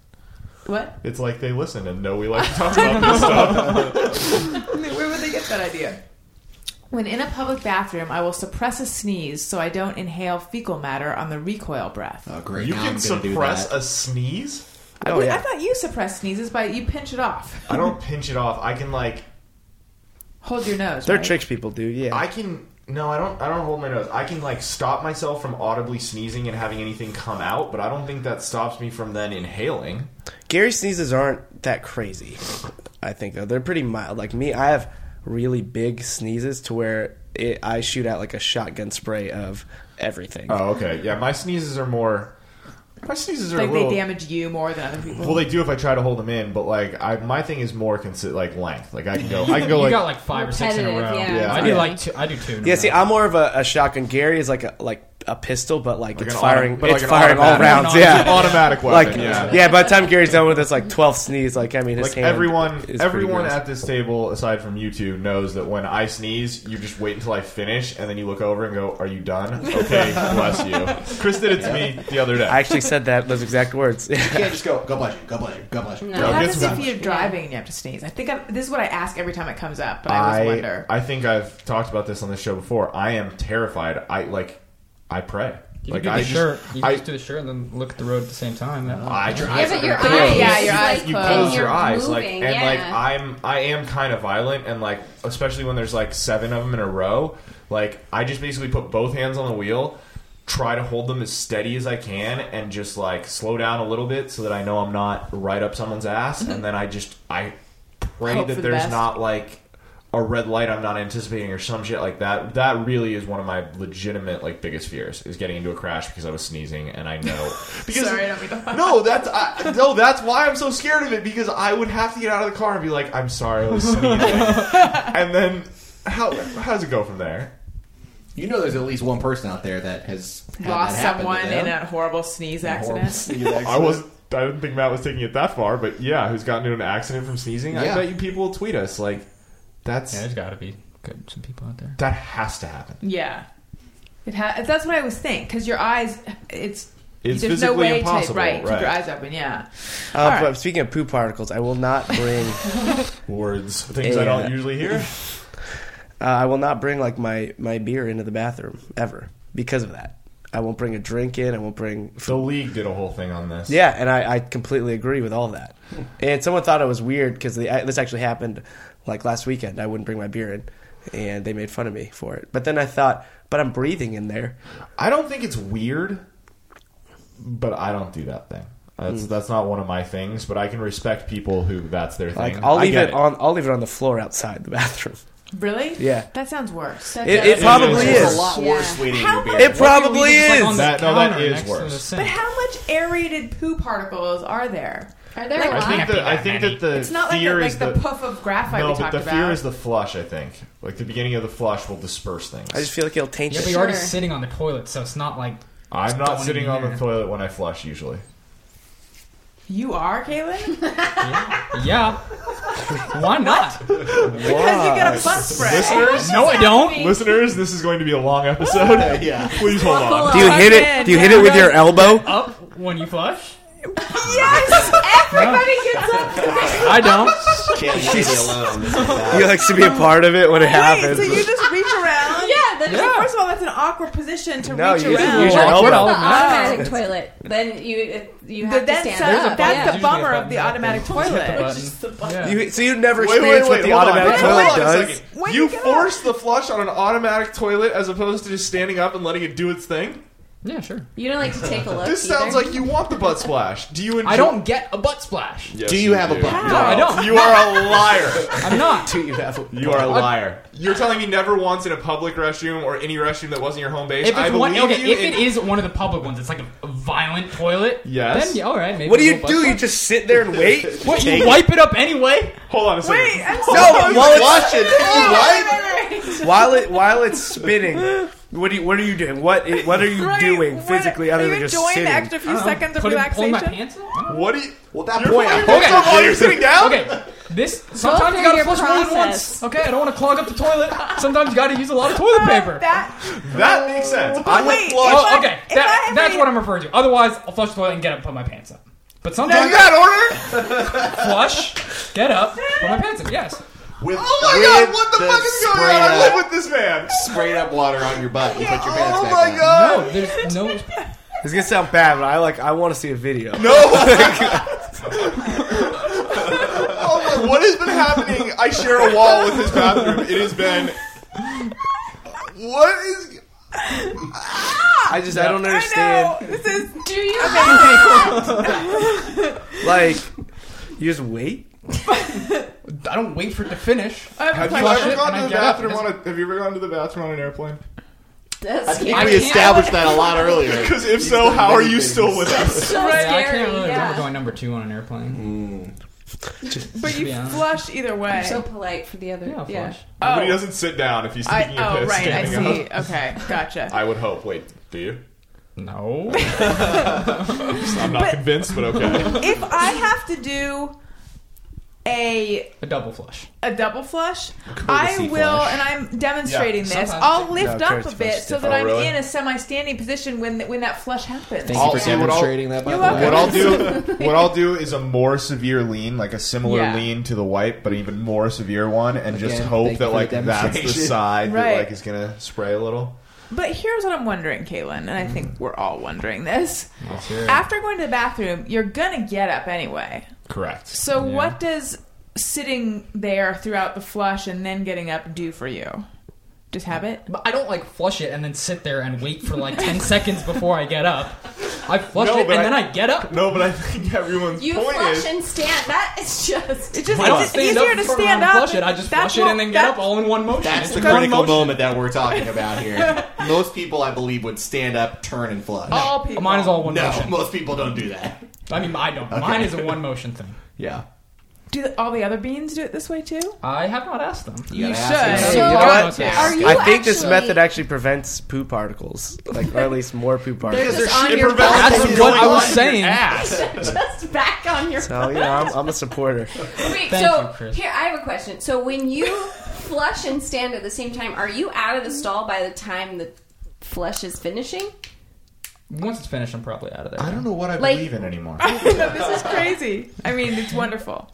Speaker 1: what? (laughs)
Speaker 3: It's like they listen and know we
Speaker 4: (laughs)
Speaker 3: like to talk about this stuff.
Speaker 1: Where would they get that idea? When in a public bathroom, I will suppress a sneeze so I don't inhale fecal matter on the recoil breath.
Speaker 7: Oh, great.
Speaker 3: You
Speaker 7: Now
Speaker 3: can
Speaker 7: I'm gonna do
Speaker 3: suppress
Speaker 7: that.
Speaker 3: a sneeze.
Speaker 4: Oh
Speaker 1: Wait, I
Speaker 4: yeah,
Speaker 1: thought you suppress sneezes by you pinch it off. (laughs)
Speaker 3: I don't pinch it off. I can like
Speaker 1: Hold your nose.
Speaker 4: They're
Speaker 1: right?
Speaker 4: tricks people do. Yeah.
Speaker 3: I can no, I don't. I don't hold my nose. I can like stop myself from audibly sneezing and having anything come out, but I don't think that stops me from then inhaling.
Speaker 4: Gary sneezes aren't that crazy. I think though they're pretty mild. Like me, I have really big sneezes to where it, I shoot out like a shotgun spray of everything.
Speaker 3: Oh, okay. Yeah, my sneezes are more. My sneezes are
Speaker 1: Like
Speaker 3: a little.
Speaker 1: they damage you more than other people.
Speaker 3: well, they do if I try to hold them in, but like I, my thing is more consi- like length. Like I can go, I can go
Speaker 6: you
Speaker 3: like,
Speaker 6: got like five or six in a row.
Speaker 5: Repetitive, yeah.
Speaker 3: Yeah.
Speaker 6: I do
Speaker 3: Yeah.
Speaker 6: like two. I do two. in a
Speaker 4: Yeah, see,
Speaker 6: row.
Speaker 4: I'm more of a, a shotgun. Gary is like a like a pistol, but like, it's
Speaker 3: an auto-
Speaker 4: firing,
Speaker 3: but like
Speaker 4: it's
Speaker 3: an
Speaker 4: firing all
Speaker 3: automatic-
Speaker 4: rounds.
Speaker 6: No,
Speaker 4: Yeah,
Speaker 3: an automatic
Speaker 4: Like,
Speaker 3: weapon,
Speaker 4: yeah.
Speaker 3: yeah.
Speaker 4: By the time Gary's done with this, like 12 sneeze. Like, I mean, his
Speaker 3: like
Speaker 4: hand
Speaker 3: everyone,
Speaker 4: is pretty
Speaker 3: everyone
Speaker 4: gross.
Speaker 3: at this table aside from you two knows that when I sneeze, you just wait until I finish, and then you look over and go, "Are you done?
Speaker 1: (laughs)
Speaker 3: Okay, bless you." Chris did it to me the other day.
Speaker 4: I actually said that those exact words. (laughs)
Speaker 7: You can't just go, God bless you, God bless you, God bless you.
Speaker 5: No.
Speaker 1: What
Speaker 3: Yeah,
Speaker 1: happens
Speaker 3: it's-
Speaker 1: if you're driving and you have to sneeze? I think i this is what I ask every time it comes up, but I always
Speaker 3: I,
Speaker 1: wonder.
Speaker 3: I think I've talked about this on the show before. I am terrified. I like, I pray.
Speaker 6: You
Speaker 3: like
Speaker 6: could do
Speaker 3: I
Speaker 6: the
Speaker 3: just-
Speaker 6: shirt. You could
Speaker 3: I,
Speaker 6: just do the shirt and then look at the road at the same time. Yeah.
Speaker 3: I, I,
Speaker 5: Yeah, but your
Speaker 3: I-
Speaker 5: eyes,
Speaker 1: Yeah, your eyes
Speaker 5: like,
Speaker 3: you
Speaker 1: closed.
Speaker 3: close
Speaker 5: and
Speaker 3: your
Speaker 5: you're
Speaker 3: eyes
Speaker 5: moving,
Speaker 3: like and
Speaker 5: yeah.
Speaker 3: like i'm i am kind of violent and like especially when there's like seven of them in a row like i just basically put both hands on the wheel try to hold them as steady as i can and just like slow down a little bit so that i know i'm not right up someone's ass and then i just i pray
Speaker 1: Hope
Speaker 3: that
Speaker 1: for the
Speaker 3: there's
Speaker 1: best.
Speaker 3: not like a red light I'm not anticipating or some shit like that. That really is one of my legitimate like biggest fears is getting into a crash because I was sneezing and I
Speaker 1: (laughs)
Speaker 3: know because
Speaker 1: Sorry, I don't mean to-
Speaker 3: no, that's I, no, that's why I'm so scared of it because I would have to get out of the car and be like, "I'm sorry,
Speaker 1: (laughs)
Speaker 3: I was sneezing," and then how how does it go from there?
Speaker 7: You know, there's at least one person out there that has had
Speaker 1: lost
Speaker 7: that happen to
Speaker 1: someone
Speaker 7: them.
Speaker 1: in a horrible sneeze
Speaker 7: Horrible
Speaker 1: accident.
Speaker 7: (laughs) sneeze accident.
Speaker 3: I was I didn't think Matt was taking it that far, but yeah, who's gotten into an accident from sneezing? I
Speaker 7: Yeah.
Speaker 3: bet you people will tweet us like, "That's
Speaker 6: Yeah, there's got to be good some people out there.
Speaker 3: that has to happen."
Speaker 1: Yeah. It ha- that's what I always think because your eyes, it's,
Speaker 3: It's
Speaker 1: there's no
Speaker 3: physically
Speaker 1: way to
Speaker 3: impossible,
Speaker 1: right, keep
Speaker 3: right.
Speaker 1: your eyes open. Yeah, All
Speaker 4: Uh,
Speaker 1: right.
Speaker 4: But speaking of poop particles, I will not bring. (laughs) uh,
Speaker 3: Words, things I
Speaker 4: Yeah.
Speaker 3: don't usually hear.
Speaker 4: uh, I will not bring like my my beer into the bathroom ever because of that. I won't bring a drink in. I won't bring
Speaker 3: The league did a whole thing on this.
Speaker 4: Yeah, and I, I completely agree with all that. And someone thought it was weird because this actually happened like last weekend. I wouldn't bring my beer in, and they made fun of me for it. But then I thought, but I'm breathing in there.
Speaker 3: I don't think it's weird, but I don't do that thing. That's that's not one of my things, but I can respect people who that's their thing.
Speaker 4: Like I'll
Speaker 3: I
Speaker 4: leave
Speaker 3: get
Speaker 4: it, on. I'll leave it on the floor outside the (laughs) bathroom.
Speaker 1: really?
Speaker 4: Yeah.
Speaker 1: that sounds worse.
Speaker 5: That
Speaker 4: It,
Speaker 5: does-
Speaker 4: it probably
Speaker 3: It
Speaker 7: It's
Speaker 4: is.
Speaker 7: a lot
Speaker 5: Yeah.
Speaker 7: worse waiting
Speaker 1: How
Speaker 7: to be
Speaker 1: much-
Speaker 4: It probably
Speaker 6: People leave just, like, on
Speaker 4: is.
Speaker 6: the
Speaker 3: That- no, that
Speaker 6: counter
Speaker 3: is
Speaker 6: next to the
Speaker 3: worse.
Speaker 6: sink.
Speaker 1: but how much aerated poo particles are there?
Speaker 5: Are there
Speaker 1: Like,
Speaker 3: I think
Speaker 5: a lot?
Speaker 6: Can't be
Speaker 3: that, I
Speaker 6: that
Speaker 3: think
Speaker 6: many.
Speaker 3: that the
Speaker 1: It's not like, the,
Speaker 3: fear
Speaker 1: like
Speaker 3: is
Speaker 1: the,
Speaker 3: the,
Speaker 1: puff of graphite
Speaker 3: no,
Speaker 1: we
Speaker 3: but
Speaker 1: talked
Speaker 3: the
Speaker 1: about.
Speaker 3: fear is the flush. I think like the beginning of the flush will disperse things.
Speaker 4: I just feel like it'll taint
Speaker 6: Yeah,
Speaker 4: it.
Speaker 6: but you're already
Speaker 5: Sure.
Speaker 6: sitting on the toilet, so it's not like
Speaker 3: I'm
Speaker 6: Don't
Speaker 3: not
Speaker 6: wanna
Speaker 3: sitting
Speaker 6: be
Speaker 3: on the
Speaker 6: there.
Speaker 3: toilet when I flush usually.
Speaker 1: you are,
Speaker 3: (laughs)
Speaker 1: Kaylin,
Speaker 5: (laughs)
Speaker 6: yeah. Why not?
Speaker 1: because you
Speaker 3: Uh,
Speaker 1: get a butt spray.
Speaker 3: Listeners,
Speaker 6: No, I don't.
Speaker 3: listeners, this is going to be a long episode.
Speaker 7: Yeah.
Speaker 3: Please hold on.
Speaker 4: Do you hit
Speaker 1: Again,
Speaker 4: it? Do you hit it with
Speaker 3: (laughs)
Speaker 4: your elbow?
Speaker 6: Up when you flush?
Speaker 1: Yes, everybody gets up.
Speaker 6: I
Speaker 1: (laughs)
Speaker 6: don't.
Speaker 7: (laughs) Can't leave me alone. This is (laughs) bad.
Speaker 4: You like to be a part of it when it
Speaker 1: Wait,
Speaker 4: happens.
Speaker 1: so you just reach
Speaker 3: (laughs)
Speaker 1: around?
Speaker 5: Yeah, then
Speaker 1: Like, first of all, that's an awkward position to
Speaker 4: No,
Speaker 1: reach
Speaker 4: you just
Speaker 1: around.
Speaker 4: use your
Speaker 6: Well,
Speaker 4: elbow.
Speaker 6: what else?
Speaker 5: the automatic toilet. Then you uh, you have
Speaker 1: But
Speaker 5: to
Speaker 1: then
Speaker 5: stand
Speaker 1: so-
Speaker 5: up.
Speaker 1: that's
Speaker 5: yeah.
Speaker 1: the
Speaker 6: Usually
Speaker 1: bummer
Speaker 6: a
Speaker 1: of the
Speaker 6: button.
Speaker 1: automatic toilet.
Speaker 6: Yeah.
Speaker 4: You- so you never
Speaker 3: Wait, wait,
Speaker 4: experience
Speaker 3: wait,
Speaker 4: what the
Speaker 3: hold on.
Speaker 4: automatic
Speaker 3: Hold on
Speaker 4: toilet
Speaker 3: a
Speaker 4: does.
Speaker 3: second.
Speaker 1: When
Speaker 3: You
Speaker 1: you get
Speaker 3: force the flush on an automatic toilet as opposed to just standing up and letting it do its thing?
Speaker 6: Yeah, sure.
Speaker 5: You don't like to take a look.
Speaker 3: This
Speaker 5: either.
Speaker 3: sounds like you want the butt splash. Do you enjoy
Speaker 6: I don't get a butt splash.
Speaker 3: Yes,
Speaker 7: Do you have a button?
Speaker 6: No, I don't.
Speaker 3: You are a liar.
Speaker 6: I'm not.
Speaker 7: Do you have a
Speaker 3: You are a liar. You're telling me never once in a public restroom or any restroom that wasn't your home base.
Speaker 6: If
Speaker 3: I
Speaker 6: it's
Speaker 3: believe
Speaker 6: one, okay,
Speaker 3: you.
Speaker 6: if it is one of the public ones, it's like a violent toilet.
Speaker 3: Yes.
Speaker 6: Then yeah, all right. Maybe
Speaker 4: What do
Speaker 6: a
Speaker 4: you
Speaker 6: little
Speaker 4: do?
Speaker 6: butt
Speaker 4: You just sit there and wait.
Speaker 6: splash. what? You wipe it up anyway.
Speaker 3: Hold on a second.
Speaker 6: (laughs)
Speaker 1: Wait, I'm
Speaker 4: No,
Speaker 1: sorry.
Speaker 4: while it's
Speaker 1: Wait.
Speaker 4: while it while it's spinning, what do you, what are you doing? What i- what are you
Speaker 1: Right,
Speaker 4: doing
Speaker 1: what-
Speaker 4: physically
Speaker 1: are
Speaker 4: other
Speaker 1: you
Speaker 4: than just
Speaker 1: enjoying
Speaker 4: sitting?
Speaker 1: the extra few seconds of
Speaker 6: Put it- pulling
Speaker 1: relaxation? Oh.
Speaker 6: my pants up?
Speaker 3: What do you?
Speaker 7: Well, at that
Speaker 3: You're pulling
Speaker 7: point, I-
Speaker 3: your pants up
Speaker 4: oh,
Speaker 3: while you're sitting down.
Speaker 6: Okay. This sometimes
Speaker 5: through
Speaker 6: you gotta
Speaker 5: your
Speaker 6: flush more than
Speaker 5: process.
Speaker 6: once. Okay, I don't want to clog up the toilet. Sometimes you gotta use
Speaker 1: (laughs)
Speaker 6: a lot of toilet paper.
Speaker 1: That
Speaker 3: that makes sense. I have
Speaker 1: wait,
Speaker 3: flushed.
Speaker 1: if I-
Speaker 6: Oh, okay.
Speaker 1: if
Speaker 6: That-
Speaker 1: I ever-
Speaker 6: that's what I'm referring to. Otherwise, I'll flush the toilet and get up, and put my pants up. But
Speaker 3: Is
Speaker 6: sometimes
Speaker 3: that order?
Speaker 6: flush, get up, put my pants up. Yes.
Speaker 7: with,
Speaker 3: Oh my
Speaker 7: with
Speaker 3: god! What the, fuck is going
Speaker 7: sprayed
Speaker 3: on? I
Speaker 7: up- Oh
Speaker 3: live with this man.
Speaker 7: sprayed up water on your butt. You put your pants
Speaker 3: Oh
Speaker 7: back
Speaker 3: my
Speaker 7: on.
Speaker 3: god!
Speaker 6: No,
Speaker 1: (laughs)
Speaker 6: there's no.
Speaker 4: It's gonna sound bad, but I like I want to see a video.
Speaker 3: No! oh my what has been happening? I share a wall with his bathroom. It has been. What is?
Speaker 4: I just I don't understand.
Speaker 1: This is
Speaker 5: Do you?
Speaker 4: Like, you just wait.
Speaker 6: I don't wait for it to finish.
Speaker 1: I have a
Speaker 3: Have you
Speaker 1: question.
Speaker 3: ever gone
Speaker 6: and
Speaker 3: to
Speaker 6: I
Speaker 3: the
Speaker 6: get up
Speaker 3: bathroom
Speaker 6: and
Speaker 3: on a? Have you ever gone to the bathroom on an airplane?
Speaker 5: That's
Speaker 7: I think
Speaker 5: scary.
Speaker 7: we established that a lot earlier.
Speaker 3: Because if so, how are you still with us?
Speaker 5: So
Speaker 6: Yeah, I
Speaker 5: scary.
Speaker 6: can't really
Speaker 5: yeah.
Speaker 6: remember going number two on an airplane.
Speaker 1: But you
Speaker 6: Yeah.
Speaker 1: flush either way.
Speaker 5: So polite for the other.
Speaker 6: Yeah, of
Speaker 5: yeah.
Speaker 6: course.
Speaker 3: But he
Speaker 1: oh,
Speaker 3: doesn't sit down if he's
Speaker 1: I,
Speaker 3: taking a
Speaker 1: oh
Speaker 3: piss.
Speaker 1: right. I
Speaker 3: standing up.
Speaker 1: see. Okay,
Speaker 4: (laughs)
Speaker 1: gotcha.
Speaker 3: I would hope. Wait, do you?
Speaker 6: No.
Speaker 3: I'm not convinced,
Speaker 1: (laughs)
Speaker 3: but okay.
Speaker 1: if I have to do a
Speaker 6: a double flush.
Speaker 1: a double flush, I will,
Speaker 7: flush.
Speaker 1: and I'm demonstrating
Speaker 6: Yeah.
Speaker 1: this.
Speaker 6: Sometimes
Speaker 1: I'll
Speaker 6: they-
Speaker 1: lift
Speaker 4: No,
Speaker 1: up
Speaker 4: courtesy
Speaker 1: a bit
Speaker 4: flush is
Speaker 1: so that
Speaker 3: different. Oh,
Speaker 1: I'm
Speaker 3: really?
Speaker 1: in a semi-standing position when when that flush happens.
Speaker 7: Thank you for
Speaker 3: I'll- what I'll-
Speaker 7: demonstrating that. By
Speaker 1: You're
Speaker 7: the way.
Speaker 3: What I'll
Speaker 1: (laughs)
Speaker 3: do, what I'll do is a more severe lean, like a similar
Speaker 1: Yeah.
Speaker 3: lean to the white, but even more severe one, and just
Speaker 7: Again,
Speaker 3: hope
Speaker 7: thank you
Speaker 3: that
Speaker 7: for
Speaker 3: like
Speaker 7: the
Speaker 3: that's the
Speaker 7: demonstration.
Speaker 3: side
Speaker 1: Right.
Speaker 3: that like is gonna spray a little.
Speaker 1: But here's what I'm wondering, Caitlin, and I
Speaker 6: Mm.
Speaker 1: think we're all wondering this.
Speaker 6: Let's hear it.
Speaker 1: After going to the bathroom, you're gonna get up anyway.
Speaker 3: Correct.
Speaker 1: So
Speaker 6: Yeah.
Speaker 1: what does sitting there throughout the flush and then getting up do for you? Just have it.
Speaker 6: But I don't like flush it and then sit there and wait for like (laughs) ten seconds before I get up. I flush
Speaker 3: No,
Speaker 6: it and
Speaker 3: but I-
Speaker 6: then I get up.
Speaker 3: No, but I think everyone's
Speaker 5: You
Speaker 3: point
Speaker 5: flush
Speaker 3: is
Speaker 5: and stand. That is just.
Speaker 1: It's just
Speaker 6: I don't
Speaker 1: it's
Speaker 6: stand
Speaker 1: easier
Speaker 6: up,
Speaker 1: to
Speaker 6: turn
Speaker 1: stand
Speaker 6: around and
Speaker 1: up.
Speaker 6: Flush it. I just
Speaker 1: That's
Speaker 6: flush it
Speaker 1: what-
Speaker 6: and then get
Speaker 1: that-
Speaker 6: up all in one motion.
Speaker 7: That's
Speaker 6: It's
Speaker 7: the
Speaker 6: one
Speaker 7: critical
Speaker 6: motion.
Speaker 7: moment that we're talking about here. Most people, I believe, would stand up, turn, and flush.
Speaker 1: All people.
Speaker 6: Mine is all one
Speaker 7: no,
Speaker 6: motion.
Speaker 7: most people don't do that.
Speaker 6: I mean, I don't. Mine is a one motion thing.
Speaker 7: Yeah,
Speaker 1: Do the, all the other beans do it this way too?
Speaker 6: I have not asked them.
Speaker 7: gotta
Speaker 1: You
Speaker 7: ask
Speaker 1: should.
Speaker 7: them.
Speaker 5: So
Speaker 4: You know
Speaker 5: are,
Speaker 4: what?
Speaker 5: are you
Speaker 4: I think this
Speaker 5: actually-
Speaker 4: method actually prevents poo particles, like or at least more poo
Speaker 5: just
Speaker 4: particles.
Speaker 5: on
Speaker 3: it
Speaker 5: your
Speaker 3: prevents
Speaker 5: balls.
Speaker 6: That's
Speaker 3: It's
Speaker 6: what
Speaker 3: going
Speaker 6: I was
Speaker 3: on your
Speaker 6: saying.
Speaker 3: ass.
Speaker 5: (laughs) just back on your.
Speaker 4: So you know, I'm, I'm a supporter.
Speaker 5: Wait,
Speaker 6: Thank
Speaker 5: so
Speaker 6: you, Chris.
Speaker 5: here I have a question. So when you flush and stand at the same time, are you out of the stall by the time the flush is finishing?
Speaker 6: Once it's finished, I'm probably out of there.
Speaker 3: I don't know what I
Speaker 5: Like-
Speaker 3: believe in anymore.
Speaker 1: (laughs) no, this is crazy. I mean, it's wonderful.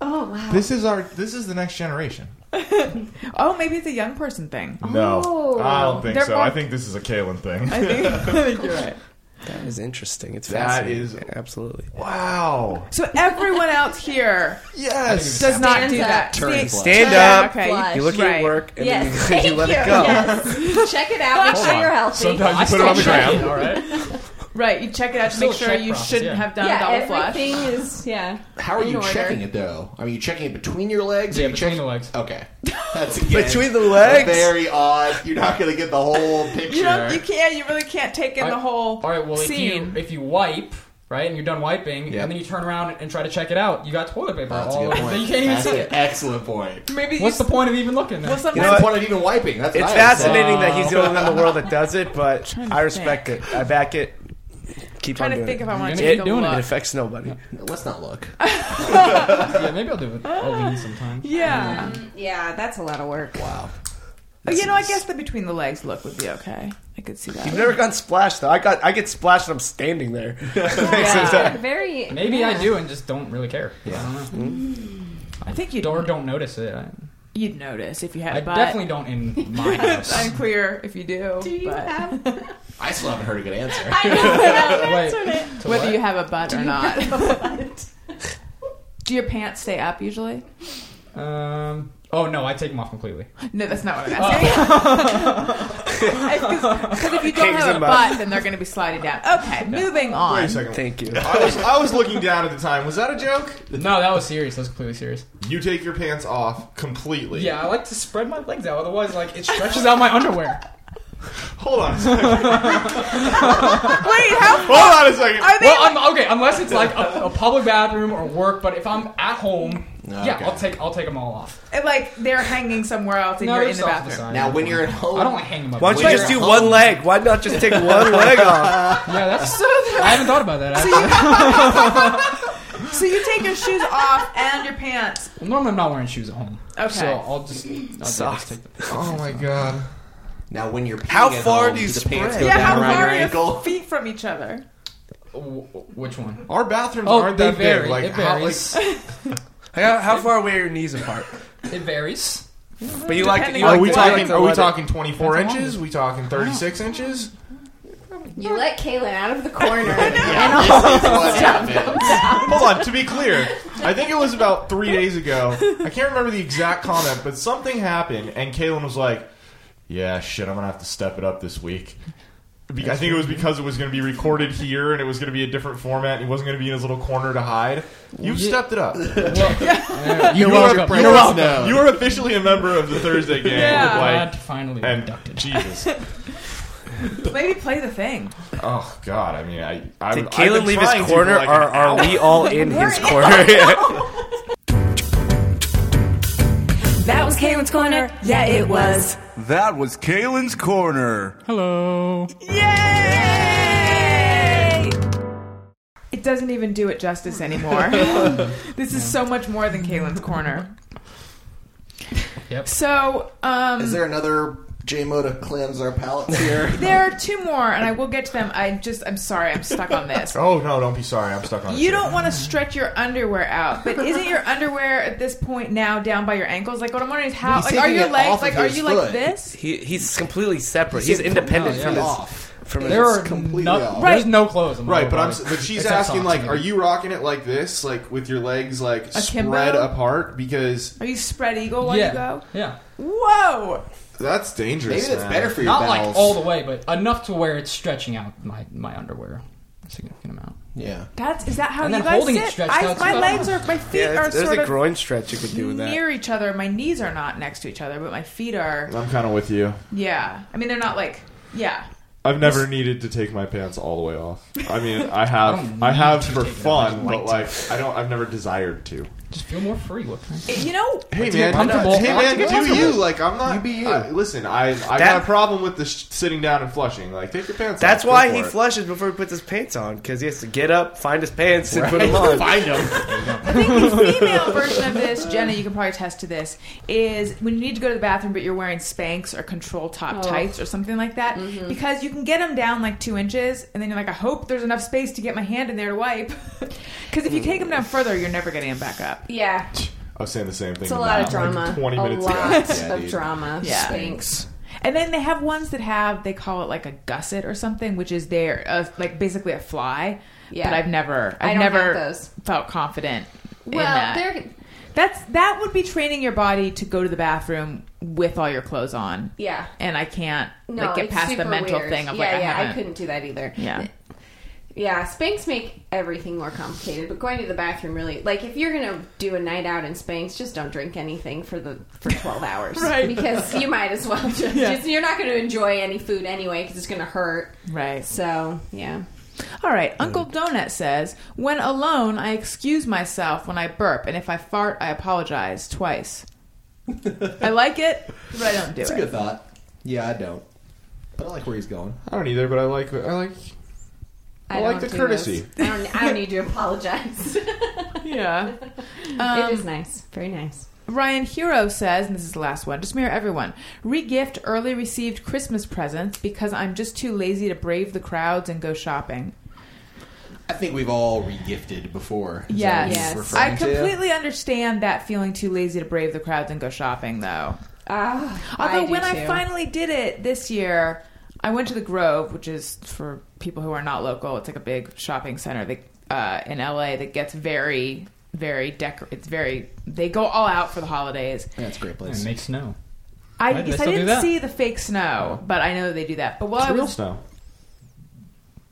Speaker 5: Oh wow!
Speaker 3: this is our. This is the next generation.
Speaker 1: Oh, maybe it's a young person thing.
Speaker 5: Oh.
Speaker 3: No, I don't think
Speaker 1: They're
Speaker 3: so.
Speaker 1: both-
Speaker 3: I think this is a Kalen thing.
Speaker 1: I
Speaker 6: (laughs)
Speaker 1: think, (laughs) I think you're right.
Speaker 4: That is interesting. It's
Speaker 3: That
Speaker 4: fascinating.
Speaker 3: is-
Speaker 4: absolutely.
Speaker 3: (laughs) Wow.
Speaker 1: So everyone else here
Speaker 3: Yes.
Speaker 1: does not
Speaker 5: Stand
Speaker 1: do
Speaker 5: up.
Speaker 1: that.
Speaker 7: Turn
Speaker 1: See-
Speaker 7: and flush.
Speaker 4: Stand
Speaker 1: Yeah,
Speaker 4: up.
Speaker 1: okay.
Speaker 5: Flush.
Speaker 4: You look at
Speaker 1: Right.
Speaker 4: your work and
Speaker 5: Yes,
Speaker 4: then you, (laughs) you
Speaker 5: thank
Speaker 4: let it
Speaker 5: you.
Speaker 4: go.
Speaker 5: Yes. check it out. Make
Speaker 1: Hold
Speaker 5: sure
Speaker 1: on.
Speaker 5: you're healthy.
Speaker 3: Sometimes
Speaker 6: I
Speaker 3: you put it on the
Speaker 6: still check
Speaker 3: gram.
Speaker 6: it, All right.
Speaker 1: Right, you check it out to
Speaker 6: Still
Speaker 1: make sure
Speaker 6: check
Speaker 1: you
Speaker 6: process,
Speaker 1: shouldn't
Speaker 6: yeah.
Speaker 1: have done a
Speaker 5: yeah,
Speaker 1: double flush.
Speaker 5: everything is yeah.
Speaker 7: How are
Speaker 5: in
Speaker 7: you
Speaker 5: order.
Speaker 7: checking it though? Are you checking it between your legs? Are
Speaker 6: Yeah,
Speaker 7: you
Speaker 6: between
Speaker 7: checking-
Speaker 6: the legs.
Speaker 7: Okay, that's again,
Speaker 4: Between the legs?
Speaker 7: Very odd. You're not going to get the whole picture.
Speaker 1: You don't. You can't. You really can't take in the whole
Speaker 6: All right. Well,
Speaker 1: scene.
Speaker 6: if you if you wipe. Right, and you're done wiping,
Speaker 7: Yeah.
Speaker 6: and then you turn around and try to check it out. You got toilet paper
Speaker 7: that's a
Speaker 6: all
Speaker 7: good
Speaker 6: over.
Speaker 7: point.
Speaker 6: (laughs) You can't even
Speaker 7: that's
Speaker 6: see
Speaker 7: an
Speaker 6: it.
Speaker 7: Excellent point.
Speaker 1: Maybe
Speaker 6: What's
Speaker 1: you,
Speaker 6: the point of even looking?
Speaker 1: Well,
Speaker 6: There?
Speaker 1: sometimes
Speaker 7: You know, the point of even wiping. That's
Speaker 4: It's
Speaker 7: what I would say.
Speaker 4: fascinating that he's the only one in the world that does
Speaker 1: (laughs)
Speaker 4: it, but I respect it. I back it. Keep
Speaker 1: I'm trying
Speaker 4: on
Speaker 1: to
Speaker 4: doing
Speaker 1: think
Speaker 4: it.
Speaker 1: if I want to
Speaker 6: You're
Speaker 1: take a
Speaker 6: doing it.
Speaker 4: it
Speaker 1: look.
Speaker 4: affects (laughs) nobody.
Speaker 7: Let's not look.
Speaker 6: yeah, maybe I'll do it. I'll lean sometimes.
Speaker 1: Ah. Yeah.
Speaker 5: (laughs) Yeah, that's a lot of work.
Speaker 7: Wow.
Speaker 1: But, you know, I guess the between the legs look would be okay. I could see
Speaker 4: You've
Speaker 1: that.
Speaker 4: never gotten splashed though. I got I get splashed and I'm standing there.
Speaker 5: Yeah. Very.
Speaker 6: Maybe
Speaker 5: yeah.
Speaker 6: I do and just don't really care. I don't know.
Speaker 7: Mm-hmm.
Speaker 1: I think you'd
Speaker 6: Or don't notice it. I,
Speaker 1: you'd notice if you had
Speaker 6: I
Speaker 1: a butt.
Speaker 6: definitely don't
Speaker 1: (laughs)
Speaker 6: in my
Speaker 1: It's
Speaker 6: house.
Speaker 1: unclear if you do.
Speaker 5: Do you
Speaker 1: but- (laughs)
Speaker 5: have?
Speaker 7: I still haven't heard a good answer.
Speaker 5: I know.
Speaker 6: Wait,
Speaker 1: (laughs)
Speaker 6: to
Speaker 1: whether
Speaker 6: what?
Speaker 1: you have a butt or not. (laughs) do your pants stay up usually?
Speaker 6: Um. Oh no, I take them off completely.
Speaker 7: (laughs)
Speaker 1: No, that's not what I'm asking. Oh. (laughs) Because if you don't
Speaker 4: Kings
Speaker 1: have a
Speaker 4: and butt.
Speaker 1: butt, then they're going to be sliding down. Okay, moving
Speaker 3: Wait a
Speaker 1: on.
Speaker 3: second.
Speaker 4: Thank you.
Speaker 3: I was, I was looking down at the time. Was that a joke?
Speaker 6: No, that was serious. That was completely serious.
Speaker 3: You take your pants off completely.
Speaker 6: Yeah, I like to spread my legs out. Otherwise, like it stretches out my underwear.
Speaker 3: Hold
Speaker 6: (laughs)
Speaker 3: on a second.
Speaker 1: Wait, how?
Speaker 3: Hold on a second.
Speaker 1: Are they
Speaker 6: Well, I'm okay unless it's like a, a public bathroom or work. But if I'm at home, yeah,
Speaker 7: okay.
Speaker 6: I'll take I'll take them all off.
Speaker 1: like, they're hanging somewhere else and
Speaker 6: No,
Speaker 1: you're
Speaker 6: they're
Speaker 1: in the
Speaker 6: just off to
Speaker 1: bathroom?
Speaker 6: side.
Speaker 7: (laughs) Now, when you're at home,
Speaker 6: I don't like hang them up.
Speaker 4: Why don't you
Speaker 6: Wait,
Speaker 4: just do one leg? Why not just take one leg off?
Speaker 6: Yeah, that's. I haven't thought about that. Actually.
Speaker 1: So you take your shoes off and your pants.
Speaker 6: Well, normally, I'm not wearing shoes at home.
Speaker 1: Okay.
Speaker 6: So I'll just I'll
Speaker 4: Socks.
Speaker 6: Just take them.
Speaker 3: Oh my god.
Speaker 7: now when you're peeing
Speaker 4: How
Speaker 7: at
Speaker 4: far
Speaker 7: home,
Speaker 4: do you
Speaker 7: the pants
Speaker 4: spread?
Speaker 7: go
Speaker 1: Yeah,
Speaker 7: down
Speaker 1: how
Speaker 7: around
Speaker 1: far
Speaker 7: your
Speaker 1: are your
Speaker 7: (laughs) ankle?
Speaker 1: feet from each other?
Speaker 6: Wh- wh- Which one?
Speaker 3: Our bathrooms
Speaker 6: Oh,
Speaker 3: aren't
Speaker 6: they
Speaker 3: that
Speaker 6: vary.
Speaker 3: big. Like,
Speaker 6: it
Speaker 3: how, like
Speaker 6: varies.
Speaker 4: How, how far away are your knees apart?
Speaker 6: (laughs) it varies.
Speaker 4: But you like.
Speaker 1: Depending
Speaker 4: You
Speaker 1: on-
Speaker 4: like
Speaker 3: are we
Speaker 4: to- you like
Speaker 3: talking?
Speaker 4: to
Speaker 3: Are we
Speaker 4: let it-
Speaker 3: talking 24
Speaker 6: That's a long
Speaker 3: inches? we talking 36 inches?
Speaker 5: You let Kaylin out of the corner.
Speaker 7: Yeah, this is what happens.
Speaker 3: Hold on. To be clear, I think it was about three days ago. I can't remember the exact comment, but something happened, and Kaylin was like, "Yeah, shit, I'm gonna have to step it up this week." Be- I think it was because it was going to be recorded here, and it was going to be a different format. and He wasn't going to be in his little corner to hide. You stepped it up.
Speaker 6: You're
Speaker 3: are-
Speaker 6: welcome.
Speaker 3: you
Speaker 6: You're
Speaker 3: are-
Speaker 6: welcome.
Speaker 3: You are officially a member of the
Speaker 4: (laughs)
Speaker 3: Thursday game.
Speaker 1: Yeah.
Speaker 6: Glad
Speaker 3: Like,
Speaker 6: to finally be
Speaker 3: and
Speaker 6: inducted.
Speaker 3: Jesus,
Speaker 1: Lady, play the thing.
Speaker 3: oh God! I mean, I, I
Speaker 4: Did Kalen leave his corner,
Speaker 3: Like
Speaker 4: or
Speaker 3: an hour.
Speaker 4: are we all in
Speaker 1: We're
Speaker 4: his
Speaker 1: in.
Speaker 4: (laughs) corner?
Speaker 8: That was Kalen's Corner. Yeah, it was.
Speaker 9: That was Kalen's Corner.
Speaker 6: Hello.
Speaker 1: Yay! It doesn't even do it justice anymore. this is so much more than Kalen's corner.
Speaker 6: Yep.
Speaker 1: So um,
Speaker 7: Is there another J Mo to cleanse our palates
Speaker 2: (laughs)
Speaker 7: here?
Speaker 1: there are two more, and I will get to them. I just, I'm sorry, I'm stuck on
Speaker 3: (laughs)
Speaker 1: this.
Speaker 3: (laughs) Oh no! Don't be sorry. I'm stuck on. it
Speaker 1: You
Speaker 3: too.
Speaker 1: don't want to stretch your underwear out, but isn't your underwear at this point now down by your ankles? Like what I'm wondering is how
Speaker 7: He's
Speaker 1: like are
Speaker 7: taking
Speaker 1: your
Speaker 7: it
Speaker 1: legs
Speaker 7: off
Speaker 1: like
Speaker 7: of
Speaker 1: are
Speaker 7: his
Speaker 1: you
Speaker 7: foot.
Speaker 1: like this?
Speaker 4: he, he's completely separate. He's independent
Speaker 6: no,
Speaker 4: from
Speaker 6: yeah.
Speaker 4: his
Speaker 7: Off.
Speaker 4: from
Speaker 6: There
Speaker 4: his.
Speaker 6: are
Speaker 7: completely
Speaker 6: no,
Speaker 7: off.
Speaker 6: There's no clothes. On my
Speaker 3: Right,
Speaker 6: whole
Speaker 3: but I'm,
Speaker 6: body,
Speaker 3: but she's
Speaker 6: except
Speaker 3: asking
Speaker 6: socks,
Speaker 3: like,
Speaker 6: maybe.
Speaker 3: are you rocking it like this, like with your legs like
Speaker 1: Akimbo?
Speaker 3: spread apart? Because
Speaker 1: Are you spread eagle when
Speaker 6: Yeah.
Speaker 1: you go?
Speaker 6: Yeah.
Speaker 1: Whoa!
Speaker 3: that's dangerous.
Speaker 7: Maybe that's
Speaker 3: man.
Speaker 7: better for your
Speaker 6: Not
Speaker 7: bowels.
Speaker 6: like all the way, but enough to where it's stretching out my my underwear a significant amount.
Speaker 7: yeah.
Speaker 1: That's is that how
Speaker 6: And
Speaker 1: you
Speaker 6: then
Speaker 1: guys
Speaker 6: holding it
Speaker 1: sit?
Speaker 6: stretched
Speaker 1: I,
Speaker 6: out
Speaker 1: my
Speaker 6: so-
Speaker 1: legs are my feet
Speaker 4: Yeah,
Speaker 1: are
Speaker 4: it's- there's
Speaker 1: sort
Speaker 4: a
Speaker 1: of
Speaker 4: groin stretch you could do with that.
Speaker 1: near each other. My knees are not next to each other, but my feet are.
Speaker 3: I'm kind of with you.
Speaker 1: Yeah, I mean they're not like yeah.
Speaker 3: I've never needed to take my pants all the way off. I mean, (laughs) I
Speaker 6: I don't
Speaker 3: have,
Speaker 6: need
Speaker 3: I, have
Speaker 6: to
Speaker 3: for
Speaker 6: take it off.
Speaker 3: fun,
Speaker 6: I'd
Speaker 3: but
Speaker 6: like
Speaker 3: like, I don't. I've never desired to.
Speaker 6: Just feel more free. What can I say?
Speaker 1: It- you know,
Speaker 3: Hey
Speaker 6: get
Speaker 3: man,
Speaker 6: comfortable.
Speaker 3: hey
Speaker 6: I like to
Speaker 3: man,
Speaker 6: get
Speaker 3: do
Speaker 6: comfortable.
Speaker 3: you? Like, I'm not.
Speaker 7: You be you.
Speaker 3: I- listen, I, I got
Speaker 4: That-
Speaker 3: a problem with the sh- sitting down and flushing. Like, take your pants.
Speaker 4: That's
Speaker 3: off. Go
Speaker 4: why
Speaker 3: for
Speaker 4: he
Speaker 3: it.
Speaker 4: flushes before he puts his pants on because he has to get up, find his pants, and put them on.
Speaker 6: (laughs)
Speaker 7: Find them.
Speaker 1: I think the female version of this, Jenna, you can probably attest to this, is when you need to go to the bathroom but you're wearing Spanx or control top
Speaker 5: Oh.
Speaker 1: tights or something like that because you can get them down like two inches and then you're like, I hope there's enough space to get my hand in there to wipe. (laughs) Because
Speaker 4: Mm.
Speaker 1: if you take them down further, you're never getting them back up.
Speaker 5: Yeah,
Speaker 3: I was saying the same thing.
Speaker 5: it's a lot of
Speaker 3: about, like,
Speaker 5: drama.
Speaker 3: 20
Speaker 5: a
Speaker 3: minutes ago.
Speaker 5: lot
Speaker 7: Yeah,
Speaker 5: of
Speaker 7: dude.
Speaker 5: drama.
Speaker 1: Yeah.
Speaker 5: Thanks.
Speaker 1: And then they have ones that have they call it like a gusset or something, which is their uh, like basically a fly.
Speaker 5: Yeah.
Speaker 1: But I've never,
Speaker 5: I
Speaker 1: I've
Speaker 5: don't
Speaker 1: never
Speaker 5: have those.
Speaker 1: felt confident. in
Speaker 5: Well,
Speaker 1: that.
Speaker 5: they're
Speaker 1: That's that would be training your body to go to the bathroom with all your clothes on.
Speaker 5: yeah.
Speaker 1: And I can't
Speaker 5: No,
Speaker 1: like get
Speaker 5: it's
Speaker 1: past the
Speaker 5: super
Speaker 1: mental
Speaker 5: weird.
Speaker 1: thing of
Speaker 5: yeah,
Speaker 1: like I
Speaker 5: yeah,
Speaker 1: haven't.
Speaker 5: I couldn't do that either.
Speaker 1: Yeah.
Speaker 5: Yeah, Spanx make everything more complicated, but going to the bathroom really like if you're gonna do a night out in Spanx, just don't drink anything for the
Speaker 1: (laughs)
Speaker 5: for twelve hours,
Speaker 1: Right.
Speaker 5: Because you might as well just, just- you're not gonna enjoy any food anyway because it's gonna hurt.
Speaker 1: Right.
Speaker 5: So yeah,
Speaker 1: All right. Uncle Donut says, "When alone, I excuse myself when I burp, and if I fart, I apologize
Speaker 7: (laughs)
Speaker 1: twice." I like it, but I don't do
Speaker 7: It's a
Speaker 1: it.
Speaker 7: good thought. Yeah, I don't. But I like where he's going.
Speaker 3: I don't either, but I like. I like. I like the
Speaker 5: don't do
Speaker 3: courtesy.
Speaker 5: those. I don't. I don't need to apologize.
Speaker 1: (laughs) Yeah. Um,
Speaker 5: it is nice, very nice.
Speaker 1: Ryan Hero says, and this is the last one, just mirror everyone. Regift early received Christmas presents because I'm just too lazy to brave the crowds and go shopping.
Speaker 7: I think we've all regifted before. Is that
Speaker 1: Yes.
Speaker 7: what you're
Speaker 5: Yes.
Speaker 7: referring
Speaker 1: I
Speaker 7: to?
Speaker 1: completely understand that feeling too lazy to brave the crowds and go shopping, though.
Speaker 5: Ah,
Speaker 1: Although,
Speaker 5: do
Speaker 1: when
Speaker 5: too.
Speaker 1: I finally did it this year, I went to the Grove, which is for people who are not local. It's like a big shopping center that, uh, in LA that gets very, very decor. It's very. They go all out for the holidays.
Speaker 7: Yeah, it's a great
Speaker 6: It
Speaker 7: place.
Speaker 6: makes snow.
Speaker 1: I,
Speaker 6: Right, they
Speaker 1: guess I
Speaker 6: still do
Speaker 1: didn't
Speaker 6: that?
Speaker 1: see the fake snow, but I know they do that. But while I
Speaker 3: It's real
Speaker 1: was
Speaker 3: snow.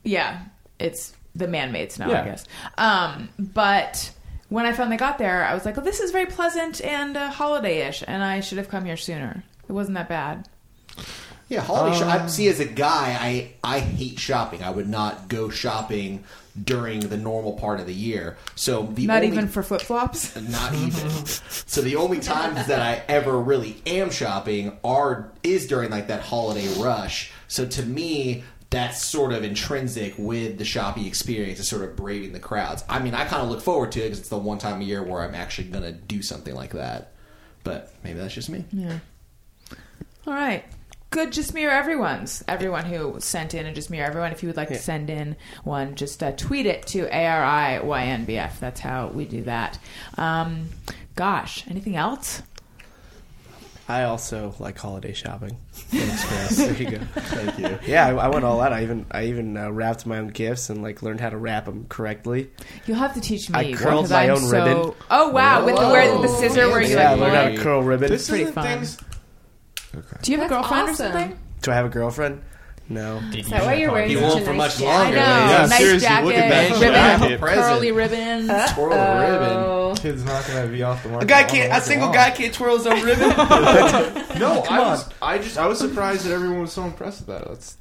Speaker 1: Yeah, it's the man-made snow,
Speaker 3: Yeah.
Speaker 1: I guess. Um, but when I finally got there, I was like, "Oh, this is very pleasant and uh, holiday-ish," and I should have come here sooner. It wasn't that bad.
Speaker 7: Yeah, holiday shop. I see as a guy, I I hate shopping. I would not go shopping during the normal part of the year. So the
Speaker 1: Not
Speaker 7: only,
Speaker 1: even for flip-flops. (laughs)
Speaker 7: not even. so the only times that I ever really am shopping are is during like that holiday rush. So to me, that's sort of intrinsic with the shopping experience is sort of braving the crowds. I mean, I kind of look forward to it because it's the one time a year where I'm actually going to do something like that. But maybe that's just me.
Speaker 1: Yeah. All right. Good Just Mirror Everyone's. Everyone who sent in a Just Mirror Everyone, if you would like to send in one, just uh, tweet it to ARIYNBF. That's how we do that. Um, gosh, anything else?
Speaker 4: (laughs) I also like holiday shopping. Thanks, Chris. There you go. Thank
Speaker 10: you.
Speaker 4: Yeah, I, I went all out. I even I even uh, wrapped my own gifts and like learned how to wrap them correctly.
Speaker 1: You'll have to teach me.
Speaker 4: I curled
Speaker 1: because
Speaker 4: my
Speaker 1: I'm
Speaker 4: own
Speaker 1: so...
Speaker 4: ribbon.
Speaker 1: Oh wow, with the, where the scissor where you
Speaker 4: yeah, I
Speaker 1: like.
Speaker 4: learned
Speaker 1: pull
Speaker 4: how
Speaker 1: it.
Speaker 4: to curl ribbon.
Speaker 3: This
Speaker 1: pretty
Speaker 3: is
Speaker 1: fun.
Speaker 3: things.
Speaker 1: Do you have
Speaker 5: That's
Speaker 1: a girlfriend
Speaker 5: awesome.
Speaker 1: or something?
Speaker 4: Do I have a girlfriend? No.
Speaker 5: Is that why you're wearing
Speaker 7: He
Speaker 5: such
Speaker 7: won't
Speaker 5: a
Speaker 7: for
Speaker 5: nice
Speaker 7: much longer.
Speaker 1: I know.
Speaker 3: Yeah,
Speaker 1: nice
Speaker 3: seriously,
Speaker 1: jacket,
Speaker 3: look at that
Speaker 1: ribbon,
Speaker 3: jacket.
Speaker 1: curly ribbons.
Speaker 5: Uh.
Speaker 7: Twirl the ribbon.
Speaker 5: Oh.
Speaker 3: (laughs) Kid's not gonna be off the market.
Speaker 4: A guy
Speaker 3: all
Speaker 4: can't.
Speaker 3: night
Speaker 4: A single
Speaker 3: long.
Speaker 4: guy can't twirl his own ribbon.
Speaker 3: No, I was. I just. I was surprised that everyone was so impressed with that. That's.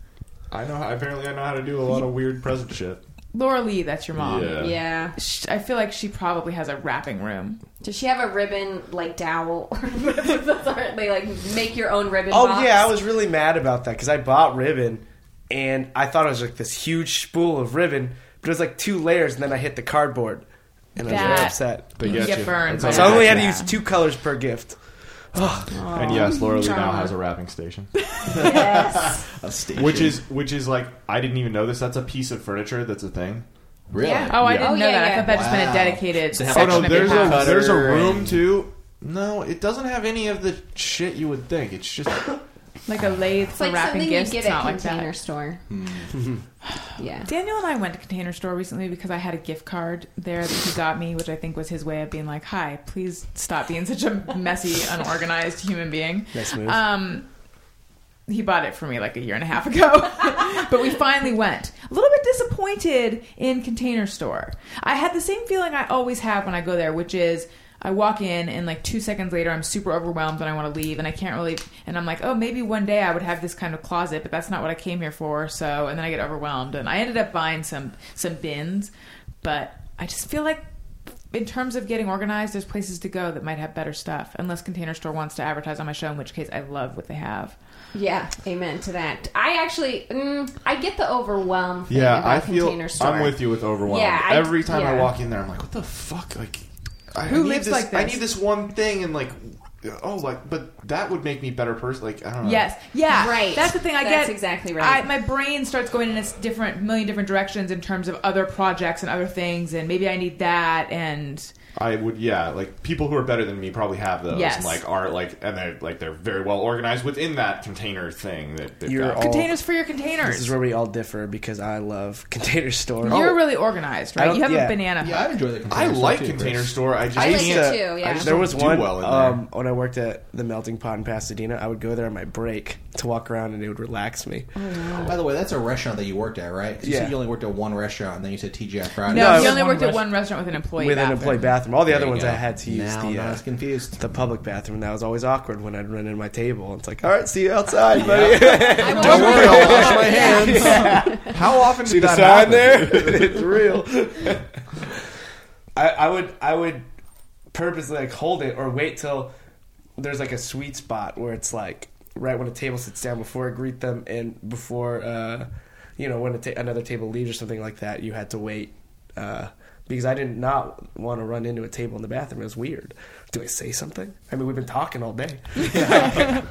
Speaker 3: I know. How, apparently, I know how to do a lot of weird present shit.
Speaker 1: Laura Lee, that's your mom.
Speaker 3: Yeah.
Speaker 5: Yeah.
Speaker 1: Sh I feel like she probably has a wrapping room.
Speaker 5: Does she have a ribbon like dowel? (laughs) they like make your own ribbon.
Speaker 4: Oh
Speaker 5: box?
Speaker 4: yeah, I was really mad about that because I bought ribbon, and I thought it was like this huge spool of ribbon, but it was like two layers, and then I hit the cardboard, and I was
Speaker 1: That-
Speaker 4: really upset.
Speaker 3: They
Speaker 1: You
Speaker 3: get,
Speaker 1: get
Speaker 3: you.
Speaker 1: burned.
Speaker 3: That's
Speaker 4: So I
Speaker 3: all-
Speaker 4: only had to
Speaker 1: Yeah.
Speaker 4: use two colors per gift.
Speaker 3: And yes, Laura Lee now
Speaker 1: God.
Speaker 3: has a wrapping (laughs) station,
Speaker 5: Yes.
Speaker 7: A station.
Speaker 3: which is which is like I didn't even know this. That's a piece of furniture. That's a thing.
Speaker 7: really.
Speaker 5: Yeah.
Speaker 1: Oh, I
Speaker 3: Yeah.
Speaker 1: didn't
Speaker 5: Oh,
Speaker 1: know
Speaker 5: yeah,
Speaker 1: that. I
Speaker 5: yeah.
Speaker 1: thought that just been
Speaker 7: Wow.
Speaker 1: a dedicated
Speaker 7: So how-
Speaker 1: section
Speaker 3: Oh no,
Speaker 1: of your
Speaker 3: there's a
Speaker 1: house.
Speaker 3: there's a
Speaker 7: Cutter
Speaker 3: room
Speaker 7: and-
Speaker 3: too. No, it doesn't have any of the shit you would think. It's just
Speaker 1: like a lathe
Speaker 5: It's
Speaker 1: for
Speaker 5: like
Speaker 1: wrapping
Speaker 5: something
Speaker 1: gifts.
Speaker 5: you get
Speaker 1: it's
Speaker 5: at
Speaker 1: not
Speaker 5: a
Speaker 1: like
Speaker 5: container
Speaker 1: that.
Speaker 5: store. Hmm. (laughs) yeah.
Speaker 1: Daniel and I went to Container Store recently because I had a gift card there that he got me, which I think was his way of being like, "Hi, please stop being such a messy, unorganized human being."
Speaker 4: Nice move.
Speaker 1: Um, he bought it for me like a year and a half ago, (laughs) but we finally went. A little bit disappointed in Container Store. I had the same feeling I always have when I go there, which is I walk in and like two seconds later I'm super overwhelmed and I want to leave and I can't really. And I'm like, oh, maybe one day I would have this kind of closet, but that's not what I came here for. So, and then I get overwhelmed and I ended up buying some some bins, but I just feel like in terms of getting organized, there's places to go that might have better stuff, unless Container Store wants to advertise on my show, in which case I love what they have.
Speaker 5: Yeah. Amen to that. I actually, mm, I get the overwhelm. Thing
Speaker 3: yeah.
Speaker 5: about
Speaker 3: I feel
Speaker 5: container store.
Speaker 3: I'm with you with overwhelmed.
Speaker 5: Yeah, I-
Speaker 3: Every time I
Speaker 5: yeah.
Speaker 3: walk in there, I'm like, what the fuck? Like, I
Speaker 1: Who
Speaker 3: need
Speaker 1: lives
Speaker 3: this,
Speaker 1: like
Speaker 3: I
Speaker 1: this?
Speaker 3: need this one thing, and like, oh, like, but that would make me better person. Like, I
Speaker 4: Oh.
Speaker 3: don't know.
Speaker 1: Yes, yeah,
Speaker 5: Right.
Speaker 1: That's the thing. I
Speaker 5: That's
Speaker 1: get
Speaker 5: exactly right.
Speaker 1: I, my brain starts going in a s- different million different directions in terms of other projects and other things, and maybe I need that. And
Speaker 3: I would, yeah, like people who are better than me probably have those,
Speaker 1: Yes.
Speaker 3: and like are like, and they're like they're very well organized within that container thing that they've
Speaker 4: You're
Speaker 3: got.
Speaker 4: all-
Speaker 1: containers for your
Speaker 4: Oh. This is
Speaker 1: containers.
Speaker 4: where we all differ because I love (laughs) Container Store.
Speaker 1: You're really organized,
Speaker 4: I
Speaker 1: right?
Speaker 4: don't-
Speaker 1: You have
Speaker 4: yeah.
Speaker 1: a banana.
Speaker 7: Yeah, I enjoy the. Container
Speaker 3: I
Speaker 7: store
Speaker 3: like
Speaker 7: too, Chris.
Speaker 3: container store. I just
Speaker 5: I like
Speaker 3: can't-
Speaker 5: it too.
Speaker 3: I
Speaker 5: Yeah.
Speaker 3: just
Speaker 4: there
Speaker 3: don't
Speaker 4: was
Speaker 3: do
Speaker 4: one
Speaker 3: well in there.
Speaker 4: um, when I worked at the Melting Pot in Pasadena. I would go there on my break to walk around, and it would relax me.
Speaker 7: By the way, that's a restaurant that you worked at, right? 'Cause You
Speaker 4: Yeah.
Speaker 7: said you only worked at one restaurant, and then you said TGI Fridays.
Speaker 1: No,
Speaker 4: No,
Speaker 1: you
Speaker 4: it's
Speaker 1: only
Speaker 6: one
Speaker 1: worked at
Speaker 6: rest-
Speaker 1: one restaurant with an employee.
Speaker 4: with an
Speaker 1: bathroom.
Speaker 4: employee bathroom. All the
Speaker 7: There
Speaker 4: other
Speaker 7: you
Speaker 4: ones
Speaker 7: go.
Speaker 4: I had to use
Speaker 7: Now
Speaker 4: the
Speaker 7: I'm
Speaker 4: uh,
Speaker 7: not confused.
Speaker 4: the public bathroom. That was always awkward when I'd run into my table. It's like, all right, see you outside, buddy.
Speaker 5: I will-
Speaker 7: Don't worry, I'll wash my hands.
Speaker 3: How often
Speaker 4: See
Speaker 3: did
Speaker 4: the
Speaker 3: that happen?
Speaker 4: sign there? it's real. I, I would I would purposely like hold it or wait till there's like a sweet spot where it's like right when a table sits down before I greet them and before uh, you know when a ta- another table leaves or something like that. You had to wait. Uh, because I did not want to run into a table in the bathroom. It was weird. Do I say something? I mean, we've been talking all day.
Speaker 1: (laughs)
Speaker 4: (laughs)
Speaker 1: Excellent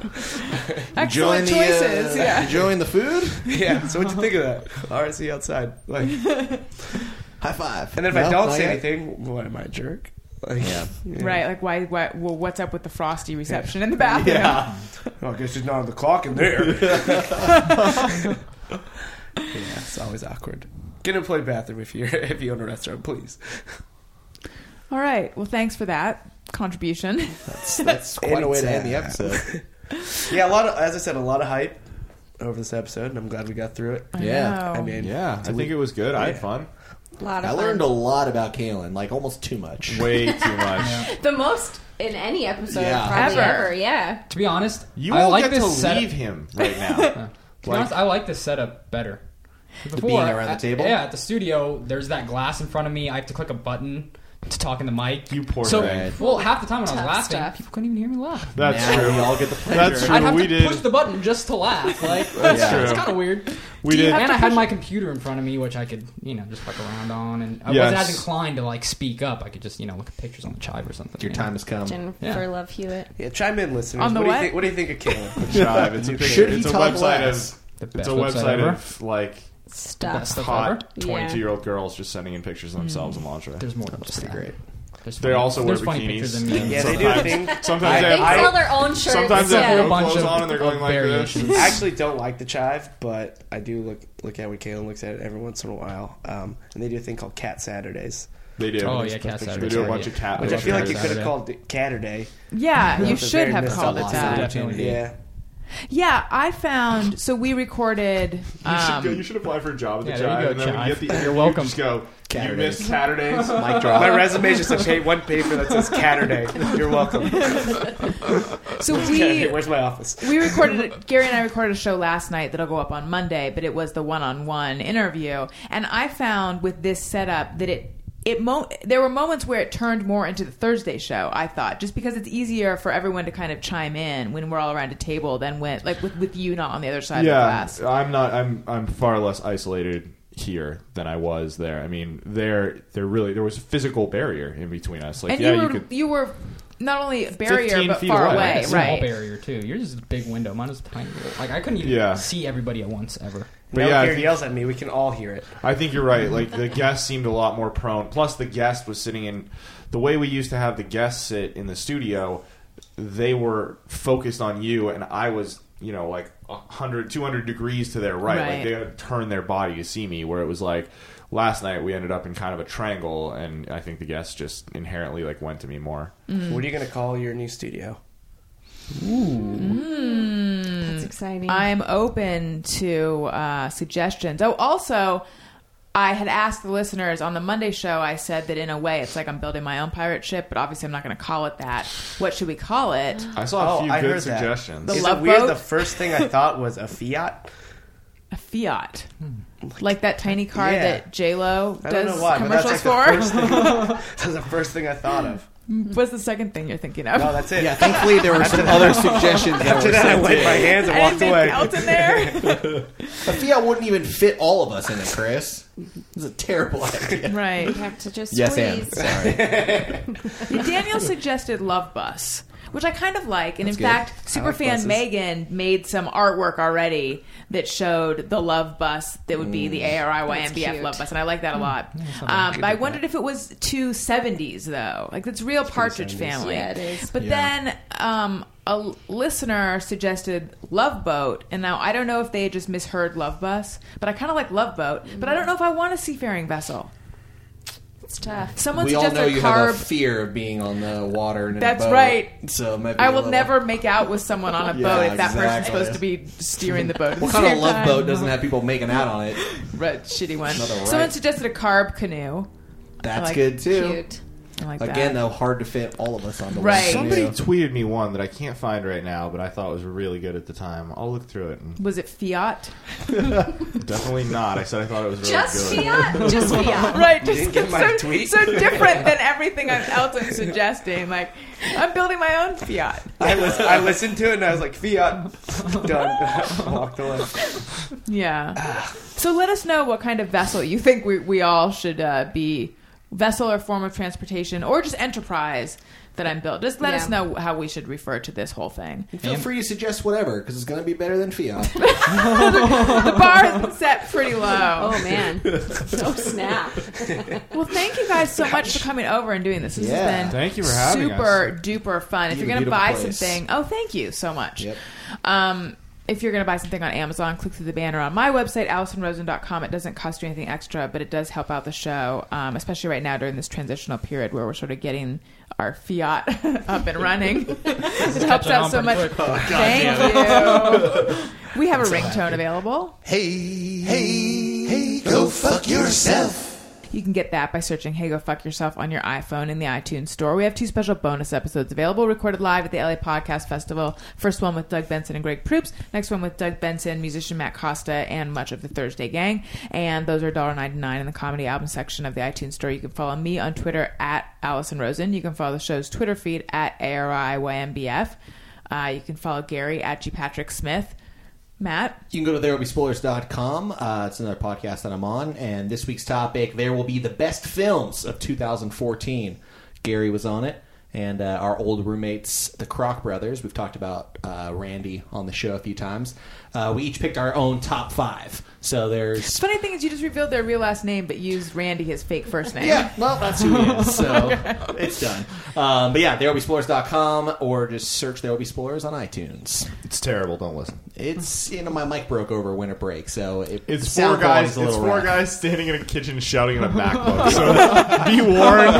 Speaker 7: Enjoying the, uh,
Speaker 1: choices. yeah.
Speaker 7: Enjoying the
Speaker 4: (laughs)
Speaker 7: food.
Speaker 4: Yeah. So what'd you think of that? All right, see you outside. Like,
Speaker 7: High five.
Speaker 4: and then if I
Speaker 7: No,
Speaker 4: don't
Speaker 7: not
Speaker 4: say
Speaker 7: yet.
Speaker 4: anything, what am I a jerk? Like,
Speaker 7: Yeah.
Speaker 1: Right, like why? What? Well, what's up with the frosty reception in the bathroom?
Speaker 4: Well, I guess there's not on the clock in (laughs) there. yeah, it's always awkward. Get an employee bathroom if you're if you own a restaurant, please.
Speaker 1: All right. Well, thanks for that contribution. (laughs)
Speaker 7: That's, that's quite a way to end the episode.
Speaker 4: Yeah, a lot of as I said, a lot of hype over this episode, and I'm glad we got through it.
Speaker 1: I
Speaker 7: (laughs) Yeah,
Speaker 1: know.
Speaker 4: I mean,
Speaker 3: Yeah, I
Speaker 4: So
Speaker 3: think
Speaker 4: we-
Speaker 3: it was good. I had
Speaker 4: yeah.
Speaker 3: fun.
Speaker 5: lot of
Speaker 7: I
Speaker 5: fun.
Speaker 7: learned a lot about Kalen, like almost too much.
Speaker 3: Way
Speaker 7: (laughs)
Speaker 3: too much.
Speaker 5: the most in any episode
Speaker 7: Yeah.
Speaker 5: probably
Speaker 1: Ever.
Speaker 5: ever. Yeah.
Speaker 6: To be honest,
Speaker 3: You
Speaker 6: I
Speaker 3: all
Speaker 6: like
Speaker 3: get
Speaker 6: this
Speaker 3: to
Speaker 6: setup.
Speaker 3: leave him right
Speaker 6: (laughs)
Speaker 3: now.
Speaker 6: To be honest, I like this setup better. Before,
Speaker 7: being around the
Speaker 6: at-
Speaker 7: table?
Speaker 6: yeah, at the studio, there's that glass in front of me. I have to click a button to talk in the mic.
Speaker 3: You poor
Speaker 6: so,
Speaker 3: thing.
Speaker 6: Well, half the time when I
Speaker 5: Tough
Speaker 6: was laughing,
Speaker 5: stuff.
Speaker 6: people couldn't even hear me laugh.
Speaker 3: That's
Speaker 7: now
Speaker 3: true.
Speaker 7: we all get the pleasure.
Speaker 3: That's true.
Speaker 6: I'd have
Speaker 3: we
Speaker 6: to
Speaker 3: did.
Speaker 6: push the button just to laugh.
Speaker 3: (laughs)
Speaker 6: Like,
Speaker 3: true.
Speaker 6: it's kind of weird.
Speaker 3: we did.
Speaker 6: and I had my computer in front of me, which I could, you know, just fuck around on, and I wasn't
Speaker 3: Yes.
Speaker 6: as inclined to like speak up. I could just, you know, look at pictures on the chive or something.
Speaker 7: Your
Speaker 6: you know?
Speaker 7: time has come.
Speaker 5: Jennifer
Speaker 6: Yeah.
Speaker 5: Love Hewitt.
Speaker 4: Yeah, chime in, listeners.
Speaker 1: On the
Speaker 4: what,
Speaker 1: what?
Speaker 4: Do you think, what do you think of (laughs) Caleb?
Speaker 3: Chive. It's a picture.
Speaker 4: Should
Speaker 7: he
Speaker 3: It's a
Speaker 7: talk
Speaker 3: website
Speaker 7: less?
Speaker 3: of.
Speaker 6: The
Speaker 3: It's
Speaker 6: best
Speaker 3: a website,
Speaker 6: website ever.
Speaker 3: of like
Speaker 5: Stuff.
Speaker 6: Stuff ever.
Speaker 3: hot
Speaker 5: Yeah.
Speaker 3: twenty-two-year-old girls just sending in pictures of themselves in lingerie.
Speaker 6: Hmm. There's more than just that.
Speaker 7: Pretty great.
Speaker 6: There's
Speaker 3: They also wear
Speaker 6: there's funny pictures of
Speaker 3: bikinis. (laughs)
Speaker 6: me.
Speaker 4: Yeah, they do a thing.
Speaker 3: Sometimes
Speaker 5: They
Speaker 3: they have
Speaker 5: sell their own shirts.
Speaker 3: Sometimes they
Speaker 5: yeah.
Speaker 3: have no clothes on and they're going like this.
Speaker 6: variations.
Speaker 4: I actually don't like the chive, but I do look look at when Kaylin looks at it every once in a while. Um, and they do a thing called Cat Saturdays,
Speaker 3: They do.
Speaker 6: Oh yeah, cat
Speaker 3: They
Speaker 6: Saturday.
Speaker 3: do a bunch of cat.
Speaker 4: which I
Speaker 6: Love
Speaker 4: feel like
Speaker 6: Cat
Speaker 4: you could have
Speaker 6: Saturday.
Speaker 4: called it Catterday. (laughs)
Speaker 1: Yeah, you
Speaker 4: It's a
Speaker 1: should
Speaker 4: very
Speaker 1: have
Speaker 4: missed
Speaker 1: called it that.
Speaker 6: opportunity.
Speaker 4: Yeah,
Speaker 1: Yeah, I found. So we recorded.
Speaker 3: You should,
Speaker 1: Um,
Speaker 3: go, you should apply for a job at
Speaker 6: Yeah,
Speaker 3: the
Speaker 6: there you
Speaker 3: job,
Speaker 6: go,
Speaker 3: and then when you
Speaker 6: Chive.
Speaker 3: get the interview,
Speaker 6: (laughs) You're welcome.
Speaker 3: Just go. You
Speaker 7: Catterdays.
Speaker 3: missed Saturdays. Mic
Speaker 7: (laughs)
Speaker 4: my resume is just a pa- one paper that says Catterday. (laughs) You're welcome.
Speaker 1: so
Speaker 4: Catterday,
Speaker 1: we
Speaker 4: where's my office?
Speaker 1: we recorded Gary and I recorded a show last night that'll go up on Monday, but it was the one-on-one interview, and I found with this setup that it it mo- there were moments where it turned more into the Thursday show. I thought just because it's easier for everyone to kind of chime in when we're all around a table than when like with with you not on the other side of the glass.
Speaker 3: I'm not. I'm I'm far less isolated here than I was there. I mean, there there really there was a physical barrier in between us. Like,
Speaker 1: and
Speaker 3: yeah,
Speaker 1: you
Speaker 3: you
Speaker 1: were you,
Speaker 3: could.
Speaker 1: were not only a
Speaker 3: 15
Speaker 1: barrier but
Speaker 3: feet
Speaker 1: far
Speaker 3: away.
Speaker 1: away,
Speaker 3: Small
Speaker 6: Small
Speaker 1: right?
Speaker 6: barrier too. Yours is a big window. Mine is a tiny. Little. Like I couldn't even
Speaker 3: Yeah.
Speaker 6: see everybody at once ever.
Speaker 3: But
Speaker 4: no
Speaker 3: yeah,
Speaker 4: one
Speaker 3: I
Speaker 4: here
Speaker 3: think-
Speaker 4: yells at me. We can all hear it.
Speaker 3: I think you're right. Like the guest seemed a lot more prone. Plus, the guest was sitting in the way we used to have the guests sit in the studio. They were focused on you, and I was, you know, like 100, 200 degrees to their right.
Speaker 1: Right.
Speaker 3: Like they had to turn their body to see me. Where it was like last night, we ended up in kind of a triangle, and I think the guests just inherently like went to me more.
Speaker 1: Hmm.
Speaker 4: What are you gonna call your new studio?
Speaker 5: That's
Speaker 3: Mm.
Speaker 5: exciting.
Speaker 1: I'm open to uh, suggestions. Oh, also, I had asked the listeners on the Monday show. I said that in a way, it's like I'm building my own pirate ship, but obviously, I'm not going to call it that. What should we call it?
Speaker 3: I saw a
Speaker 4: Oh,
Speaker 3: few
Speaker 4: I
Speaker 3: good
Speaker 4: heard that.
Speaker 3: suggestions.
Speaker 1: The
Speaker 4: Is
Speaker 1: love
Speaker 4: it weird?
Speaker 1: boat?
Speaker 4: The first thing I thought was a Fiat.
Speaker 1: A Fiat, like that tiny car
Speaker 4: Hmm. Yeah.
Speaker 1: that J Lo
Speaker 4: I don't
Speaker 1: does
Speaker 4: know why, but that's
Speaker 1: commercials
Speaker 4: like
Speaker 1: for. (laughs)
Speaker 4: the first thing. that's the first thing I thought of.
Speaker 1: What's the second thing you're thinking of? (laughs)
Speaker 4: No, that's it.
Speaker 11: Yeah, thankfully there were some
Speaker 4: (laughs)
Speaker 11: other suggestions that
Speaker 4: After
Speaker 11: were
Speaker 4: that, I
Speaker 11: sent
Speaker 4: wiped my
Speaker 11: in.
Speaker 4: hands and
Speaker 1: I didn't
Speaker 4: walked
Speaker 1: make
Speaker 4: away.
Speaker 1: out in
Speaker 4: (laughs)
Speaker 1: there,
Speaker 7: A Fiat wouldn't even fit all of us in it, Chris. It's a terrible idea.
Speaker 1: right?
Speaker 5: You have to just
Speaker 11: Yes, and
Speaker 5: squeeze.
Speaker 3: (laughs)
Speaker 11: sorry.
Speaker 1: Daniel suggested Love Bus, which I kind of like. And in
Speaker 7: good.
Speaker 1: fact, superfan
Speaker 4: buses.
Speaker 1: Megan made some artwork already that showed the Love Bus that would
Speaker 7: Mm.
Speaker 1: be the
Speaker 5: That's
Speaker 1: ARIYMBF
Speaker 5: cute.
Speaker 1: Love Bus, and I like that a lot. Um, but I wondered if it was two seventies though, like it's real Partridge Family.
Speaker 5: Yeah, it is.
Speaker 1: But then um, a l- listener suggested Love Boat, and now I don't know if they had just misheard Love Bus, but I kind of like Love Boat, but I
Speaker 5: Mm.
Speaker 1: don't know if I want a seafaring vessel.
Speaker 5: It's tough.
Speaker 1: Someone
Speaker 7: we all
Speaker 1: suggested
Speaker 7: know you
Speaker 1: carb.
Speaker 7: have a fear of being on the water. And in a
Speaker 1: That's
Speaker 7: boat,
Speaker 1: right.
Speaker 7: So it might be
Speaker 1: I
Speaker 7: a
Speaker 1: will
Speaker 7: little-
Speaker 1: never make out with someone on a
Speaker 7: Yeah,
Speaker 1: boat if that person's
Speaker 7: exactly.
Speaker 1: supposed to be steering the boat. at
Speaker 7: What
Speaker 1: the
Speaker 7: kind of
Speaker 1: same
Speaker 7: love
Speaker 1: time.
Speaker 7: boat doesn't have people making out on it?
Speaker 1: Right, shitty one.
Speaker 7: Another right.
Speaker 1: Someone suggested a carb canoe. I
Speaker 7: That's
Speaker 1: like
Speaker 7: good too.
Speaker 5: Cute.
Speaker 1: I like
Speaker 7: Again,
Speaker 1: that.
Speaker 7: though, hard to fit all of us on the
Speaker 1: Right.
Speaker 7: one
Speaker 3: Somebody
Speaker 7: canoe.
Speaker 3: tweeted me one that I can't find right now, but I thought was really good at the time. I'll look through it. And
Speaker 1: was it Fiat?
Speaker 3: definitely not. I said I thought it was really
Speaker 5: Just
Speaker 3: good.
Speaker 7: (laughs)
Speaker 5: Fiat. Just Fiat.
Speaker 1: Right,
Speaker 4: didn't get my
Speaker 1: so,
Speaker 4: tweet?
Speaker 1: so different than everything I'm- else I'm suggesting. Like, I'm building my own Fiat.
Speaker 4: I, lis- I listened to it and I was like,
Speaker 1: (laughs)
Speaker 4: Fiat, done. walked away.
Speaker 1: Yeah.
Speaker 7: Ah.
Speaker 1: so let us know what kind of vessel you think we, we all should uh, be vessel or form of transportation or just enterprise that I'm built. Just let
Speaker 5: Yeah.
Speaker 1: us know how we should refer to this whole thing.
Speaker 7: Feel free to suggest whatever because it's going to be better than Fiat.
Speaker 1: the bar is set pretty low.
Speaker 5: Oh
Speaker 3: (laughs)
Speaker 5: man. Oh snap.
Speaker 1: Well, thank you guys so much for coming over and doing this. This
Speaker 7: Yeah.
Speaker 1: has been
Speaker 3: Thank you for having us.
Speaker 1: super duper fun. If
Speaker 7: Be
Speaker 1: you're going
Speaker 7: the
Speaker 1: to
Speaker 7: beautiful
Speaker 1: buy
Speaker 7: place.
Speaker 1: something, oh, thank you so much.
Speaker 7: Yep.
Speaker 1: Um, if you're going to buy something on Amazon, click through the banner on my website, AllisonRosen.com. It doesn't cost you anything extra, but it does help out the show, um, especially right now during this transitional period where we're sort of getting our fiat (laughs) up and running. it helps
Speaker 6: catching
Speaker 1: out
Speaker 6: on
Speaker 1: so much.
Speaker 6: pretty quick.
Speaker 1: Thank you. We have a ringtone available.
Speaker 2: Hey, hey, hey, go fuck yourself.
Speaker 1: You can get that by searching Hey Go Fuck Yourself on your iPhone in the iTunes store. We have two special bonus episodes available, recorded live at the LA Podcast Festival. First one with Doug Benson and Greg Proops. Next one with Doug Benson, musician Matt Costa, and much of the Thursday gang. And those are $1.99 in the comedy album section of the iTunes store. You can follow me on Twitter at Allison Rosen. You can follow the show's Twitter feed at ARIYMBF. Uh, you can follow Gary at G. Patrick Smith. Matt?
Speaker 7: You can go to therewillbespoilers.com. Uh, it's another podcast that I'm on. And this week's topic, there will be the best films of 2014. Gary was on it. and uh, our old roommates, the Kroc brothers. We've talked about uh, Randy on the show a few times. Uh, we each picked our own top five. So there's
Speaker 1: Funny thing is, you just revealed their real last name, but used Randy as fake first name.
Speaker 7: Yeah, well, that's who he is. (laughs) So it's done. Um, but yeah, thereillbeexplorers.com or just search There Will Be Explorers on iTunes.
Speaker 3: It's terrible. Don't listen.
Speaker 7: It's, you know, my mic broke over winter break, so it,
Speaker 3: It's
Speaker 7: sound
Speaker 3: four guys.
Speaker 7: quality's a
Speaker 3: It's
Speaker 7: little
Speaker 3: four
Speaker 7: rough.
Speaker 3: guys standing in a kitchen shouting in a backbook. So (laughs) be warned.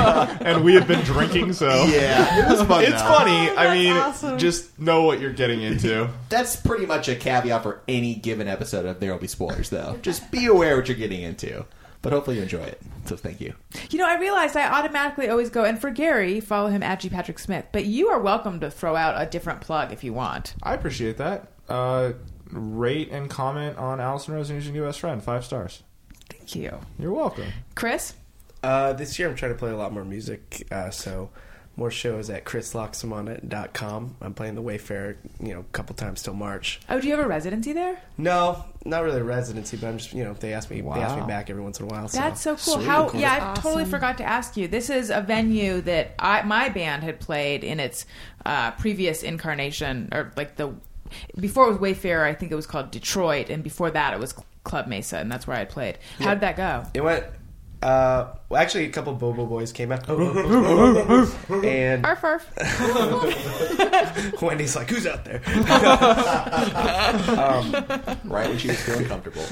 Speaker 3: And we have been drinking, so
Speaker 7: Yeah, it was fun
Speaker 3: (laughs) It's
Speaker 7: though.
Speaker 3: funny.
Speaker 7: Oh,
Speaker 3: I mean,
Speaker 7: that's awesome.
Speaker 3: just know what you're getting into.
Speaker 7: That's pretty much a caveat for any given episode of There Will Be Spoilers, though. Just be aware what you're getting into. But hopefully you enjoy it. So thank you.
Speaker 1: You know, I realized I automatically always go, and for Gary, follow him at G Patrick Smith. But you are welcome to throw out a different plug if you want.
Speaker 3: I appreciate that. Uh, rate and comment on Allison Rose and your new best friend. Five stars.
Speaker 1: Thank you.
Speaker 3: You're welcome.
Speaker 1: Chris?
Speaker 4: Uh, this year, I'm trying to play a lot more music. Uh, so more shows at chrisloxamana.com. I'm playing the Wayfarer, you know, a couple times till March.
Speaker 1: Oh, do you have a residency there?
Speaker 4: No, not really a residency, but I'm just you know they ask me they ask me
Speaker 1: Wow.
Speaker 4: back every once in a while.
Speaker 1: That's so cool. How? Yeah, I totally forgot to ask you. This is a venue that I my band had played in its uh, previous incarnation, or like the before it was Wayfarer. I think it was called Detroit, and before that it was Club Mesa, and that's where I played. How did that (laughs) go?
Speaker 4: It went. Uh, well, actually, a couple Bobo Boys
Speaker 3: (laughs)
Speaker 4: came out, and
Speaker 1: Arf, (laughs) arf.
Speaker 4: (laughs) Wendy's like, "Who's
Speaker 1: (laughs)
Speaker 4: out there?"
Speaker 7: right when she was feeling comfortable.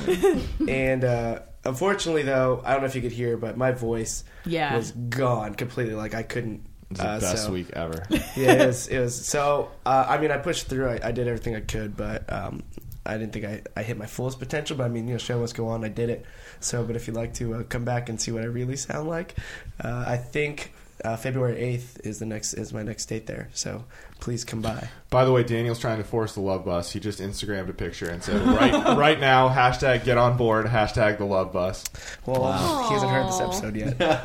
Speaker 4: And uh, unfortunately, though, I don't know if you could hear, but my voice
Speaker 1: Yeah.
Speaker 4: was gone completely. Like I couldn't.
Speaker 3: It's the
Speaker 4: uh,
Speaker 3: best
Speaker 4: so-
Speaker 3: week ever.
Speaker 4: yeah, it was. It was so. Uh, I mean, I pushed through. I, I did everything I could, but um, I didn't think I, I hit my fullest potential. But I mean, you know, show must go on. I did it. So, but if you'd like to uh, come back and see what I really sound like, uh, I think uh, February eighth is the next is my next date there. So please come by.
Speaker 3: (laughs) By the way, Daniel's trying to force the love bus. He just Instagrammed a picture and said, "Right, right now, hashtag get on board, hashtag the love bus."
Speaker 4: Well, he hasn't heard this episode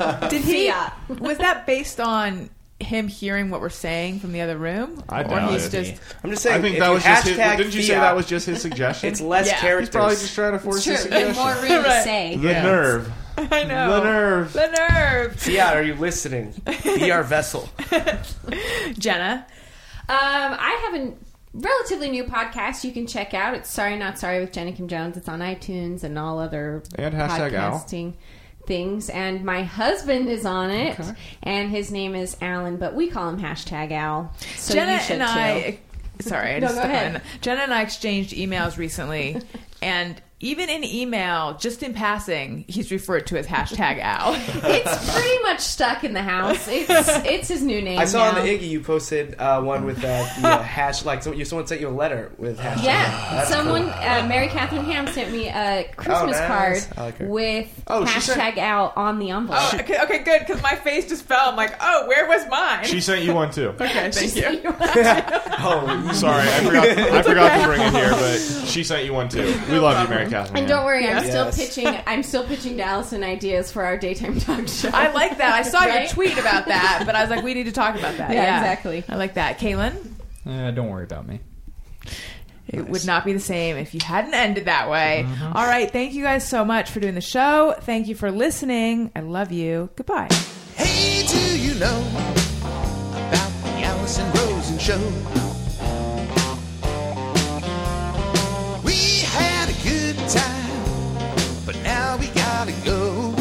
Speaker 3: (laughs)
Speaker 4: yet.
Speaker 1: Did he? Was that based on him hearing what we're saying from the other room?
Speaker 3: I
Speaker 1: Or
Speaker 3: doubt
Speaker 1: he's
Speaker 3: it.
Speaker 1: just-
Speaker 4: I'm just saying.
Speaker 3: I think
Speaker 4: if
Speaker 3: that
Speaker 4: you
Speaker 3: was just his-
Speaker 4: hashtag
Speaker 3: didn't you say
Speaker 4: fiat-
Speaker 3: that was just his suggestion?
Speaker 4: It's less
Speaker 1: Yeah. He's
Speaker 4: characters.
Speaker 3: He's probably just trying to force his suggestion.
Speaker 1: Right.
Speaker 3: The nerve.
Speaker 1: I know.
Speaker 3: The nerve.
Speaker 1: The nerve.
Speaker 4: Fiat, are you listening? Be our vessel.
Speaker 1: Jenna.
Speaker 5: Um, I have a relatively new podcast you can check out. It's Sorry Not Sorry with Jenna Kim Jones. It's on iTunes and all other
Speaker 3: And hashtag Al.
Speaker 5: podcasting things. And my husband is on it, and his name is Alan, but we call him hashtag Al. So
Speaker 1: Jenna
Speaker 5: you should
Speaker 1: and I. Sorry, I
Speaker 5: No,
Speaker 1: just
Speaker 5: go ahead.
Speaker 1: Jenna and I exchanged emails
Speaker 5: (laughs)
Speaker 1: recently, and even in email, just in passing, he's referred to as hashtag
Speaker 5: (laughs)
Speaker 1: Al.
Speaker 5: it's pretty much stuck in the house. It's it's his new name.
Speaker 4: I saw on
Speaker 5: now.
Speaker 4: the Iggy you posted uh, one with uh, the uh, hash like someone, you- someone sent you a letter with hash.
Speaker 5: Yeah,
Speaker 4: That's
Speaker 5: someone,
Speaker 4: cool. Oh,
Speaker 5: uh, Mary Catherine Ham sent me a Christmas
Speaker 4: nice. I
Speaker 5: card
Speaker 4: like her.
Speaker 5: with
Speaker 4: Oh, she
Speaker 5: hashtag
Speaker 4: sent-
Speaker 5: out on the envelope.
Speaker 4: (laughs)
Speaker 1: Oh, okay, okay, good, because my face just fell. I'm like, oh, where was mine?
Speaker 3: She sent you one (laughs)
Speaker 1: (laughs)
Speaker 3: too.
Speaker 1: okay, thank you.
Speaker 3: Oh, sorry, I forgot. I forgot to bring it here, but she sent you one too. We love you, Mary Catherine.
Speaker 5: And don't worry, I'm
Speaker 3: Yes.
Speaker 5: still
Speaker 3: Yes.
Speaker 5: pitching. I'm still pitching to Allison ideas for our daytime talk show.
Speaker 1: I like that. I saw your
Speaker 5: (laughs) Right?
Speaker 1: tweet about that, but I was like, we need to talk about that.
Speaker 5: Yeah, exactly.
Speaker 1: I like that, Kaylin.
Speaker 6: Eh, don't worry about me.
Speaker 1: It would not be the same if you hadn't ended that way. All right, thank you guys so much for doing the show. Thank you for listening. I love you. Goodbye.
Speaker 2: Hey, do you know about the Allison Rosen show? We had a good time, but now we gotta go.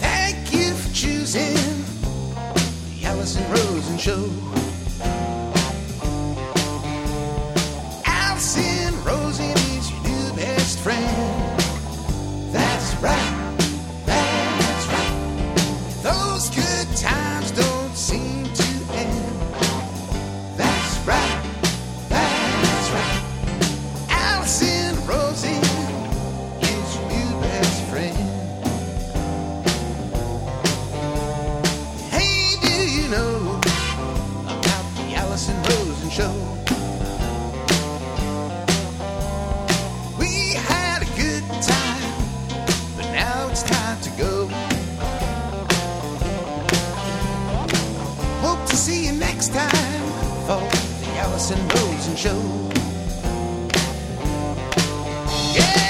Speaker 2: Thank you for choosing the Allison Rosen show. Allison Rosen is your new best friend. That's right. That's right. Those good times don't seem to end. That's right. That's right. Allison Rosie is your new best friend. Hey, do you know about the Allison Rosen show? We had a good time but now it's time to go. Hope to see you next time for the Allison Rosen Show. Yeah.